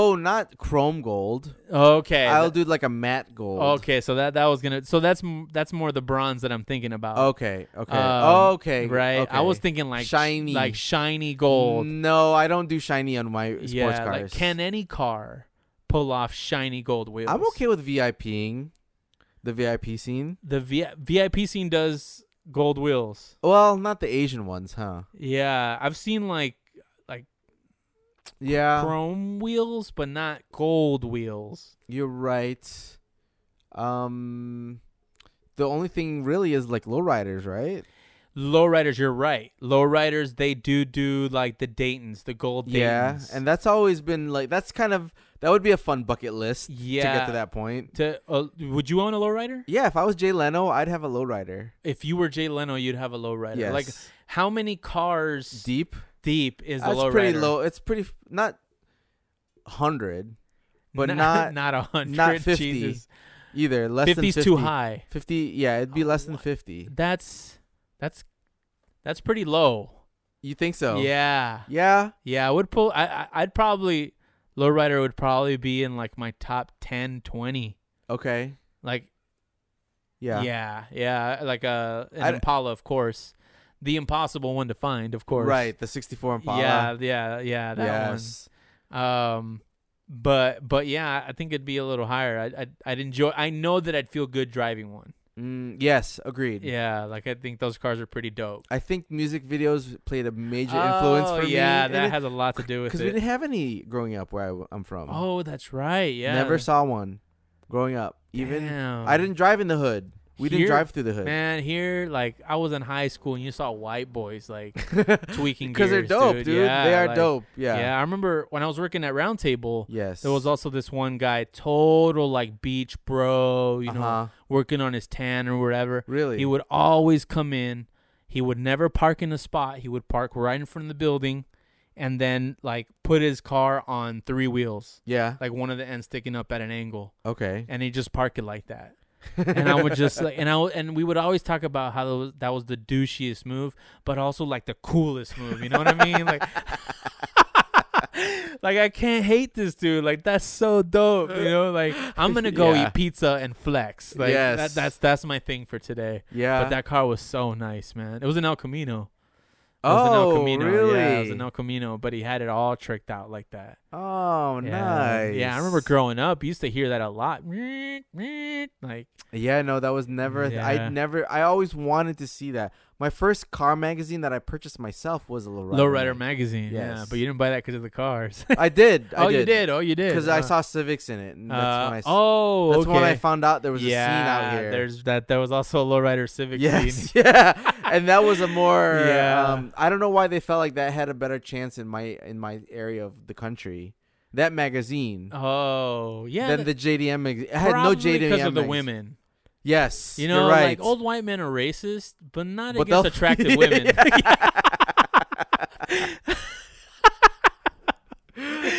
Speaker 2: Oh, not chrome gold.
Speaker 1: okay
Speaker 2: I'll do like a matte gold.
Speaker 1: Okay, so that that was gonna. So that's m- that's more the bronze that I'm thinking about.
Speaker 2: Okay. Okay.
Speaker 1: Um,
Speaker 2: okay.
Speaker 1: right. I
Speaker 2: okay.
Speaker 1: was thinking like sh-
Speaker 2: Shiny.
Speaker 1: like shiny gold.
Speaker 2: No, I don't do shiny on my sports
Speaker 1: yeah,
Speaker 2: cars.
Speaker 1: like can any car pull off shiny gold wheels?
Speaker 2: I'm okay with VIPing, the VIP scene.
Speaker 1: The v- VIP scene does gold wheels.
Speaker 2: Well, not the Asian ones, huh?
Speaker 1: Yeah, I've seen like
Speaker 2: Yeah,
Speaker 1: chrome wheels, but not gold wheels.
Speaker 2: you're right. Um, the only thing really is like lowriders, right?
Speaker 1: Lowriders, you're right. Lowriders, they do do like the Dayton's, the gold Dayton's.
Speaker 2: Yeah, and that's always been like that's kind of that would be a fun bucket list to
Speaker 1: Yeah.
Speaker 2: get to that point.
Speaker 1: to uh, would you own a lowrider?
Speaker 2: Yeah, if I was Jay Leno, I'd have a lowrider.
Speaker 1: If you were Jay Leno, you'd have a lowrider.
Speaker 2: Yes,
Speaker 1: Like How many cars
Speaker 2: deep.
Speaker 1: deep is the
Speaker 2: That's
Speaker 1: low
Speaker 2: pretty
Speaker 1: rider?
Speaker 2: low. It's pretty f- not hundred but
Speaker 1: *laughs*
Speaker 2: not-
Speaker 1: not a hundred.
Speaker 2: not 50.
Speaker 1: Jesus.
Speaker 2: either. Less
Speaker 1: Fifty's
Speaker 2: than 50.
Speaker 1: too high.
Speaker 2: Fifty, yeah, it'd be
Speaker 1: Oh,
Speaker 2: less than
Speaker 1: what?
Speaker 2: fifty.
Speaker 1: That's that's that's pretty low.
Speaker 2: You think so?
Speaker 1: Yeah,
Speaker 2: Yeah.
Speaker 1: yeah. I would pull. I, I I'd probably low rider would probably be in like my top 10, 20.
Speaker 2: Okay.
Speaker 1: Like yeah,
Speaker 2: Yeah.
Speaker 1: yeah, Like a an
Speaker 2: I'd-
Speaker 1: Impala, of course. The impossible one to find, of course.
Speaker 2: Right. The sixty-four Impala.
Speaker 1: Yeah, yeah, yeah. That
Speaker 2: yes.
Speaker 1: one. Um, But but yeah, I think it'd be a little higher. I I'd, I'd enjoy. I know that I'd feel good driving one.
Speaker 2: Mm, yes, agreed.
Speaker 1: Yeah, like I think those cars are pretty dope.
Speaker 2: I think music videos played a major influence
Speaker 1: Oh,
Speaker 2: for me.
Speaker 1: yeah,
Speaker 2: and
Speaker 1: that
Speaker 2: it-
Speaker 1: has a lot to do with
Speaker 2: Because we
Speaker 1: it.
Speaker 2: didn't have any growing up where I, am from.
Speaker 1: oh, that's right. Yeah.
Speaker 2: Never saw one growing up. Even
Speaker 1: Damn.
Speaker 2: I didn't drive in the hood. We didn't
Speaker 1: Here-
Speaker 2: drive through the hood.
Speaker 1: Man, here like I was in high school and you saw white boys like
Speaker 2: *laughs*
Speaker 1: tweaking
Speaker 2: Because they're
Speaker 1: gears,
Speaker 2: dope, dude. they are
Speaker 1: like-
Speaker 2: dope. Yeah.
Speaker 1: Yeah. I remember when I was working at Roundtable.
Speaker 2: Yes.
Speaker 1: There was also this one guy, total like beach bro, you know,
Speaker 2: Uh-huh.
Speaker 1: working on his tan or whatever.
Speaker 2: really.
Speaker 1: He would always come in. He would never park in a spot. He would park right in front of the building and then like put his car on three wheels, *laughs*
Speaker 2: yeah.
Speaker 1: like one of the ends sticking up at an angle,
Speaker 2: Okay.
Speaker 1: and he just park it like that. and I
Speaker 2: *laughs*
Speaker 1: would just like, and I would- and we would always talk about how that was, that was the douchiest move, but also like the coolest move. You know what I mean? Like, *laughs* like I can't hate this dude. Like that's so dope. You know, like I'm gonna go
Speaker 2: Yeah.
Speaker 1: eat pizza and flex. Like
Speaker 2: Yes. Uh,
Speaker 1: that, that's that's my thing for today.
Speaker 2: Yeah.
Speaker 1: But that car was so nice, man. It was an El Camino. It was an El
Speaker 2: oh,
Speaker 1: Camino.
Speaker 2: really?
Speaker 1: Yeah, it was an El Camino, but he had it all tricked out like that.
Speaker 2: oh,
Speaker 1: Yeah.
Speaker 2: nice.
Speaker 1: Yeah, I remember growing up, you used to hear that a lot. Like,
Speaker 2: Yeah, no, that was never. a th-
Speaker 1: Yeah.
Speaker 2: I never. I always wanted to see that. My first car magazine that I purchased myself was a Lowrider.
Speaker 1: Low Rider magazine. Yeah,
Speaker 2: Yes.
Speaker 1: but you didn't buy that because of the cars.
Speaker 2: I did.
Speaker 1: *laughs*
Speaker 2: I
Speaker 1: oh, you did. Oh, you did.
Speaker 2: Because I
Speaker 1: Huh.
Speaker 2: saw Civics in it, and that's
Speaker 1: Uh,
Speaker 2: when I. s-
Speaker 1: oh,
Speaker 2: that's when I
Speaker 1: okay.
Speaker 2: found out there was
Speaker 1: yeah,
Speaker 2: a scene out here.
Speaker 1: There's that. There was also a lowrider civic scene.
Speaker 2: yes, *laughs* yeah, and that was a more.
Speaker 1: *laughs* Yeah.
Speaker 2: Um, I don't know why they felt like that had a better chance in my in my area of the country. That magazine.
Speaker 1: Oh, yeah.
Speaker 2: than the JDM. mag- It had no JDM.
Speaker 1: because of the
Speaker 2: mags.
Speaker 1: women.
Speaker 2: Yes,
Speaker 1: You know,
Speaker 2: you're right.
Speaker 1: like old white men are racist, but not
Speaker 2: But
Speaker 1: against
Speaker 2: they'll-
Speaker 1: attractive women.
Speaker 2: *laughs*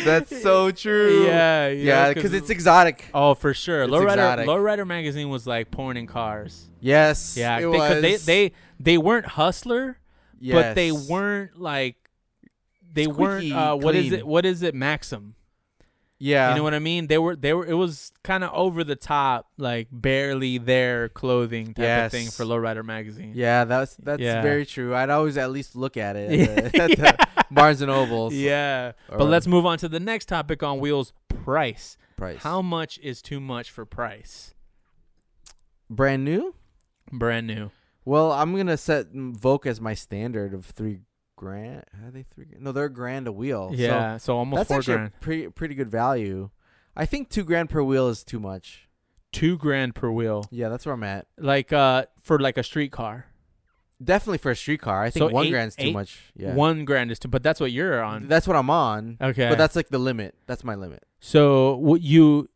Speaker 2: That's so true.
Speaker 1: *laughs* yeah,
Speaker 2: yeah, because it's exotic.
Speaker 1: oh for sure.
Speaker 2: it's
Speaker 1: Lowrider
Speaker 2: exotic.
Speaker 1: Lowrider magazine was like porn in cars.
Speaker 2: Yes,
Speaker 1: Yeah,
Speaker 2: it
Speaker 1: because they,
Speaker 2: was.
Speaker 1: they they weren't hustler. but they
Speaker 2: Yes.
Speaker 1: weren't like they
Speaker 2: Squeaky
Speaker 1: weren't uh, what is
Speaker 2: clean.
Speaker 1: it what is it maxim
Speaker 2: Yeah,
Speaker 1: you know what i mean they were they were it was kind of over the top like barely their clothing type of thing
Speaker 2: Yes.
Speaker 1: for lowrider magazine
Speaker 2: yeah, that's that's
Speaker 1: Yeah.
Speaker 2: very true. I'd always at least look
Speaker 1: *laughs*
Speaker 2: at it *laughs* at the,
Speaker 1: Yeah.
Speaker 2: at the Barnes and Nobles.
Speaker 1: yeah
Speaker 2: All
Speaker 1: but
Speaker 2: right.
Speaker 1: let's move on to the next topic on wheels price
Speaker 2: price.
Speaker 1: how much is too much for price
Speaker 2: brand new?
Speaker 1: brand new
Speaker 2: Well, I'm gonna set mm, Voke as my standard of three grand. Are they three? grand? No, they're grand a wheel. So
Speaker 1: yeah so, almost
Speaker 2: that's
Speaker 1: four
Speaker 2: actually
Speaker 1: grand
Speaker 2: a pretty pretty good value. I think two grand per wheel is too much.
Speaker 1: two grand per wheel
Speaker 2: Yeah, that's where I'm at.
Speaker 1: like uh for like a street car
Speaker 2: Definitely for a street car. I think
Speaker 1: So
Speaker 2: one
Speaker 1: eight-
Speaker 2: grand's too
Speaker 1: eight-
Speaker 2: much. Yeah,
Speaker 1: one grand is too but that's what you're on
Speaker 2: That's what I'm on.
Speaker 1: okay
Speaker 2: But that's like the limit. That's my limit.
Speaker 1: So what you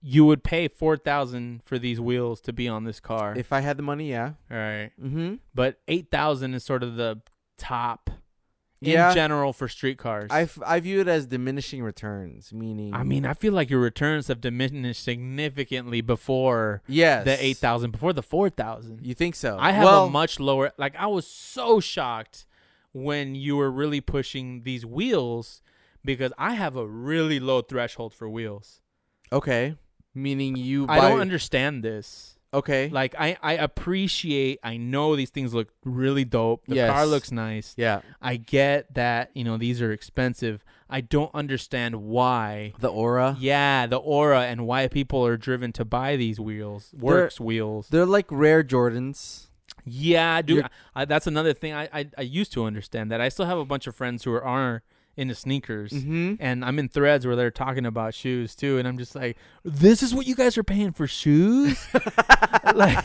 Speaker 1: you would pay four thousand for these wheels to be on this car.
Speaker 2: If I had the money, yeah.
Speaker 1: All right.
Speaker 2: Mm-hmm.
Speaker 1: But eight thousand is sort of the top in
Speaker 2: Yeah.
Speaker 1: general for street cars.
Speaker 2: I, f- I view it as diminishing returns, meaning
Speaker 1: I mean, I feel like your returns have diminished significantly before
Speaker 2: yes,
Speaker 1: the eight thousand, before the four thousand.
Speaker 2: You think so?
Speaker 1: I have
Speaker 2: well,
Speaker 1: a much lower like I was so shocked when you were really pushing these wheels because I have a really low threshold for wheels.
Speaker 2: okay, meaning you. Buy,
Speaker 1: I don't understand this.
Speaker 2: Okay,
Speaker 1: like I, I appreciate i know these things look really dope the
Speaker 2: Yes.
Speaker 1: car looks nice
Speaker 2: yeah,
Speaker 1: i get that you know these are expensive i don't understand why
Speaker 2: the aura.
Speaker 1: yeah the aura and why people are driven to buy these wheels works wheels
Speaker 2: They're like rare Jordans.
Speaker 1: yeah dude
Speaker 2: You're-
Speaker 1: I, I, that's another thing I, I i used to understand that i still have a bunch of friends who are are into sneakers
Speaker 2: Mm-hmm.
Speaker 1: and I'm in threads where they're talking about shoes too, and I'm just like, this is what you guys are paying for
Speaker 2: *laughs*
Speaker 1: shoes, like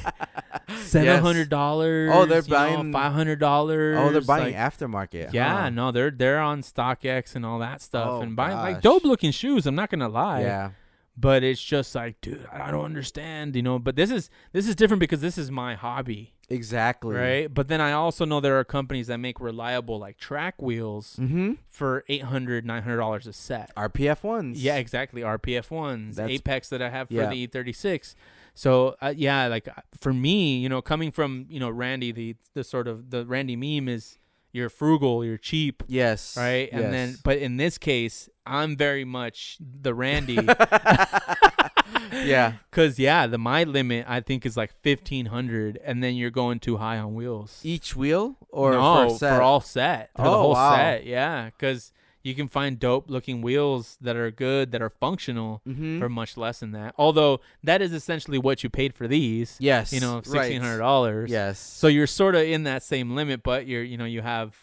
Speaker 1: seven hundred dollars.
Speaker 2: Oh, they're buying-
Speaker 1: five hundred dollars.
Speaker 2: Oh, they're buying aftermarket.
Speaker 1: yeah,
Speaker 2: huh?
Speaker 1: no, they're they're on StockX and all that stuff,
Speaker 2: Oh,
Speaker 1: and buying like
Speaker 2: gosh.
Speaker 1: dope looking shoes. I'm not gonna lie,
Speaker 2: yeah.
Speaker 1: but it's just like, dude, I don't understand, you know. But this is this is different because this is my hobby,
Speaker 2: Exactly.
Speaker 1: right? But then I also know there are companies that make reliable like track wheels
Speaker 2: Mm-hmm.
Speaker 1: for 800 dollars a set.
Speaker 2: RPF ones.
Speaker 1: Yeah, exactly. RPF ones,
Speaker 2: That's-
Speaker 1: Apex that I have for
Speaker 2: yeah.
Speaker 1: the E36. So uh, yeah, like uh, for me, you know, coming from you know Randy, the the sort of the Randy meme is you're frugal, you're cheap,
Speaker 2: Yes.
Speaker 1: right? And then,
Speaker 2: yes.
Speaker 1: but in this case, I'm very much the Randy.
Speaker 2: *laughs*
Speaker 1: *gasps*
Speaker 2: yeah.
Speaker 1: Cause yeah, the my limit I think is like fifteen hundred, and then you're going too high on wheels.
Speaker 2: Each wheel E or
Speaker 1: no,
Speaker 2: for, a set?
Speaker 1: all set for the
Speaker 2: Oh,
Speaker 1: whole
Speaker 2: wow.
Speaker 1: set, yeah. Cause you can find dope looking wheels that are good, that are functional
Speaker 2: Mm-hmm.
Speaker 1: for much less than that. Although that is essentially what you paid for these.
Speaker 2: yes.
Speaker 1: You know,
Speaker 2: right.
Speaker 1: sixteen hundred dollars.
Speaker 2: Yes.
Speaker 1: So you're sort of in that same limit, but you're you know you have,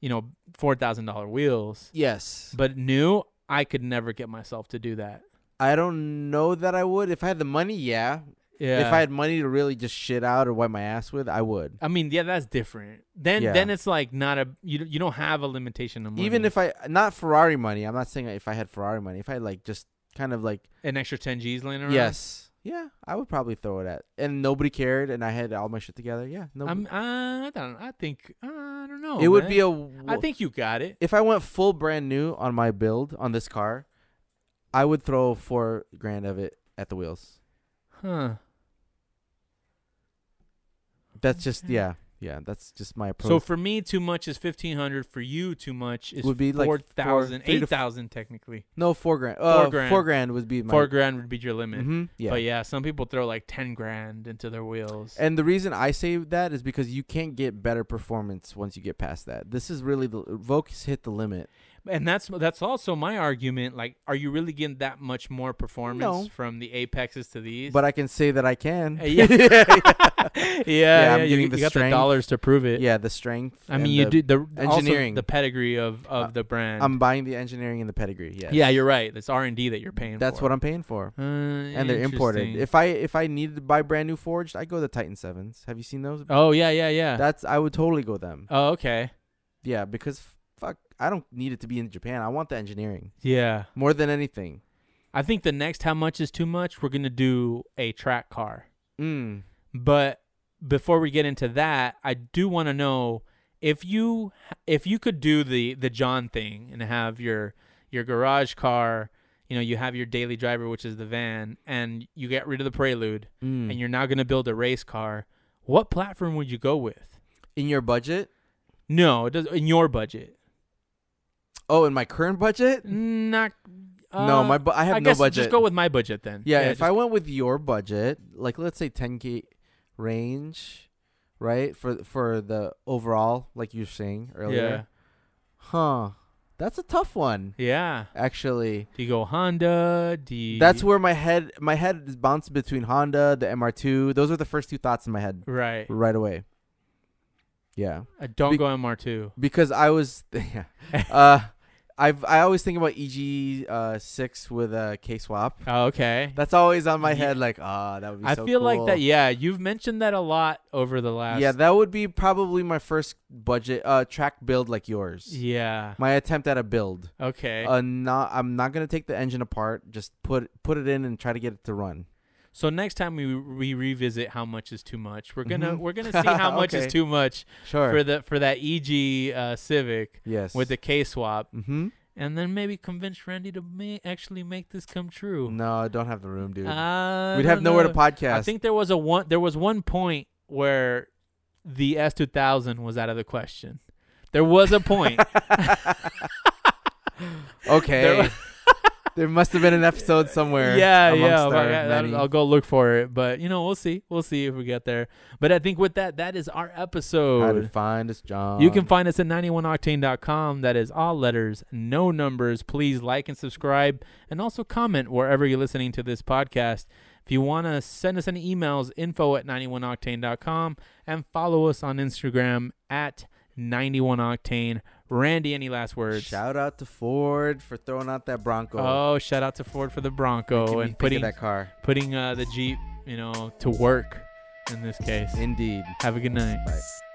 Speaker 1: you know, four thousand dollar wheels.
Speaker 2: yes.
Speaker 1: But new, I could never get myself to do that.
Speaker 2: I don't know that I would. If I had the money, yeah.
Speaker 1: Yeah.
Speaker 2: If I had money to really just shit out or wipe my ass with, I would.
Speaker 1: I mean, yeah, that's different. Then
Speaker 2: Yeah.
Speaker 1: then it's like not a you you don't have a limitation on money.
Speaker 2: Even if I not Ferrari money, I'm not saying if I had Ferrari money. If I had, like just kind of like
Speaker 1: an extra ten G's laying around.
Speaker 2: yes, yeah, I would probably throw it at. And nobody cared, and I had all my shit together. Yeah, no,
Speaker 1: I'm. Uh, I don't. I think. Uh, I don't know.
Speaker 2: it would be
Speaker 1: man.
Speaker 2: a.
Speaker 1: I think you got it.
Speaker 2: if I went full brand new on my build on this car, I would throw four grand of it at the wheels.
Speaker 1: Huh.
Speaker 2: That's just
Speaker 1: Okay.
Speaker 2: yeah, yeah. That's just my approach.
Speaker 1: So for me, too much is fifteen hundred. For you, too much is
Speaker 2: Would be like
Speaker 1: four thousand,
Speaker 2: four- three
Speaker 1: eight
Speaker 2: to f-
Speaker 1: thousand technically.
Speaker 2: no, four grand. Uh,
Speaker 1: grand.
Speaker 2: Four grand would be my.
Speaker 1: Four grand would be your limit.
Speaker 2: Mm-hmm, yeah. Eh.
Speaker 1: But yeah, some people throw like ten grand into their wheels.
Speaker 2: And the reason I say that is because you can't get better performance once you get past that. This is really the Vokes hit the limit.
Speaker 1: and that's that's also my argument. Like, are you really getting that much more performance
Speaker 2: No.
Speaker 1: from the apexes to these?
Speaker 2: But I can say that I can.
Speaker 1: Uh,
Speaker 2: *laughs*
Speaker 1: yeah. *laughs* yeah, yeah,
Speaker 2: I'm
Speaker 1: you,
Speaker 2: getting
Speaker 1: you
Speaker 2: the
Speaker 1: got the
Speaker 2: strength.
Speaker 1: dollars to prove it.
Speaker 2: Yeah, the strength.
Speaker 1: I
Speaker 2: and
Speaker 1: mean, you
Speaker 2: the-
Speaker 1: do the engineering,
Speaker 2: engineering.
Speaker 1: the pedigree of of
Speaker 2: Uh,
Speaker 1: the brand.
Speaker 2: I'm buying the engineering and the pedigree. Yes.
Speaker 1: Yeah, you're right. It's R and D that you're paying.
Speaker 2: That's what I'm paying for.
Speaker 1: I'm. Uh,
Speaker 2: And they're imported.
Speaker 1: interesting.
Speaker 2: If I if I needed to buy brand new forged, I go the Titan Sevens. Have you seen those?
Speaker 1: oh yeah, yeah, yeah.
Speaker 2: That's I would totally go them.
Speaker 1: oh okay.
Speaker 2: Yeah, because fuck, I don't need it to be in Japan. I want the engineering
Speaker 1: Yeah,
Speaker 2: more than anything.
Speaker 1: I think the next how much is too much. We're gonna do a track car,
Speaker 2: Mm.
Speaker 1: but before we get into that, I do want to know if you if you could do the the John thing and have your your garage car. You know, you have your daily driver, which is the van, and you get rid of the Prelude,
Speaker 2: Mm.
Speaker 1: and you're now gonna build a race car. What platform would you go with?
Speaker 2: in your budget?
Speaker 1: No, it does in your budget.
Speaker 2: Oh, in my current budget?
Speaker 1: Not. Uh,
Speaker 2: no, my bu- I have
Speaker 1: I
Speaker 2: no
Speaker 1: guess
Speaker 2: budget.
Speaker 1: Just go with my budget then.
Speaker 2: yeah, if
Speaker 1: just-
Speaker 2: I went with your budget, like let's say 10k range, right? For for the overall, like you were saying earlier. Huh. That's a tough one,
Speaker 1: Yeah. Yeah.
Speaker 2: actually.
Speaker 1: Do you go Honda? Do you,
Speaker 2: That's where my head my head is bouncing between Honda, the MR2. Those are the first two thoughts in my head
Speaker 1: right.
Speaker 2: right away. Yeah.
Speaker 1: Uh, don't
Speaker 2: Be-
Speaker 1: go MR2.
Speaker 2: because I was, *laughs*
Speaker 1: *laughs*
Speaker 2: yeah. uh, I've I always think about EG uh six with a K swap.
Speaker 1: Oh, okay.
Speaker 2: That's always on my
Speaker 1: Ye-
Speaker 2: head. Like, ah, that would be.
Speaker 1: I
Speaker 2: so
Speaker 1: feel like
Speaker 2: cool.
Speaker 1: that. Yeah, you've mentioned that a lot over the last.
Speaker 2: Yeah, that would be probably my first budget uh track build like yours.
Speaker 1: yeah.
Speaker 2: My attempt at a build.
Speaker 1: Okay.
Speaker 2: Uh, not I'm not gonna take the engine apart. Just put put it in and try to get it to run.
Speaker 1: so next time we we revisit how much is too much, we're gonna
Speaker 2: Mhm.
Speaker 1: we're
Speaker 2: *laughs*
Speaker 1: gonna see how much
Speaker 2: Okay.
Speaker 1: is too much
Speaker 2: Sure.
Speaker 1: for the for that EG uh, Civic
Speaker 2: yes.
Speaker 1: with the K swap,
Speaker 2: Mm-hmm.
Speaker 1: and then maybe convince Randy to ma- actually make this come true.
Speaker 2: No, I don't have the room, Mm, dude.
Speaker 1: I
Speaker 2: We'd have
Speaker 1: don't
Speaker 2: nowhere to
Speaker 1: know.
Speaker 2: podcast.
Speaker 1: I think *laughs* there was a one. There was one point where the S two thousand was out of the question. There was a point.
Speaker 2: *laughs*
Speaker 1: *laughs*
Speaker 2: okay.
Speaker 1: there
Speaker 2: *laughs* There,
Speaker 1: was-
Speaker 2: must have been an episode
Speaker 1: *laughs*
Speaker 2: somewhere.
Speaker 1: yeah,
Speaker 2: amongst
Speaker 1: yeah.
Speaker 2: our
Speaker 1: but I,
Speaker 2: many.
Speaker 1: I'll, I'll go look for it, but you know, we'll see. We'll see if we get there. But I think with that, that is our
Speaker 2: How to
Speaker 1: episode.
Speaker 2: find us, John.
Speaker 1: You can find us at 91octane.com. That is all letters, no numbers. Please like and subscribe and also comment wherever you're listening to this podcast. If you want to send us any emails, info at 91octane.com and follow us on Instagram at 91octane. Randy, any last words?
Speaker 2: Shout out to Ford for throwing out that Bronco.
Speaker 1: oh, shout out to Ford for the
Speaker 2: Making
Speaker 1: Bronco
Speaker 2: me
Speaker 1: and
Speaker 2: think of
Speaker 1: putting,
Speaker 2: that car.
Speaker 1: putting uh, the Jeep, you know, to work in this case.
Speaker 2: Indeed.
Speaker 1: Have a good night.
Speaker 2: Bye.